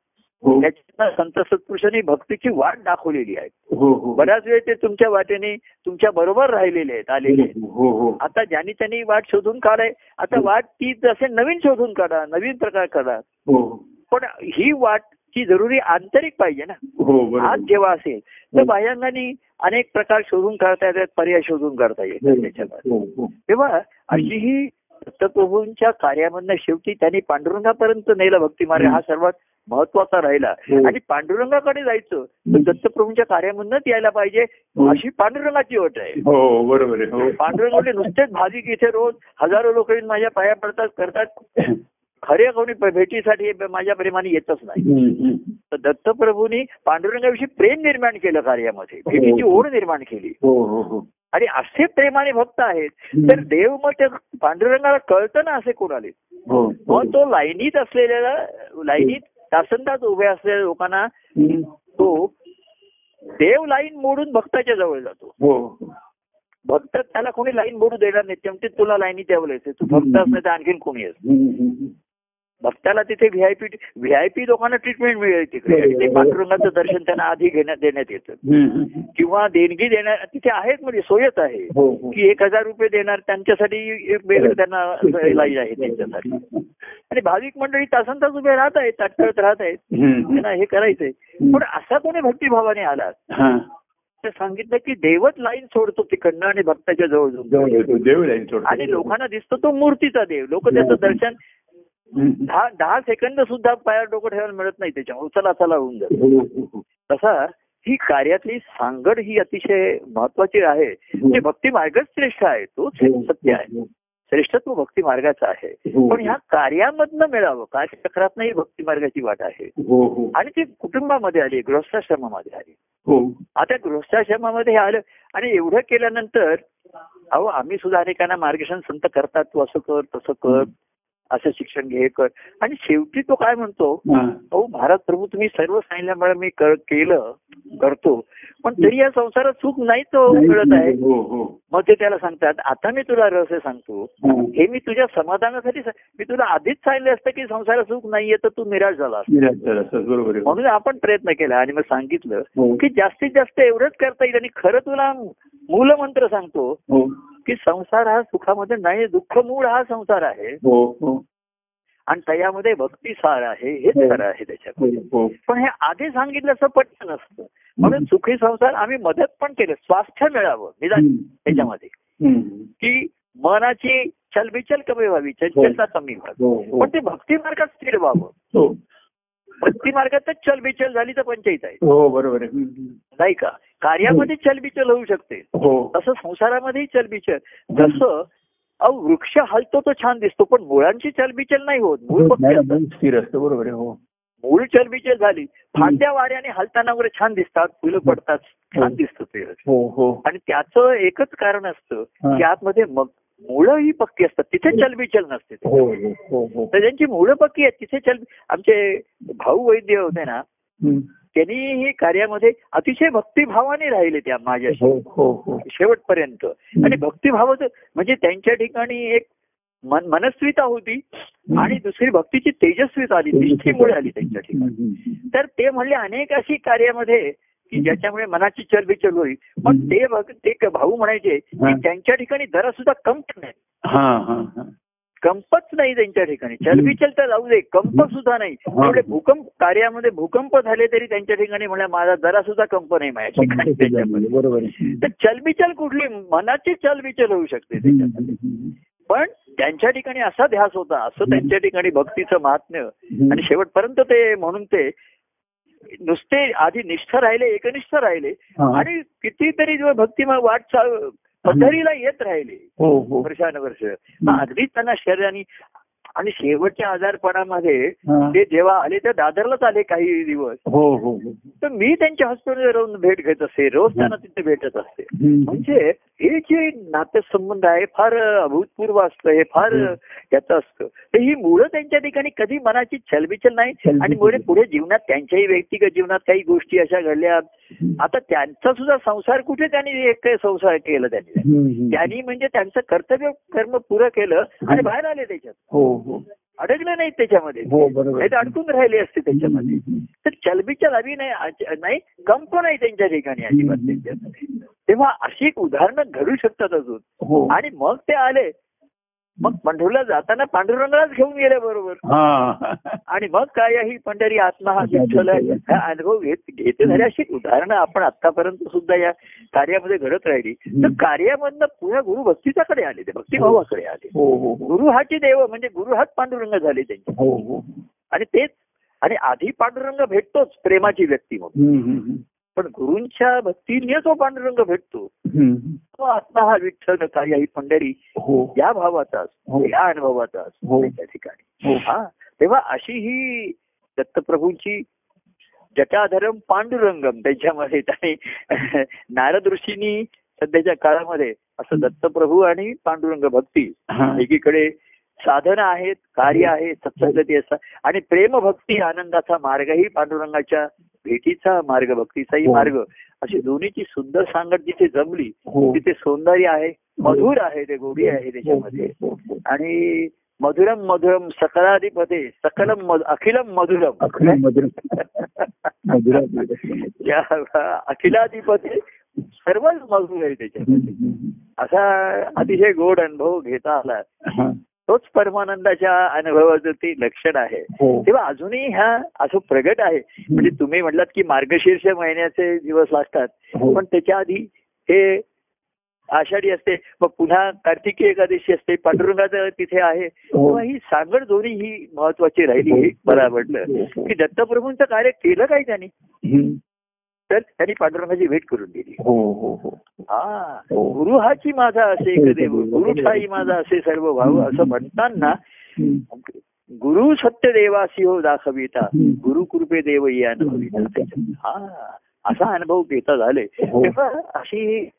Speaker 2: हो.
Speaker 1: त्याच्यातनं संत सत्पुरुषांनी भक्तीची वाट दाखवलेली आहे
Speaker 2: हो, हो.
Speaker 1: बऱ्याच वेळ ते तुमच्या वाटेने तुमच्या बरोबर राहिलेले आहेत आलेले आहेत
Speaker 2: हो हो
Speaker 1: आता ज्यांनी त्यांनी वाट शोधून काढाय आता वाट ती जसे नवीन शोधून काढा नवीन प्रकार करा
Speaker 2: हो
Speaker 1: पण ही वाट ची जरुरी आंतरिक पाहिजे ना
Speaker 2: हो बरोबर
Speaker 1: आज जेव्हा असेल तर बाह्यांनी अनेक प्रकार शोधून काढता येतात पर्याय शोधून काढता येतात त्याच्यामध्ये
Speaker 2: हो, हो.
Speaker 1: तेव्हा अशी ही दत्तप्रभूंच्या कार्यामधनं शेवटी त्यांनी पांडुरंगापर्यंत नेला भक्तिमार्ग हा सर्वात महत्वाचा राहिला
Speaker 2: हो.
Speaker 1: आणि पांडुरंगाकडे जायचं तर दत्तप्रभूंच्या कार्यामधनच यायला पाहिजे
Speaker 2: हो.
Speaker 1: अशी पांडुरंगाची अट आहे
Speaker 2: हो बरोबर आहे हो
Speaker 1: पांडुरंग म्हणजे नुसतेच भाविक इथे रोज हजारो लोक येऊन माझ्या पाया पडतात करतात खरे कोणी भेटीसाठी माझ्या प्रेमाने येतच नाही
Speaker 2: हम्म, हम्म.
Speaker 1: तर दत्तप्रभूंनी पांडुरंगाविषयी प्रेम निर्माण केलं कार्यामध्ये भेटीची ओढ निर्माण केली
Speaker 2: हो हो हो
Speaker 1: आणि असे प्रेमाने भक्त आहेत तर देव मग त्या पांडुरंगाला कळतं ना असे कोणाले
Speaker 2: हो हो.
Speaker 1: मग तो लाईनीत असलेल्या लाईनीत तासंदात उभ्या असलेल्या लोकांना
Speaker 2: हम्म.
Speaker 1: तो देव लाईन मोडून भक्ताच्या जवळ जातो
Speaker 2: हो
Speaker 1: भक्त त्याला कोणी लाईन मोडू देणार नाही त्यामुळे तुला लाईनी द्यावं लागते तू भक्त असलं तर आणखीन कोणी असत
Speaker 2: हम्म, हम्म.
Speaker 1: भक्ताला तिथे व्हीआयपी व्हीआयपी लोकांना ट्रीटमेंट मिळेल तिकडे आणि ते पांडुरंगाचं दर्शन त्यांना आधी घेण्यात देण्यात येतं
Speaker 2: हम्म, हम्म.
Speaker 1: किंवा देणगी देणार तिथे आहेत म्हणजे सोयच आहे
Speaker 2: हो हो
Speaker 1: की एक हजार रुपये देणार त्यांच्यासाठी एक वेगळं त्यांना इलाज आहे त्यांच्यासाठी आणि भाविक मंडळी तासन तास उभे राहत आहेत ताटकळत राहत आहेत
Speaker 2: हम्म.
Speaker 1: त्यांना हे करायचंय पण असा कोणी भक्तिभावाने आला
Speaker 2: हा
Speaker 1: तर सांगितलं की देवच लाईन सोडतो तिकडनं आणि भक्ताच्या जवळ जाऊन
Speaker 2: जाऊन येतो देव जाईल थोडं
Speaker 1: आणि लोकांना दिसतो तो मूर्तीचा देव लोक त्याचं दर्शन
Speaker 2: हम्म.
Speaker 1: दहा दहा सेकंद सुद्धा पायावर डोकं ठेवायला मिळत नाही त्याच्यामुळे चला चला होऊन जातो
Speaker 2: हो हो हो.
Speaker 1: तसा ही कार्यातली सांगड ही अतिशय महत्वाची आहे म्हणजे भक्ती मार्गच श्रेष्ठ आहे तो सत्य आहे श्रेष्ठत्व भक्ती मार्गाचा आहे
Speaker 2: हो.
Speaker 1: पण ह्या कार्यामधनं मिळावं कार्यचक्रातनं ही भक्ती मार्गाची वाट आहे
Speaker 2: हो हो
Speaker 1: आणि ती कुटुंबामध्ये आली गृहस्थाश्रमामध्ये आली
Speaker 2: हो
Speaker 1: आता गृहस्थाश्रमामध्ये हे आलं आणि एवढं केल्यानंतर अहो आम्ही सुद्धा अनेकांना मार्गदर्शन संत करतात तू असं कर तसं कर असं शिक्षण घे हे कर आणि शेवटी तो काय म्हणतो
Speaker 2: हा.
Speaker 1: अहो भारत प्रभू तुम्ही सर्व सांगितल्यामुळे मी कर- केलं करतो पण तरी या संसारात सुख नाही तो मिळत आहे
Speaker 2: हो हो
Speaker 1: मग ते त्याला सांगतात आता मी तुला रहस्य सांगतो
Speaker 2: हा.
Speaker 1: हे मी तुझ्या समाधानासाठी सा- मी तुला आधीच सांगितलं असतं की संसारात सुख नाहीये तर तू निराश झाला असता.
Speaker 2: निराश झाला असतास, बरोबर आहे
Speaker 1: म्हणून आपण प्रयत्न केला आणि मग सांगितलं
Speaker 2: हो.
Speaker 1: की जास्तीत जास्त एवढंच करता येईल आणि खरं तुला मूलमंत्र सांगतो
Speaker 2: हो
Speaker 1: की संसार हा सुखामध्ये नाही दुःख मूळ हा संसार आहे
Speaker 2: हो हो
Speaker 1: आणि त्याच्यामध्ये भक्तिसार आहे हेच
Speaker 2: हो.
Speaker 1: खरं आहे त्याच्यात
Speaker 2: हो हो
Speaker 1: पण हे आधी सांगितलं असं पटकन असतं म्हणून सुखी संसार आम्ही मदत पण केलं स्वास्थ्य मिळावं निदान
Speaker 2: हम्म.
Speaker 1: त्याच्यामध्ये
Speaker 2: हम्म.
Speaker 1: की मनाची चलबिचल कमी व्हावी चंचलता कमी व्हावी
Speaker 2: हो हो
Speaker 1: पण ते भक्ती मार्गात स्थिर व्हावं
Speaker 2: हो
Speaker 1: भक्ती मार्गात तर चलबिचल झाली तर पंचायत आहे
Speaker 2: हो बरोबर आहे हम्म.
Speaker 1: नाही का कार्यामध्ये चलबिचल होऊ शकते
Speaker 2: हो
Speaker 1: तसं संसारामध्येही चलबिचल जसं अहो वृक्ष हलतो तो छान दिसतो पण मुळांची चलबिचल नाही होत मूळ
Speaker 2: हो,
Speaker 1: पक्के
Speaker 2: नाही,
Speaker 1: असतात.
Speaker 2: नाही, स्थिर असतं बरोबर आहे हो
Speaker 1: मूळ चलबिचल झाली फांद्या वाऱ्याने हलताना वगैरे छान दिसतात फुलं पडतात छान
Speaker 2: हो.
Speaker 1: दिसतं ते
Speaker 2: हो हो
Speaker 1: आणि त्याचं एकच कारण असतं
Speaker 2: हा.
Speaker 1: की आतमध्ये मग मुळं ही पक्की असतात तिथे चलबिचल नसते
Speaker 2: हो हो हो हो
Speaker 1: तर ज्यांची मुळं पक्की आहेत तिथे चल आमचे भाऊ वैद्य होते ना
Speaker 2: हम्म.
Speaker 1: त्यांनी हे कार्यामध्ये अतिशय भक्तिभावाने राहिले त्या माझ्याशी
Speaker 2: हो हो हो
Speaker 1: शेवटपर्यंत आणि भक्तिभावाचं म्हणजे त्यांच्या ठिकाणी एक मन मनस्विता होती आणि दुसरी भक्तीची तेजस्वीता आली निष्ठेमुळे आली त्यांच्या ठिकाणी
Speaker 2: हम्म.
Speaker 1: तर ते म्हणले अनेक अशी कार्यामध्ये की ज्याच्यामुळे मनाची चलबिचल होईल पण ते भक्त- ते क- भाऊ म्हणायचे की
Speaker 2: हा.
Speaker 1: त्यांच्या ठिकाणी जरा सुद्धा कंप नाही
Speaker 2: हा हा हा
Speaker 1: कंपच नाही त्यांच्या ठिकाणी चलबिचल तर जाऊ दे कंप सुद्धा नाही त्यामुळे भूकंप कार्यामध्ये भूकंप झाले तरी त्यांच्या ठिकाणी म्हणल्या माझा जरा सुद्धा कंप नाही माझ्या ठिकाणी त्याच्यामध्ये
Speaker 2: बरोबर आहे
Speaker 1: तर चलबिचल कुठली मनाची चलबिचल होऊ शकते
Speaker 2: हम्म,
Speaker 1: त्याच्यात
Speaker 2: हम्म, हम्म.
Speaker 1: पण त्यांच्या ठिकाणी असा ध्यास होता असं त्यांच्या ठिकाणी भक्तीचं महात्म्य आणि शेवटपर्यंत ते म्हणून ते नुसते आधी निष्ठ राहिले एकनिष्ठ राहिले
Speaker 2: हा.
Speaker 1: आणि कितीतरी जो भक्ती मग वाट चा- पथारीला येत राहिले
Speaker 2: हो हो
Speaker 1: वर्षानुवर्ष मग अगदी त्यांना शरीराने आणि शेवटच्या आजारपणामध्ये
Speaker 2: हा.
Speaker 1: ते जेव्हा आले तर दादरलाच आले काही दिवस
Speaker 2: हो हो हो
Speaker 1: तर मी त्यांच्या हॉस्पिटलवर राहून भेट घेत असते रोज त्यांना तिथे भेटत असते
Speaker 2: हम्म.
Speaker 1: म्हणजे हे जे नातेसंबंध आहे फार अभूतपूर्व असतं हे फार
Speaker 2: हम्म.
Speaker 1: याचं असतं तर ही मुळं त्यांच्या ठिकाणी कधी मनाची छलबिचल नाही
Speaker 2: छलबिचल
Speaker 1: आणि मुळे पुढे जीवनात त्यांच्याही व्यक्तिगत जीवनात काही गोष्टी अशा घडल्या आता त्यांचा सुद्धा संसार कुठे त्यांनी एक काही संसार केला त्यांनी
Speaker 2: हम्म.
Speaker 1: त्यांनी म्हणजे त्यांचं कर्तव्य कर्म पुरं केलं आणि बाहेर आले त्याच्यात
Speaker 2: हो हो
Speaker 1: अडकले नाहीत त्याच्यामध्ये
Speaker 2: हो बरोबर
Speaker 1: नाही तर अडकून राहिले असते त्याच्यामध्ये
Speaker 2: हम्म.
Speaker 1: तर चलबिचल अभि नाही अच- नाही कंप नाही त्यांच्या ठिकाणी अजिबात त्यांच्यात. तेव्हा अशी एक उदाहरणं घडू शकतात अजून
Speaker 2: हो
Speaker 1: आणि मग ते आले मग पंढरला जाताना पांडुरंगालाच घेऊन गेले बरोबर
Speaker 2: हा
Speaker 1: आणि मग काय ही पंढरी आत्मा हा विठ्ठल आहे. हा अनुभव घेत घेते झाले अशी उदाहरणं आपण आतापर्यंत सुद्धा या कार्यामध्ये घडत राहिली तर कार्यामधनं पुन्हा गुरु भक्तीच्याकडे आले ते भक्तिभावाकडे आले
Speaker 2: हो हो हो
Speaker 1: गुरु हाची देव म्हणजे गुरु हाच पांडुरंग झाले त्यांचे
Speaker 2: हो हो
Speaker 1: आणि तेच आणि आधी पांडुरंग भेटतोच प्रेमाची व्यक्ती म्हणून
Speaker 2: हम्म, हम्म,
Speaker 1: पण गुरूंच्या भक्तीने तो पांडुरंग भेटतो
Speaker 2: हम्म.
Speaker 1: तो आत्मा हा विठ्ठल कार्य ही पंढरी
Speaker 2: हो
Speaker 1: या भावाचा असतो
Speaker 2: हो.
Speaker 1: या अनुभवाचा असतो
Speaker 2: हो.
Speaker 1: त्या ठिकाणी
Speaker 2: हो.
Speaker 1: हा तेव्हा अशी ही दत्तप्रभूंची जटाधरम पांडुरंगम त्याच्यामध्ये त्याने नारद ऋषींनी सध्याच्या काळामध्ये असं दत्तप्रभू आणि पांडुरंग भक्ती
Speaker 2: हा. हो.
Speaker 1: एकीकडे साधनं आहेत कार्य आहे सत्संगती असतात आणि प्रेमभक्ती आनंदाचा मार्गही पांडुरंगाच्या भेटीचा मार्ग भक्तीचाही
Speaker 2: हो.
Speaker 1: मार्ग अशी दोन्हीची सुंदर सांगड जिथे जमली
Speaker 2: हो
Speaker 1: तिथे सौंदर्य आहे मधुर आहे ते गोडी आहे त्याच्यामध्ये
Speaker 2: हो, हो.
Speaker 1: आणि मधुरम मधुरम सकलाधिपते सकलम मध- अखिलम
Speaker 2: अखिल
Speaker 1: मधुरम
Speaker 2: मधुर मधुरा हम्म,
Speaker 1: या अखिलाधिपते सर्वच मधुर आहे त्याच्यात
Speaker 2: हम्म.
Speaker 1: असा अतिशय गोड अनुभव घेता आला
Speaker 2: हा.
Speaker 1: तोच परमानंदाच्या अनुभवाचं ते लक्षण आहे
Speaker 2: हो
Speaker 1: तेव्हा अजूनही ह्या असं प्रगट आहे म्हणजे तुम्ही म्हटलात की मार्गशीर्ष महिन्याचे दिवस लागतात
Speaker 2: हो.
Speaker 1: पण त्याच्या आधी हे आषाढी असते मग पुन्हा कार्तिकी एकादशी असते पांडुरंगाचं तिथे आहे
Speaker 2: हो.
Speaker 1: तेव्हा ही सांगड दोन्ही ही महत्वाची राहिली हे मला आवडलं
Speaker 2: हो.
Speaker 1: की दत्तप्रभूंचं कार्य केलं काय त्यांनी
Speaker 2: हम्म.
Speaker 1: तर त्यांनी पांडुरंगाची भेट करून दिली
Speaker 2: हो हो हो
Speaker 1: हा
Speaker 2: हो.
Speaker 1: गुरु हाची माझा असे एक देव गुरु ठाई माझा असे सर्व भाऊ असं म्हणताना
Speaker 2: हम्म.
Speaker 1: गुरु सत्य देवासी हो दाखविता
Speaker 2: हम्म.
Speaker 1: गुरु कृपे देव ही अनुभविता
Speaker 2: हम्म.
Speaker 1: हा असा अनुभव घेता झाले
Speaker 2: हो.
Speaker 1: तेव्हा अशी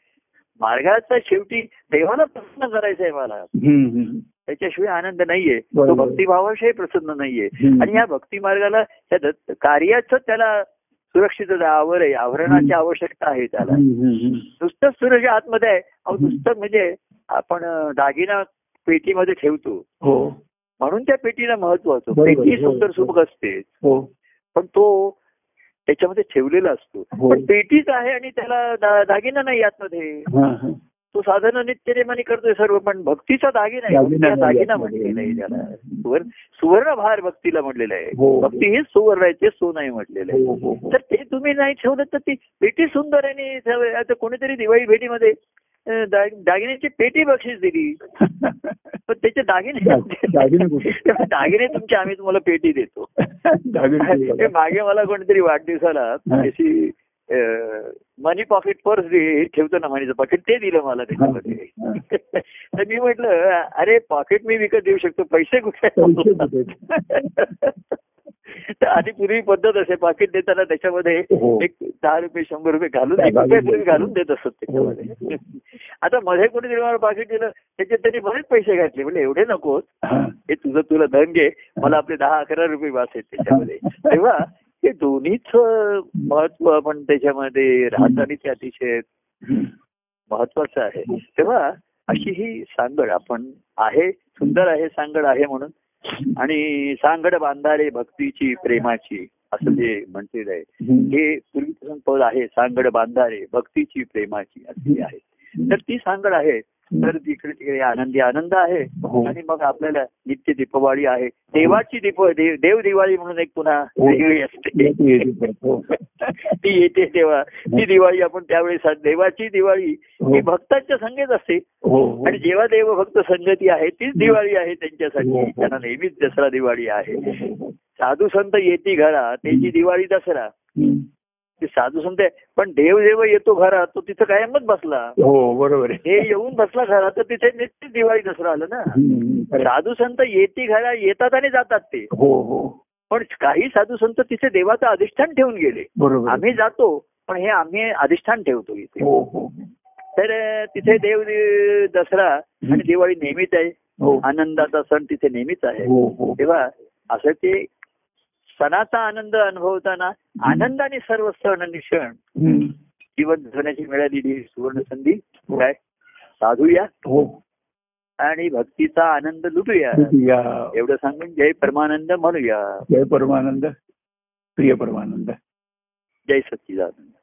Speaker 1: मार्गाचा शेवटी देवाला प्रसन्न करायचा आहे मला
Speaker 2: हम्म, हम्म.
Speaker 1: त्याच्याशिवाय आनंद नाहीये तो
Speaker 2: बरोबर.
Speaker 1: भक्तिभावाशिवाय प्रसन्न नाहीये
Speaker 2: हम्म.
Speaker 1: आणि या भक्ती मार्गाला त्या दत्त- कार्याचं त्याला सुरक्षित आवर आहे आवरणाची
Speaker 2: हम्म.
Speaker 1: आवश्यकता आहे त्याला
Speaker 2: हम्म, हम्म,
Speaker 1: नुसतंच सूर्य आतमध्ये आहे अहो
Speaker 2: हम्म.
Speaker 1: नुसतं म्हणजे आपण अं, दागिना पेटीमध्ये ठेवतो
Speaker 2: हो
Speaker 1: म्हणून त्या पेटीला महत्व असतो
Speaker 2: बरोबर,
Speaker 1: पेटी
Speaker 2: बरोबर.
Speaker 1: सुंदर सुबक असते
Speaker 2: हो
Speaker 1: पण तो त्याच्यामध्ये ठेवलेला असतो
Speaker 2: हो.
Speaker 1: पण पेटीच आहे आणि त्याला दा- दागिना नाही आतमध्ये
Speaker 2: हा, हा.
Speaker 1: तो साधन नित्यनेमाने करतोय सर्व पण भक्तीचा दागिना आहे
Speaker 2: दागिना
Speaker 1: भक्तीचा
Speaker 2: नाही
Speaker 1: दागिना
Speaker 2: आतमध्ये.
Speaker 1: म्हटलेला आहे त्याला सुवर्ण सुवर्ण भार भक्तीला म्हटलेला
Speaker 2: हो.
Speaker 1: आहे भक्ती हेच सुवर्ण आहे ते सोन आहे म्हटलेलं आहे
Speaker 2: हो, हो, हो.
Speaker 1: तर ते तुम्ही नाही ठेवलं तर ती पेटी सुंदर आहे आणि सवय- आता कोणीतरी दिवाळी भेटीमध्ये अं, दा- दागिन्यांची पेटी बक्षीस दिली पण त्याचे दागिने
Speaker 2: दा- दागिने कुठे?
Speaker 1: तेव्हा दागिने तुमचे आम्ही तुम्हाला पेटी देतो
Speaker 2: दागिने
Speaker 1: हे मागे मला कोणतरी वाढदिवसाला त्याची अं, मनी पॉकेट पर्स दे- हे ठेवतो ना मनीचं पॉकेट ते दिलं मला त्याच्यामध्ये
Speaker 2: हा.
Speaker 1: तर मी म्हटलं अरे पॉकेट मी विकत देऊ शकतो पैसे कुठे
Speaker 2: पैसे कुठे?
Speaker 1: तर आधी पूर्वी पद्धत असे पाकिट देताना त्याच्यामध्ये
Speaker 2: हो.
Speaker 1: एक दहा रुपये शंभर रुपये घालून एक
Speaker 2: घालून हो.
Speaker 1: रुपये तरी
Speaker 2: द्यायचे.
Speaker 1: घालून देत असत त्याच्यामध्ये आता मध्ये कोणीतरी मला पाकिट दिलं त्याच्यात त्यांनी बरेच पैसे घातले म्हणजे एवढे नको
Speaker 2: हा.
Speaker 1: हे तुझं तुला धन घे मला आपले दहा अकरा रुपये वास आहेत त्याच्यामध्ये तेव्हा हे दोन्हीच महत्व आपण त्याच्यामध्ये राहत आणि ते अतिशय महत्वाचं आहे
Speaker 2: हो.
Speaker 1: तेव्हा अशी ही सांगड आपण आहे सुंदर आहे सांगड आहे म्हणून आणि सांगड बांधारे भक्तीची प्रेमाची असं जे म्हणते आहे
Speaker 2: हम्म.
Speaker 1: हे पूर्वीपासून पद आहे सांगड बांधारे भक्तीची प्रेमाची अशी आहे तर ती सांगड आहे तर तिकडे तिकडे आनंदी आनंद आहे
Speaker 2: हो.
Speaker 1: आणि मग आपल्याला नित्य दीपवाळी आहे देवाची दीप देव देव दिवाळी म्हणून एक पुन्हा
Speaker 2: हो.
Speaker 1: वेगळी असते
Speaker 2: येते, येते. हो.
Speaker 1: ती येते तेव्हा ती दिवाळी आपण त्यावेळेस साज- देवाची दिवाळी
Speaker 2: हो.
Speaker 1: ही भक्तांच्या संगेत असते
Speaker 2: हो, हो.
Speaker 1: आणि जेव्हा देव भक्त संगती आहे तीच दिवाळी आहे
Speaker 2: हो,
Speaker 1: त्यांच्यासाठी
Speaker 2: हो.
Speaker 1: त्यांना नेहमीच दसरा दिवाळी आहे
Speaker 2: हम्म.
Speaker 1: साधू संत येती घरा त्याची दिवाळी दसरा ते साधू संत आहे. पण देव जेव्हा येतो घरात तो तिथं कायमच बसला
Speaker 2: हो बरोबर आहे
Speaker 1: हे येऊन बसला घरात तर तिथे निश्चित दिवाळी दसरा आलं ना
Speaker 2: हम्म. खरं आहे.
Speaker 1: साधू संत येती घरा येतात आणि जातात ते
Speaker 2: हो हो
Speaker 1: पण काही साधू संत तिथे देवाचं अधिष्ठान ठेवून गेले
Speaker 2: बरोबर आहे.
Speaker 1: आम्ही जातो पण हे आम्ही अधिष्ठान ठेवतो इथे
Speaker 2: हो हो
Speaker 1: तर अं, तिथे देव अं, दसरा आणि दिवाळी नेहमीच आहे
Speaker 2: हो
Speaker 1: आनंदाचा सण तिथे नेहमीच आहे
Speaker 2: हो हो
Speaker 1: तेव्हा असं ते सणाचा आनंद अनुभवताना आनंदाने सर्व सण आणि क्षण
Speaker 2: हम्म.
Speaker 1: जीवन जगण्याची मिळालेली ही सुवर्ण संधी काय साधूया
Speaker 2: हो
Speaker 1: आणि भक्तीचा आनंद लुटूया
Speaker 2: या
Speaker 1: एवढं सांगून जय परमानंद म्हणूया
Speaker 2: जय परमानंद प्रिय परमानंद
Speaker 1: जय सच्चिदानंद